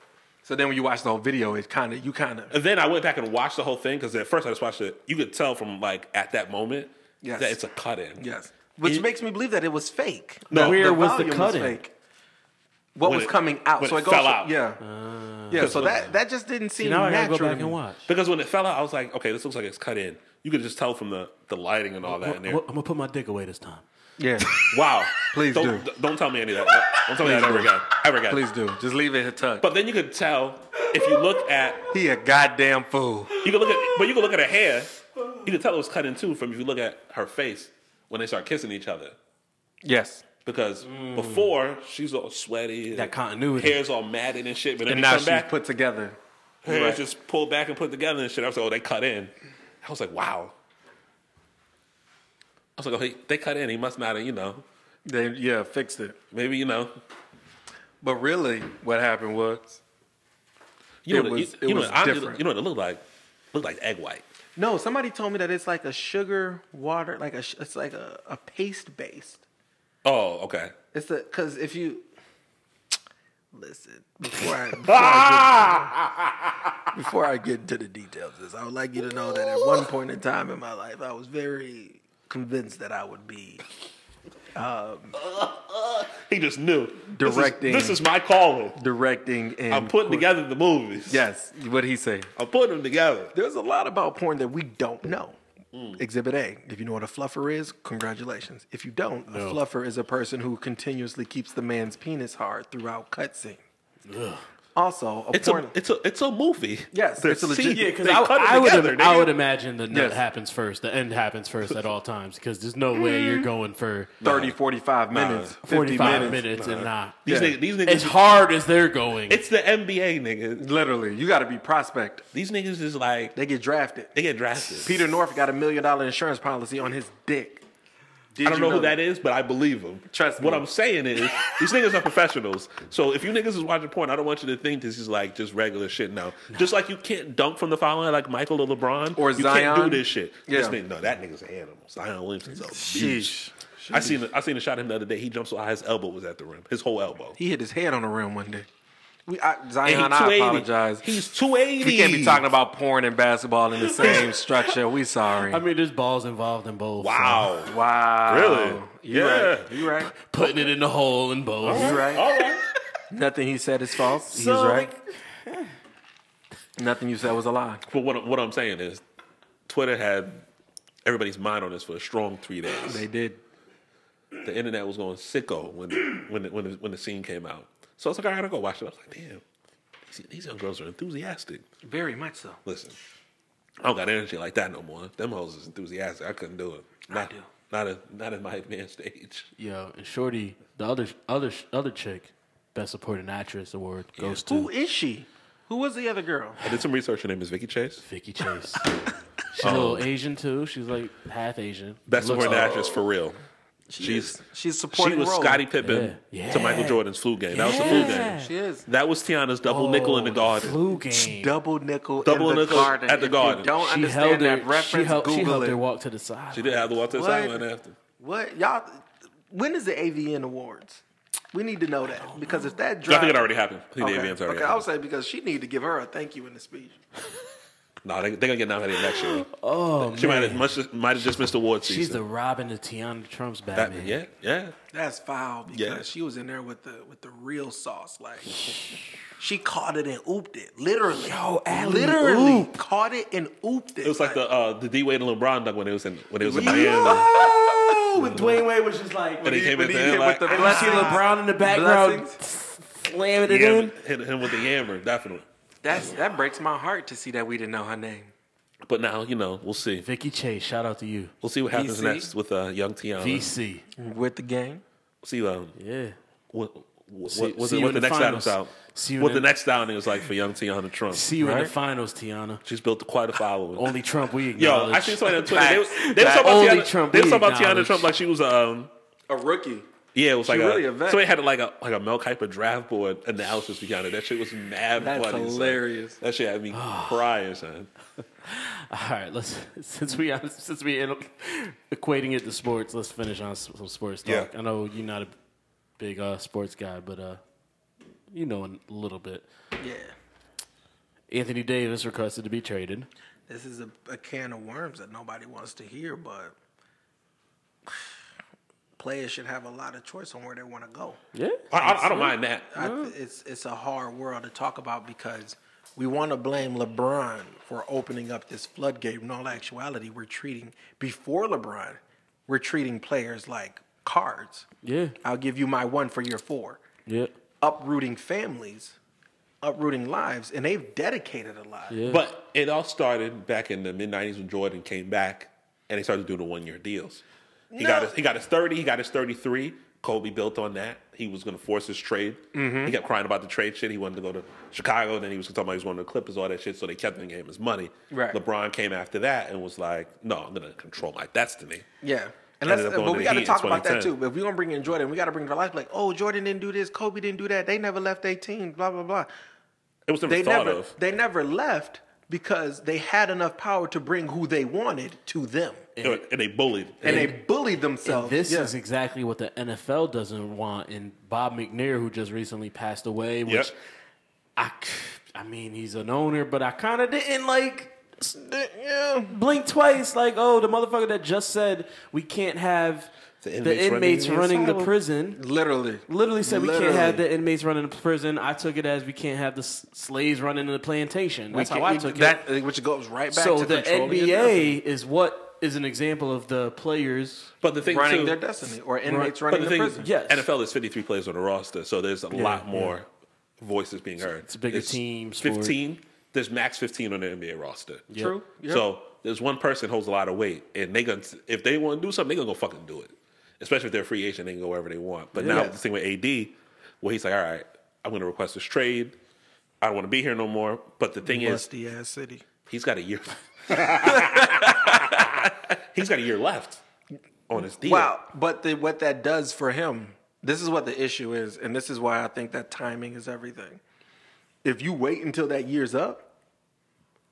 So then when you watch the whole video, it kind of you kind of
And then I went back and watched the whole thing because at first I just watched it. You could tell from like at that moment
Yes.
that it's a cut in.
Yes. Which makes me believe that it was fake.
No,
Where
the
was the
volume
cutting?
fake. What
When
was
it-
coming out?
when
So
it
it goes.
fell out.
Yeah. yeah. So that that just didn't seem
Now I gotta
natural.
go back
to
and
me.
watch.
Because when it fell out, I was like, okay, this looks like it's cut in. You could just tell from the, the lighting and all that in there.
I'm gonna put my dick away this time.
Yeah.
Wow.
Please
don't,
do.
Don't tell me any of that. Don't tell me that ever again. Ever again.
Please do. Just leave it at tuck.
But then you could tell if you look at
He a goddamn fool.
you could look at but you could look at her hair. You could tell it was cut in two from if you look at her face when they start kissing each other.
Yes.
Because before she's all sweaty,
That continuity.
hair's all matted and shit. But then
And
and
now
come
she's
back,
put together.
her hair's just pulled back and put together and shit. I was like, oh, they cut in. I was like, wow. I was like, oh, he, they cut in. He must not, have, you know,
They yeah fixed it.
maybe you know.
But really, what happened was
You
It
know, what-
was-
you,
it
you know
was
what honestly,
different.
You know what it looked like? Looked like egg white.
No, somebody told me that it's like a sugar water, like a sh- it's like a, a paste based.
Oh, okay.
It's the because if you listen before I before I, get, before I get into the details, of this I would like you to know that at one point in time in my life, I was very convinced that I would be
He just knew This is-
Directing.
This is, my calling.
directing and
I'm putting together the movies.
yes.
What he say?
I'm putting them together.
There's a lot about porn that we don't know.
Mm.
Exhibit A. If you know what a fluffer is, congratulations. If you don't, a fluffer is a person who continuously keeps the man's penis hard throughout cutscene. Also, a
It's
porn.
a it's a it's a movie.
Yes,
They're
it's a legit-
seen-
Yeah, because
they
I,
cut 'em
I would,
together,
I
nigga.
would imagine the nut
Yes.
happens first, the end happens first at all times, because there's no way you're going for
30, 45 minutes, 50
45
minutes.
minutes and not.
These niggas, these
As
niggas,
hard as they're going,
it's the NBA nigga.
Literally, you got to be prospect.
These niggas is like
They get drafted.
they get drafted.
Peter North got a million dollar insurance policy on his dick. Did
I don't know, who that is, but I believe him.
Trust
What
me.
I'm saying is, these niggas are professionals. So if you niggas is watching porn, I don't want you to think this is like just regular shit. No, just like you can't dunk from the foul line like Michael or LeBron,
Or
you
Zion.
can't do this shit. This
Yeah.
nigga, no, that nigga's an animal. Zion Williamson's a beast.
Sheesh.
I seen I seen a shot of him the other day. He jumped so high, his elbow was at the rim, his whole elbow.
He hit his head on the rim one day. We, I,
And
Zion,
he
I
280.
apologize.
He's 280.
He can't be talking about porn and basketball in the same structure. We sorry.
I mean, there's balls involved in both. so
Wow.
wow.
Really?
You
yeah.
right. You right.
putting it in the hole in both.
You right.
All right.
Nothing he said is false. He's
So,
right. Nothing you said was a lie.
But what, what I'm saying is, Twitter had everybody's mind on this for a strong three days.
They did.
the internet was going sicko when when when the, when the scene came out. So I was like, I gotta go watch it. I was like, damn, these, these young girls are enthusiastic.
Very much so.
Listen, I don't got energy like that no more. Them hoes is enthusiastic. I couldn't do it. Not,
do.
Not a, not in my advanced age.
Yo, and Shorty, the other other other chick, Best Supporting Actress award goes
Who
to
is she? Who was the other girl?
I did some research. Her name is Vicky Chase.
Vicky Chase. She's a little Asian too. She's like half Asian.
Best
Looks-
supporting actress for real. She's
is. She's
she
supporting
was
role.
Scottie Pippen
Yeah.
to Michael
Yeah.
Jordan's flu game. That was the flu game.
She is.
That was Tiana's double nickel in the garden.
Oh, Flu game.
Double nickel
Double
in the
nickel
garden.
at the
If
garden.
You don't
She
understand
held her.
that reference.
she helped, she
Google
helped
it.
her walk to the side.
She did have to walk to the
What?
sideline after.
What y'all? When is the AVN awards? We need to know that because if that
I
dropped,
think it already happened. I think
Okay,
the event's already
okay I
happened.
would say because she need to give her a thank you in the speech.
No, they, they're gonna get nominated next year. Oh, she might have must- might have just missed award season.
She's the Robin of Tiana Trump's
That-
Batman.
yeah, yeah.
That's foul because
Yeah.
she was in there with the with the real sauce. Like she caught it and ooped it. Literally, yo, literally caught it and ooped it.
It was like the uh, the D Wade and LeBron dunk when it was in when it was in Miami.
Yo! With Dwayne Wade was just like
And he came in
when
there
hit
like-
"Oh,
with the
And
You see
blessing.
LeBron in the background slamming it
Yam-
in.
hit him with the yammer, definitely.
That's that breaks my heart to see that we didn't know her name.
But now you know we'll see.
Vicky Chase, shout out to you.
We'll see what happens
VC?
next with uh, young Tiana.
VC.
With the game.
We'll see um,
Yeah.
what, what,
See-
what,
see you
what
in
the
the
next
finals.
item's out.
See you
what
in
the
the-
next down is like for young Tiana Trump.
See Oh, you in
Right?
the finals, Tiana.
She's built quite a following.
Only Trump we acknowledge.
Yo, I seen somebody on Twitter. They, was- they was
Facts.
talking about
Only
Tiana Trump.
Trump
They was
we
talking about Tiana
acknowledge.
Trump like she was um
A rookie.
Yeah, it was like
really
a,
a vet.
somebody had like a like a Mel Kiper draft board analysis behind it. That shit was mad
That's
funny. son.
hilarious.
That shit had me crying, son.
All right, let's since we since we end up equating it to sports, let's finish on s- some sports
Yeah.
talk. I know you're not a big uh, sports guy, but uh, you know a little bit.
Yeah.
Anthony Davis requested to be traded.
This is a, a can of worms that nobody wants to hear, but players should have a lot of choice on where they want to go.
Yeah,
I, I, I don't mind that.
I, it's it's a hard world to talk about because we want to blame LeBron for opening up this floodgate. In all actuality, we're treating before LeBron, we're treating players like cards.
yeah,
I'll give you my one for your four.
yeah,
Uprooting families, uprooting lives, and they've dedicated a lot.
yeah.
But it all started back in the mid '90s when Jordan came back and they started doing the one-year deals. He got his, he got his 30, he got his 33. Kobe built on that. He was going to force his trade. He kept crying about the trade shit. He wanted to go to Chicago. Then he was talking about he was going to the Clippers, all that shit. So they kept and gave him his money.
Right.
LeBron came after that and was like, "No, I'm going to control my destiny."
Yeah. And
Ended
let's,
up going to
but we
the Heat
got to
in
talk about that
2010.
too. If we're gonna bring in Jordan, we got to bring to life like, oh, Jordan didn't do this, Kobe didn't do that, they never left 18, blah blah blah.
It was never
They
thought
never,
of.
they never left, because they had enough power to bring who they wanted to them.
And, and they bullied.
And they bullied themselves.
This
Yeah.
is exactly what the NFL doesn't want. And Bob McNair, who just recently passed away, which
Yep.
I, c- I mean, he's an owner, but I kind of didn't like s- yeah, blink twice. Like, oh, the motherfucker that just said we can't have the inmates,
inmates running the
running, the
asylum.
prison.
Literally.
Literally said we can't
Literally.
have the inmates running the prison. I took it as we can't have the s- slaves running the plantation. That's how I took it
that, Which goes right back
so
to
the
controlling your
NBA is what is an example of the players.
But the thing
running
too,
their destiny or inmates
but
running
the
the
thing,
prison.
Yes.
NFL is 53 players on the roster, so there's a lot more voices being heard. It's
a bigger team sport.
15. There's max 15 on the NBA roster.
True.
So there's one person holds a lot of weight, and they gonna if they want to do something, they gonna go fucking do it. Especially if they're a free agent, they can go wherever they want. But now the thing with AD, where he's like, all right, I'm gonna request this trade. I don't want to be here no more. But the thing is,
Musty ass city.
He's got a year. He's got a year left on his deal.
Wow. But the, what that does for him, this is what the issue is. And this is why I think that timing is everything. If you wait until that year's up,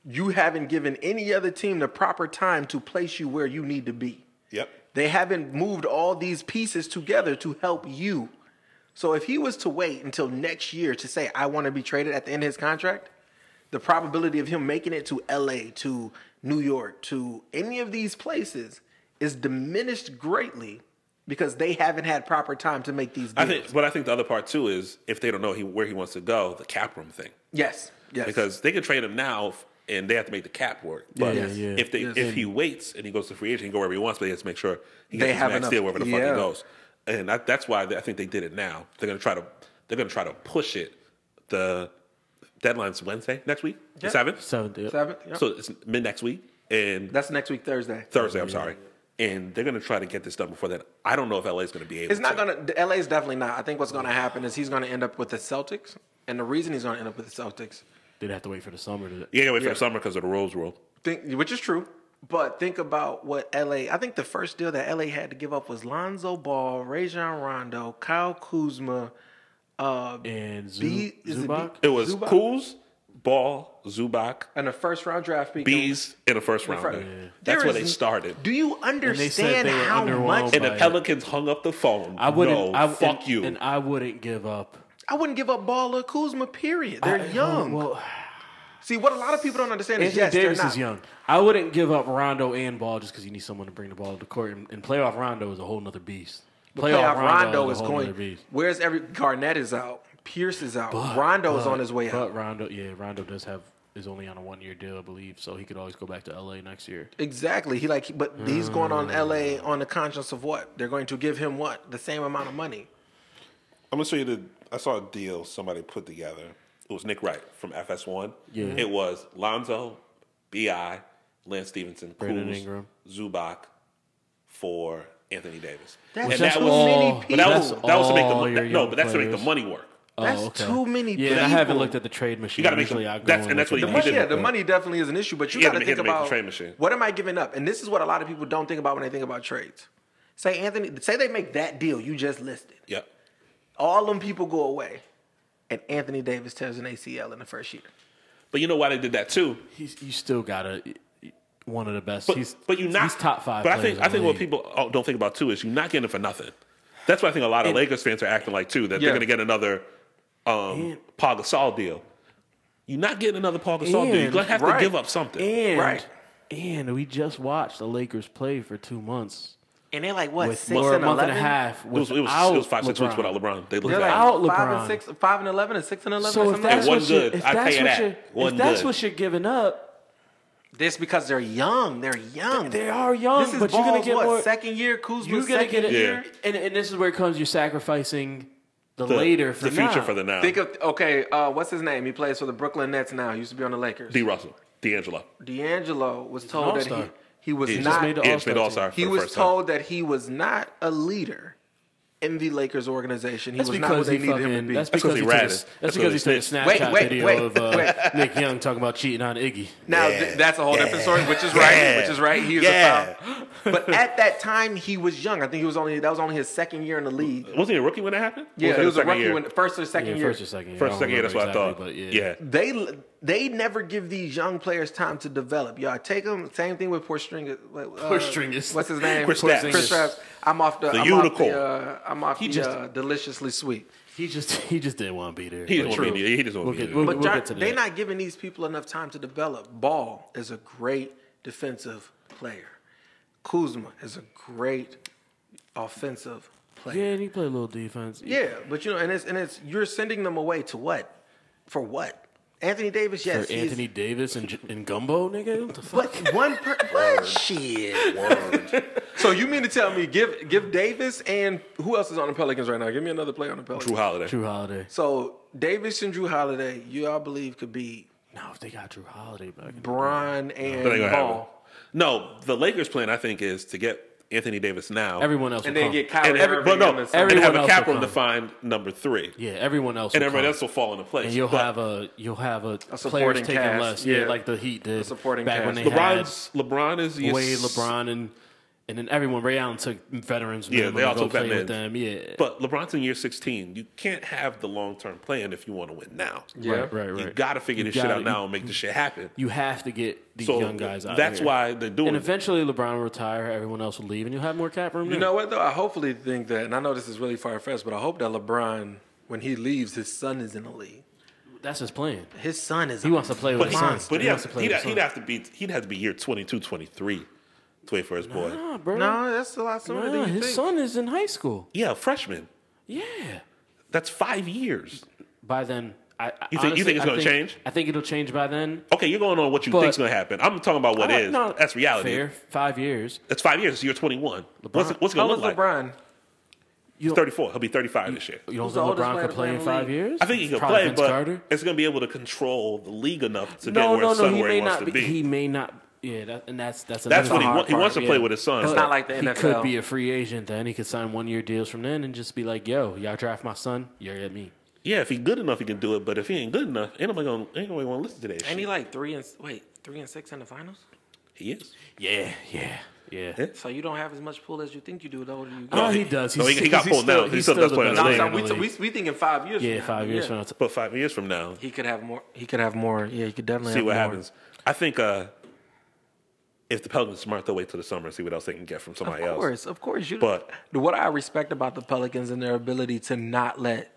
you haven't given any other team the proper time to place you where you need to be.
Yep.
They haven't moved all these pieces together to help you. So if he was to wait until next year to say, I want to be traded at the end of his contract, the probability of him making it to LA, to New York, to any of these places is diminished greatly because they haven't had proper time to make these deals.
I think, but I think the other part too is if they don't know he, where he wants to go, the cap room thing,
yes, yes.
because they can trade him now f- and they have to make the cap work. But
Yeah, yeah, yeah.
if they if he waits and he goes to free agent, he can go wherever he wants, but he has to make sure he gets
They
his
have
max
enough-
deal wherever the fuck
yeah.
he goes. And I, that's why they, I think they did it now. They're gonna try to they're gonna try to push it. The deadline's Wednesday next week, the seventh.
So dude,
Seventh, yeah.
So it's mid next week, and
that's next week, Thursday.
Thursday, I'm sorry. And they're going to try to get this done before then. I don't know if LA's going to be able
It's not
to.
gonna. LA is definitely not. I think what's gonna happen is he's gonna end up with the Celtics, and the reason he's gonna end up with the Celtics,
they'd have to wait for the summer. To,
You got to wait for the summer because of the Rose Rule.
think, which is true. But think about what LA. I think the first deal that LA had to give up was Lonzo Ball, Rajon Rondo, Kyle Kuzma. Uh,
and Zu,
B- is it
Zubac,
It was
Zubac.
Kuz, Ball, Zubac,
and a first round draft pick.
Bees in the first round.
front.
That's
There
where they
is-
started.
Do you
they said
understand
they were
how much?
underwhelmed.
And the
Like-
Pelicans hung up the phone.
I wouldn't.
No,
I,
fuck
and,
you.
And I wouldn't give up.
I wouldn't give up Ball or Kuzma. Period. They're young.
Well,
See what a lot of people don't understand is
Anthony
yes, they're
Davis
not.
is young. I wouldn't give up Rondo and Ball just because you need someone to bring the ball to the court. And, and playoff Rondo is a whole nother beast.
Playoff Rondo
a
is
whole nother
going.
beast.
Where's every Garnett is out, Pierce is out,
But-
Rondo is
but-
on his way out.
But Rondo, yeah, Rondo does have is only on a one year deal, I believe, so he could always go back to LA next year.
Exactly. He like, but he's going
Hmm.
on LA on the conscience of what they're going to give him what the same amount of money.
I'm gonna show you the. I saw a deal somebody put together. It was Nick Wright from FS1. Yeah. It was Lonzo, Bi, Lance Stevenson,
Brandon
Kuz,
Ingram.
Zubac for Anthony Davis.
That's
and
Which
that
that's
was
all-
but that was
that's
that was to make the
all
mo-
your
no,
young
but that's to make the
players.
money work.
That's
Oh, okay.
too many.
Yeah, and I haven't looked at the trade machine.
gotta make
Usually
the-
I go
that's-
in
and that's
with
what
the-
he
Money-
did
yeah,
look
the
good.
money definitely is an issue, but you
He had
got
to
to
make-
think
he had to make the
about
trade machine.
what am I giving up, and this is what a lot of people don't think about when they think about trades. Say Anthony, say they make that deal you just listed,
Yep.
all them people go away, and Anthony Davis tears an ACL in the first year.
But you know why they did that too.
He's, you still gotta one of the best.
But
he's
but you not
he's top five.
But I
players
think
in
I
the
think what
league.
people oh, don't think about too is you're not getting it for nothing. That's what I think a lot of Lakers fans are acting like too. That they're
Yeah.
gonna get another um, Paul Gasol deal. You're not getting another Paul Gasol deal. You're
And-
gonna have
right.
to give up something.
and
Right.
and we just watched the Lakers play for two months
And they're like what
with
six
or a
and
month
eleven
and a half.
It was, it was,
without
it was five, six weeks
LeBron.
without LeBron. They looked
They're like
at
Without
five
LeBron.
and six, five and eleven, and six and eleven.
So
or
if
something like
that's
one
what you,
good.
if
I
that's
pay
what
that.
you're,
One
if that's
good.
what you're giving up,
This because they're young. They're young.
they are young.
This is
but you're gonna
Ball's,
get
what,
more.
second year. Kuzma's
you're gonna
second
get it.
year? Yeah.
And, and this is where it comes. You're sacrificing the,
the,
later for
the future
now.
for the now.
Think of okay. Uh, what's his name? He plays for the Brooklyn Nets now. He used to be on the Lakers.
D. Russell, D'Angelo.
D'Angelo was told that he
all-star.
he was
He
not.
made the
yeah, just made
All-Star
All-Star
he
for the
was
first time.
told that he was not a leader in the Lakers organization. He
That's
was not what
because
they
he
needed
fucking.
him to be.
That's
That's
because he took a,
ratted.
that's
That's
because he
what
took a
he
Snapchat
Wait, wait,
video
wait,
of uh,
wait.
Nick Young talking about cheating on Iggy.
Now th- that's a whole different story, which is right, which is right. He was
Yeah.
a foul. But at that time, he was young. I think he was only that was only his second year in the league.
Wasn't he a rookie when that happened? Or
Yeah,
that
he was
his
a
second
rookie
year?
when first or second
Yeah,
year.
first or second. year. I
First
don't
second year, that's what
remember
I thought.
exactly,
yeah.
They They never give these young players time to develop. Y'all take them. Same thing with Porzingis. Uh,
Porzingis.
What's his name?
Chris Stapps.
Chris Stapps. I'm off the.
The
I'm
unicorn.
Off the, uh, I'm off the
just-
uh, deliciously sweet.
He just he just didn't want to be there.
He
But
just want to
true.
be there. He just want
We'll
to be
get-
there.
we'll-
But
we'll
Doc,
get to
they're
that.
not giving these people enough time to develop. Ball is a great defensive player. Kuzma is a great offensive player.
Yeah, and he played a little defense.
Yeah, but you know, and it's and it's you're sending them away to what? For what? Anthony Davis, yes,
For
he's-
Anthony Davis and, J- and Gumbo, nigga. What the fuck?
But one per what shit?
So you mean to tell me give give Davis and who else is on the Pelicans right now? Give me another player on the Pelicans.
Drew Holiday.
Drew Holiday.
So Davis and Drew Holiday, you all believe could be
No, if they got Drew Holiday back. in-
Bron and
That ain't gonna happen.
Ball.
No, the Lakers' plan I think is to get Anthony Davis now.
Everyone else
And
will
then
come.
get
and
Kyrie
every,
Irving.
but no,
and
and
Everyone
have a
else
cap
will
room to
come.
find number three,
yeah, everyone else.
and
will
everybody
come.
else will fall into place.
And you'll
But
have a you'll have a, players
supporting
taking
cast,
less. Yeah.
yeah.
like the Heat did.
supporting
back
cast.
when they
LeBron's LeBron is
had
yes,
Wade, LeBron, and and then everyone. Ray Allen took veterans.
Yeah,
minimum
they
to
all
go
took
play with
veterans.
them. Yeah,
But LeBron's in year 16. You can't have the long term plan if you want to win now.
Yeah.
right, right, right.
You got to figure this
gotta-
shit out now and make this shit happen.
You have to get these
So
young guys out.
that's
here.
why they're doing
And
it.
eventually, LeBron will retire. Everyone else will leave, and you'll have more cap room.
You
then.
know what though? I hopefully think that, and I know this is really far fetched, but I hope that LeBron, when he leaves, his son is in the league.
that's his plan.
His son is
He wants to play with
But,
his
he,
sons.
but he
he wants
has,
to play
he'd,
with his
he'd
sons.
have to be he'd have to be year 22, 23 to wait for his boy.
Nah, bro.
No, that's a lot sooner
Nah,
than you
his
think.
son is in high school.
Yeah, freshman.
Yeah.
That's five years.
By then, I, I-
You think- you
honestly,
think it's
I
gonna change?
I think it'll change by then.
Okay, you're going on what you
But-
think's going to happen. I'm talking about what
I-
is.
no,
That's reality.
Fair. Five years.
That's five years. You're 21. What's, it- what's it
How
going to
was
look like?
LeBron?
You don't,
34. He'll be 35 this year.
you don't
Who's the
think
oldest
LeBron
player
could
to
play
play
in
in the
five
league?
years?
I think he can
Probably
play,
Vince
but
Carter.
it's going to be able to control the league enough to get
No,
where
no,
his
no.
son
He
where he
may
wants
not
to
be.
be.
He may not. Yeah, that, and that's that's
That's
another
what he
hard
wa- he
part,
wants to
yeah.
play with his son.
But
It's
not like the
He
NFL.
could be a free agent then. He could sign one year deals from then and just be like, "Yo, y'all draft my son, you're at me."
Yeah, if he good enough, he can do it. But if he ain't good enough, ain't nobody gonna ain't nobody gonna listen to that
Ain't
shit.
he like three and wait three and six in the finals?
he is.
Yeah, yeah, yeah.
Yeah.
So you don't have as much pull as you think you do. The older you
No,
get,
he does.
No, he- he got
because
pulled now. He's still the best player in the
best
league.
player
we, we, we think in five years.
Yeah,
from now.
five years
Yeah.
from now.
But five years from now,
He could have more. He could have more. Yeah, he could definitely
see
have
what
more.
happens. I think uh, if the Pelicans are smart, they'll wait till the summer and see what else they can get from somebody
Of
else.
course, of course. You
But-
what I respect about the Pelicans and their ability to not let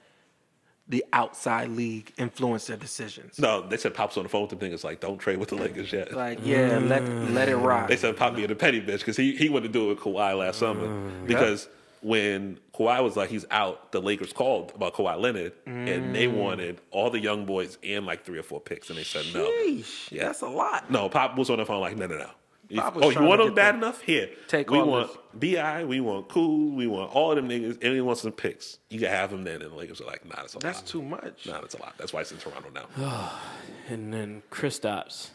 the outside league influence their decisions.
No, they said Pop's on the phone with the thing. It's like, don't trade with the Lakers yet.
Like, yeah, let let it
Mm. They
ride.
said Pop being a petty bitch because he, he wanted to do it with Kawhi last
Mm,
summer. Because when Kawhi was like he's out, the Lakers called about Kawhi Leonard and
Mm.
they wanted all the young boys and like three or four picks and they said no.
Sheesh, that's a lot.
No, Pop was on the phone like no no no. If-
Pop was
oh, you
trying
want
to
them
get
bad
the-
enough? Here,
Take
we
all
want
this.
Bi, we want Cool, we want all them niggas, and we want some picks. You can have them then. And the Lakers are like, nah, that's a
That's
lot.
too much.
Nah, that's a lot. That's why it's in Toronto now.
And then Chris Stops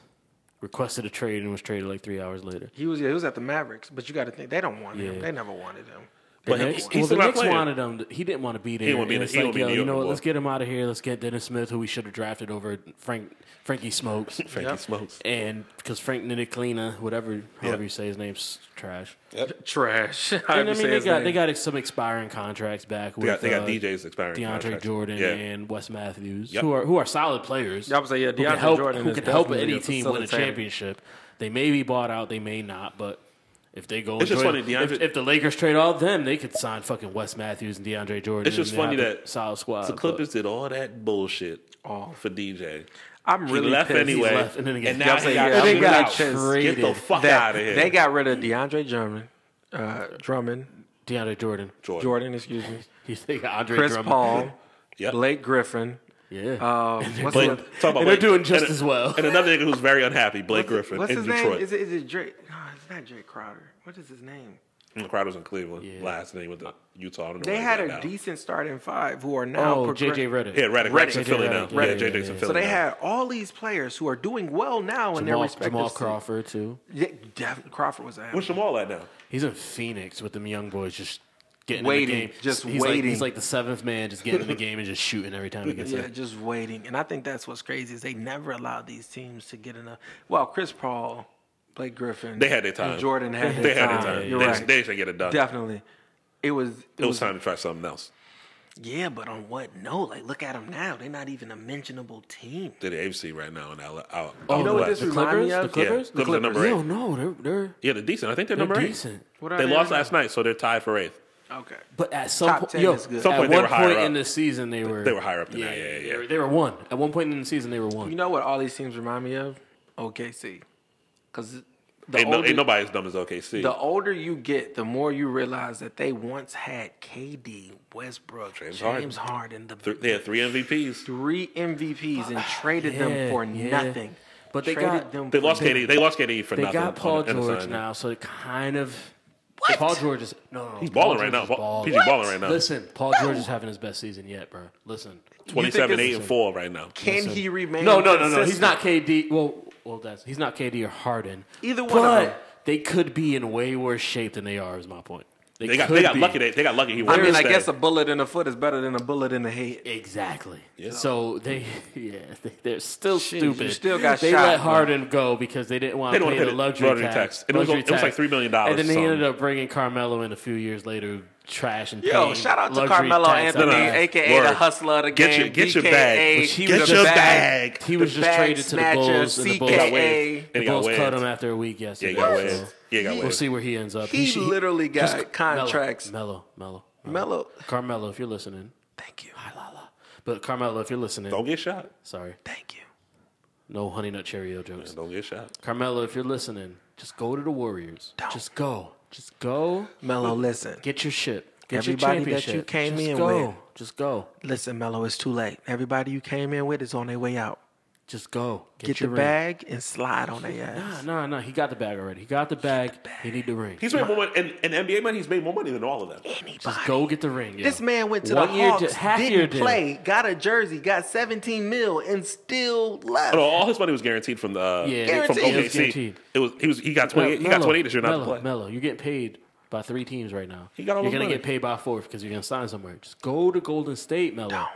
requested a trade and was traded like three hours later.
He was yeah, he was at the Mavericks, but you got to think they don't want
Yeah.
him. They never wanted him.
But
The
he-
Knicks-
he's
well, the
still not
Knicks
playing.
wanted him. to- He didn't want to be there.
didn't wanna be
And
in-
it's
he didn't
like,
wanna be in
yo,
New
you know
York
what?
no
Let's get him out of here. Let's get Dennis Smith, who we should have drafted over Frank Frankie Smokes,
Frankie smokes.
and because Frank Nidiklina, whatever, however you say his name's trash.
Trash.
And I mean, they got they got some expiring contracts back. With,
They got, they got
uh,
DJ's expiring.
DeAndre
contract.
Jordan
Yeah.
and Wes Matthews,
Yep.
who are who are solid players.
I would say, yeah,
who can
DeAndre
help,
Jordan
who
is
can help
definitely a
any team win a
facilitator.
championship. They may be bought out, they may not, but if they go,
It's just
enjoy-
funny, DeAndre-
if, if the Lakers trade all of them, they could sign fucking Wes Matthews and DeAndre Jordan.
It's just
and they
funny
have a
that
solid squad.
The Clippers did all that bullshit for DJ.
I'm
He
really
left
pissed.
anyway,
He's left, and then he gets-
now
Y'all
he
say,
got,
yeah,
I'm
they got
out. Get the
traded.
fuck
That-
out of here.
They got rid of DeAndre Drummond, uh, Drummond,
but DeAndre Jordan,
Jordan.
Jordan, excuse me,
they got Andre
Chris
Drummond.
Paul,
Yep.
Blake Griffin.
yeah,
Um, what's
Blake,
the-
talk about
and they're
Blake.
doing just
and,
as well.
And another nigga who's very unhappy, Blake Griffin
What's
in
his
Detroit.
name? Is it is it Drake? No, it's not Drake Crowder. What is his name?
Mm, Crowder's in Cleveland.
Yeah.
Last name with the Utah. I don't know
They
where
had
he's
a
at now.
decent starting five who are now
oh,
progress-
JJ Redick,
Yeah, Redick. Redick's in
JJ
Philly now.
Redick.
Yeah,
Yeah, yeah,
JJ's in
yeah.
Philly
So they
now.
had all these players who are doing well now in their
Jamal,
respective
Jamal
cities.
Crawford too.
Yeah, Def- Crawford was a
Where's Jamal at now?
He's in Phoenix with them young boys, just getting
Waiting,
in the game.
just
he's Like,
waiting.
he's like the seventh man, just getting in the game and just shooting every time he gets
yeah,
it.
just waiting. And I think that's what's crazy is they never allowed these teams to get enough. Well, Chris Paul, Blake Griffin,
They had their time.
and Jordan had their
They had
time.
their time.
You're
They,
right.
they should get it done.
Definitely, it was. It,
It was
was.
time to try something else.
Yeah, but on what No, Like, look at them now. They're not even a mentionable team.
They're the AFC right now, and I'll, I'll,
Oh,
You know what
the
this reminds me
The
of?
Clippers?
Yeah, Clippers are number eight.
No, no, they're they're
yeah, they're decent. I think they're,
They're
number eight.
decent.
What are
they
they
lost
right
last night, so they're tied for eighth.
Okay.
But at some
Top
point,
10
yo,
is good.
at
Some
point they
one
were higher
point
up.
in the season, they were
They were higher up than that. Yeah, yeah,
They,
yeah.
were, they were one. At one point in the season, they were one.
You know what all these teams remind me of? OKC. Because the,
Ain't, no,
older-
ain't nobody as dumb as OKC.
the older you get, the more you realize that they once had KD, Westbrook, James,
Harden.
Harden, the
Th- they had three MVPs.
three MVPs, and traded them
Yeah,
for
yeah.
nothing.
But they
traded
got-
them
They
for
lost
nothing.
KD. They lost KD for
They
nothing.
got Paul
on the- on the
George
signing.
now, so it kind of. What? Paul George is no, no, no.
He's balling right
George is
now. Paul-
balling.
PG balling right now.
Listen, Paul George is having his best season yet, bro. Listen,
Twenty-seven, eight, and
it's-
four right now.
Can he remain?
no, no, no, no.
consistent?
He's not KD. Well, well, that's he's not KD or Harden.
Either one of
but
them.
they could be in way worse shape than they are. Is my point.
They got
could
they got
be.
lucky. They, they got lucky. He
I mean, I
Wednesday.
guess a bullet in the foot is better than a bullet in the head.
Exactly. So they, yeah, they, they're still
you
stupid.
still got
they
shot,
let
bro.
Harden go because they didn't want
They
to
don't
pay
pay
the
the
luxury,
luxury
tax.
tax. And it was-
luxury
it was like
tax.
$3 million or
And then they
something.
ended up bringing Carmelo in a few years later, trash and
Yo,
paying
shout out to
luxury
Carmelo
tax
Anthony,
on
No,
that.
no.
aka the
Word.
hustler of the
Get
game.
your- get your
BKA,
bag.
he
Get
was a
your
bag.
He was
the
just
bag
traded to the
snatcher,
Bulls, and the Bulls,
CKA.
And
the
he got
Bulls
wed.
cut him after a week yesterday.
Yeah, he got
so
wed. Yeah, he got
We'll
wed.
see where he ends up.
He
should-
literally got
Just-
contracts.
Mello, Mello, Mello,
Melo.
Carmelo, if you're listening,
Thank you.
but Carmelo, if you're listening,
Don't get shot.
sorry,
Thank you.
no honey nut Cheerio jokes.
Don't get shot.
Carmelo, if you're listening, just go to the Warriors. Just go. Just go.
Melo, listen.
Get your ship. Get
Everybody
your
that you
championship.
came
just
in
go.
with.
Just go.
Listen, Melo, it's too late. Everybody you came in with is on their way out.
Just go.
Get
your
the
ring.
bag and slide on their ass.
Nah, nah, nah. He got the bag already. He got the bag. He need the ring.
He's made more money, and, and NBA money. He's made more money than all of them.
Anybody.
go get the ring. yo.
This man went to
One
the
year
Hawks,
deal- half
didn't
year deal.
play, got a jersey, got 17 mil, and still left.
No, all his money was guaranteed from the
Yeah,
from
Guaranteed.
It was
OKC.
guaranteed.
It was he was he got
Mel-
twenty eight. He got
Melo,
twenty eight this year. Not to
Melo,
play.
Melo, you're getting paid by three teams right now.
He got all
you're
his
gonna
money.
get paid by four because you're gonna sign somewhere. Just go to Golden State, Melo.
Don't.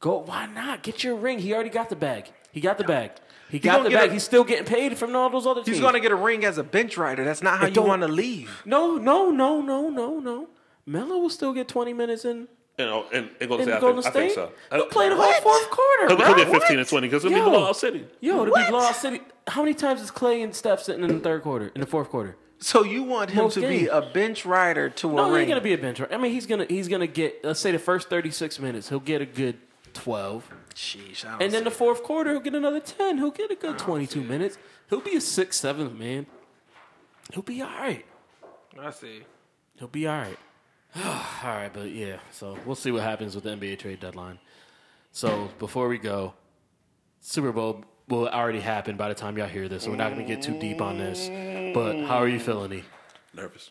Go. Why not? Get your ring. He already got the bag. He got the bag. He
gonna
got the
get
bag.
a-
he's still getting paid from all those other teams.
He's going to get a ring as a bench rider. That's not how you
Hmm. don't-
want to leave.
No, no, no, no, no, no. Melo will still get 20 minutes in,
You know, and it goes
in
to I
Golden
think, I
State.
think so. Uh,
He'll play the whole fourth quarter.
He'll,
bro.
he'll get fifteen and twenty because it'll
Yo.
be Blowout City.
Yo, to be
What?
blowout city. How many times is Clay and Steph sitting in the third quarter, in the fourth quarter?
So you want him
Most
to be
games.
a bench rider to a
No, he
ring.
ain't gonna be a bench. I mean, he's gonna he's gonna get let's say the first 36 minutes, he'll get a good 12,
Sheesh, I don't
and then
see
the fourth quarter he'll get another 10. He'll get a good 22 minutes. He'll be a sixth, seventh man. He'll be all right.
I see.
He'll be all right. all right, but yeah. So we'll see what happens with the NBA trade deadline. So before we go, Super Bowl will already happen by the time y'all hear this. So we're not going to get too deep on this. But how are you feeling? E?
Nervous.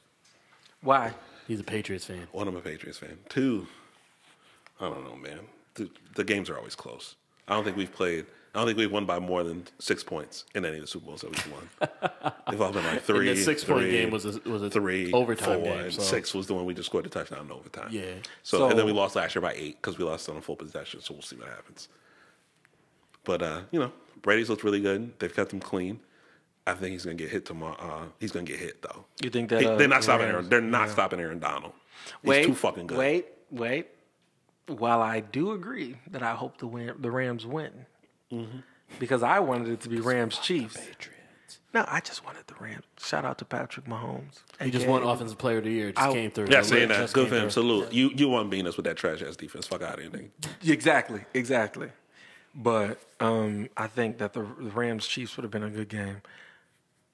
Why?
He's a Patriots fan.
One, I'm a Patriots fan. Two, I don't know, man. The, the games are always close. I don't think we've played. I don't think we've won by more than six points in any of the Super Bowls that we've won. They've all been like three.
and the six point
three,
game was a, was a
three,
overtime
four,
game.
and
So.
six was the one we just scored the touchdown in overtime.
Yeah.
So,
So-
and then we lost last year by eight because we lost on a full possession. So we'll see what happens. But uh, you know, Brady's looked really good. They've kept him clean. I think he's gonna get hit tomorrow. Uh, he's gonna get hit though.
You think that,
He-
uh,
they're not stopping
Rams-
Aaron? They're not stopping Aaron Donald. He's
wait,
too fucking good.
Wait, wait. While I do agree that I hope the win, the Rams win,
Mm-hmm.
because I wanted it to be Rams Chiefs.
No, I just wanted the Rams. Shout out to Patrick Mahomes.
He just won Offensive Player of the Year. Just
I-
came through.
Yeah,
Just
saying that.
came
Good for him.
through.
Salute. You you won beating us with that trash ass defense. Fuck out of here, nigga.
Exactly.
Exactly.
But um, I think that the the Rams Chiefs would have been a good game.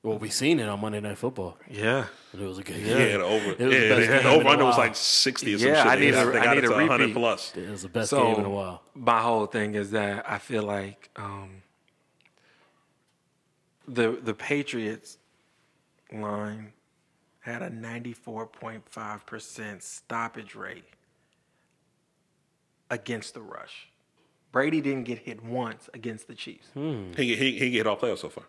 Well, we seen it on Monday Night Football.
Yeah.
It was a good
Yeah, the over.
It was the
yeah,
best
the-
game
the
in a
over under was
while.
like sixty or some
Yeah,
shit.
I
They
need
got-
a-
they
I
got
need
it
a
to
repeat.
plus.
It was the best
So
game in a while.
my whole thing is that I feel like um, the the Patriots line had a ninety four point five percent stoppage rate against the
Hmm.
rush. Brady didn't get hit once against the Chiefs.
He he he get all playoffs so far.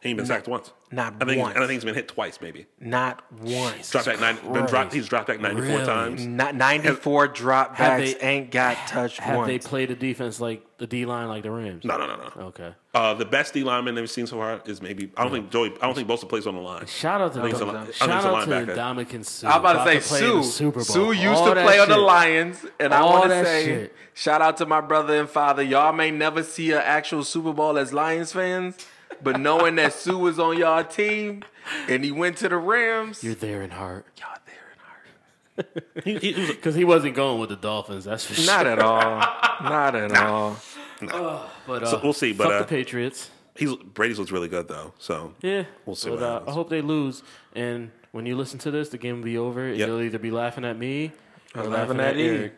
He ain't been sacked once.
Not
I think,
once.
And I think he's been hit twice, maybe.
Not once.
Dropped back nine, been dropped, he's dropped back 94
Really?
times.
Not 94 dropbacks
Have they-
ain't got touched
Have
once.
they played a defense like the D line like the Rams?
No, no, no, no.
Okay.
Uh, the best D lineman they've seen so far is maybe, I don't think Joey, I don't think Bosa plays on the line.
Shout out to
think it's a li- I
the,
think
shout
it's a
out to
linebacker.
Dominican Sue.
I'm about to say
play in the
Sue.
Super Bowl.
Sue used
All
to
that
play on the
shit.
Lions, and I
All
want to
that
say
shit.
shout out to my brother and father. Y'all may never see an actual Super Bowl as Lions fans, but knowing that Sue was on y'all team and he went to the Rams,
You're there in heart.
y'all there in heart.
Because he wasn't going with the Dolphins, that's for sure.
Not at all. Not at all.
But, uh,
we'll see, but,
fuck
uh,
the Patriots.
He's, Brady's looks really good, though. So,
Yeah.
We'll see
But,
what
uh,
happens.
I hope they lose. And when you listen to this, the game will be over. and
Yep.
You'll either be laughing at me or laughing,
laughing at
at, E.
you.
Eric.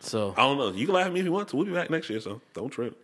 So,
I don't know. You can laugh at me if you want to. We'll be back next year, so don't trip.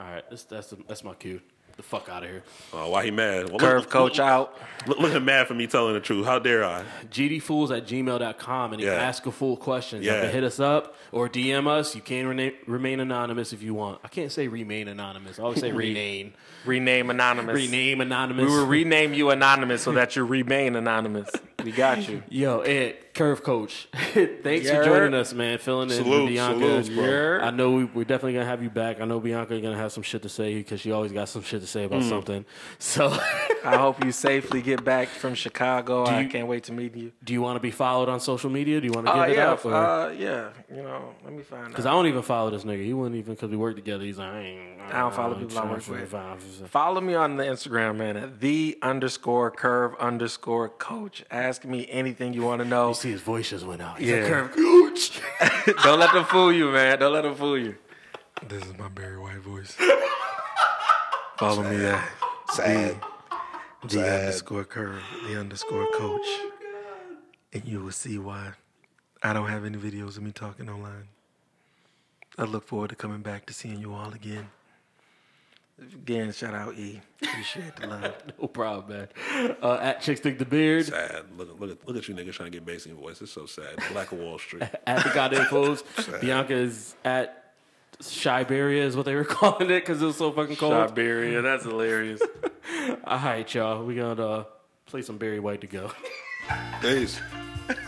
all right, that's that's, the, that's my cue. The fuck out of here.
Oh, why he mad? Well,
Curve
look,
coach out.
Look, look at him mad for me telling the truth. How dare I?
gdfools at gmail.com and you
Yeah.
can ask a fool question. You
Yeah.
can hit us up or DM us. You can rena- remain anonymous if you want. I can't say remain anonymous. I always say rename.
Rename anonymous.
Rename anonymous.
We will rename you anonymous so that you remain anonymous. We got you.
Yo, Ed, Curve Coach. Thanks
Yeah.
for joining us, man. Filling in
Salute,
for Bianca.
salute, bro.
I know we, we're definitely gonna have you back. I know Bianca gonna have some shit to say because she always got some shit to say about
Mm.
something. So,
I hope you safely get back from Chicago. I can't wait to meet you.
do you want to be followed on social media? Do you want to
Oh
give it
yeah,
up? Because
uh, yeah. You know, let me find out.
I don't even follow this nigga. He wouldn't even because we work together. He's like, I, ain't,
I don't follow people I work with. Follow me on the Instagram, man, at the underscore curve underscore coach. Ask me anything you want to know.
You see, his voice just went out. He's
Yeah.
like, Curve Coach.
Don't let them fool you, man. Don't let them fool you. This is my Barry White voice. Follow me at
Sad.
the underscore curve, the underscore coach. Oh And you will see why I don't have any videos of me talking online. I look forward to coming back to seeing you all again. Again, shout out E. Appreciate the love.
no problem, man. Uh, at Chicks Think the Beard.
Sad. Look, look, at, look at you niggas trying to get basing voice. It's so sad. Black of Wall Street.
at the goddamn pose. Bianca is at Shiberia is what they were calling it because it was so fucking cold.
Siberia, that's hilarious.
All right, y'all. We gonna uh, play some Barry White to go.
Peace.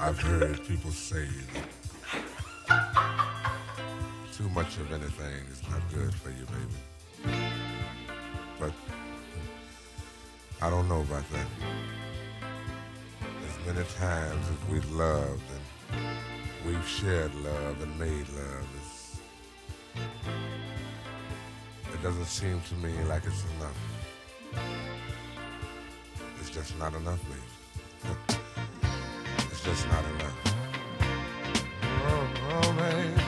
I've heard people say too much of anything is not good for you, baby. But I don't know about that. As many times as we've loved and we've shared love and made love, it's, it doesn't seem to me like it's enough. It's just not enough, baby. It's just not enough. Oh, oh, man.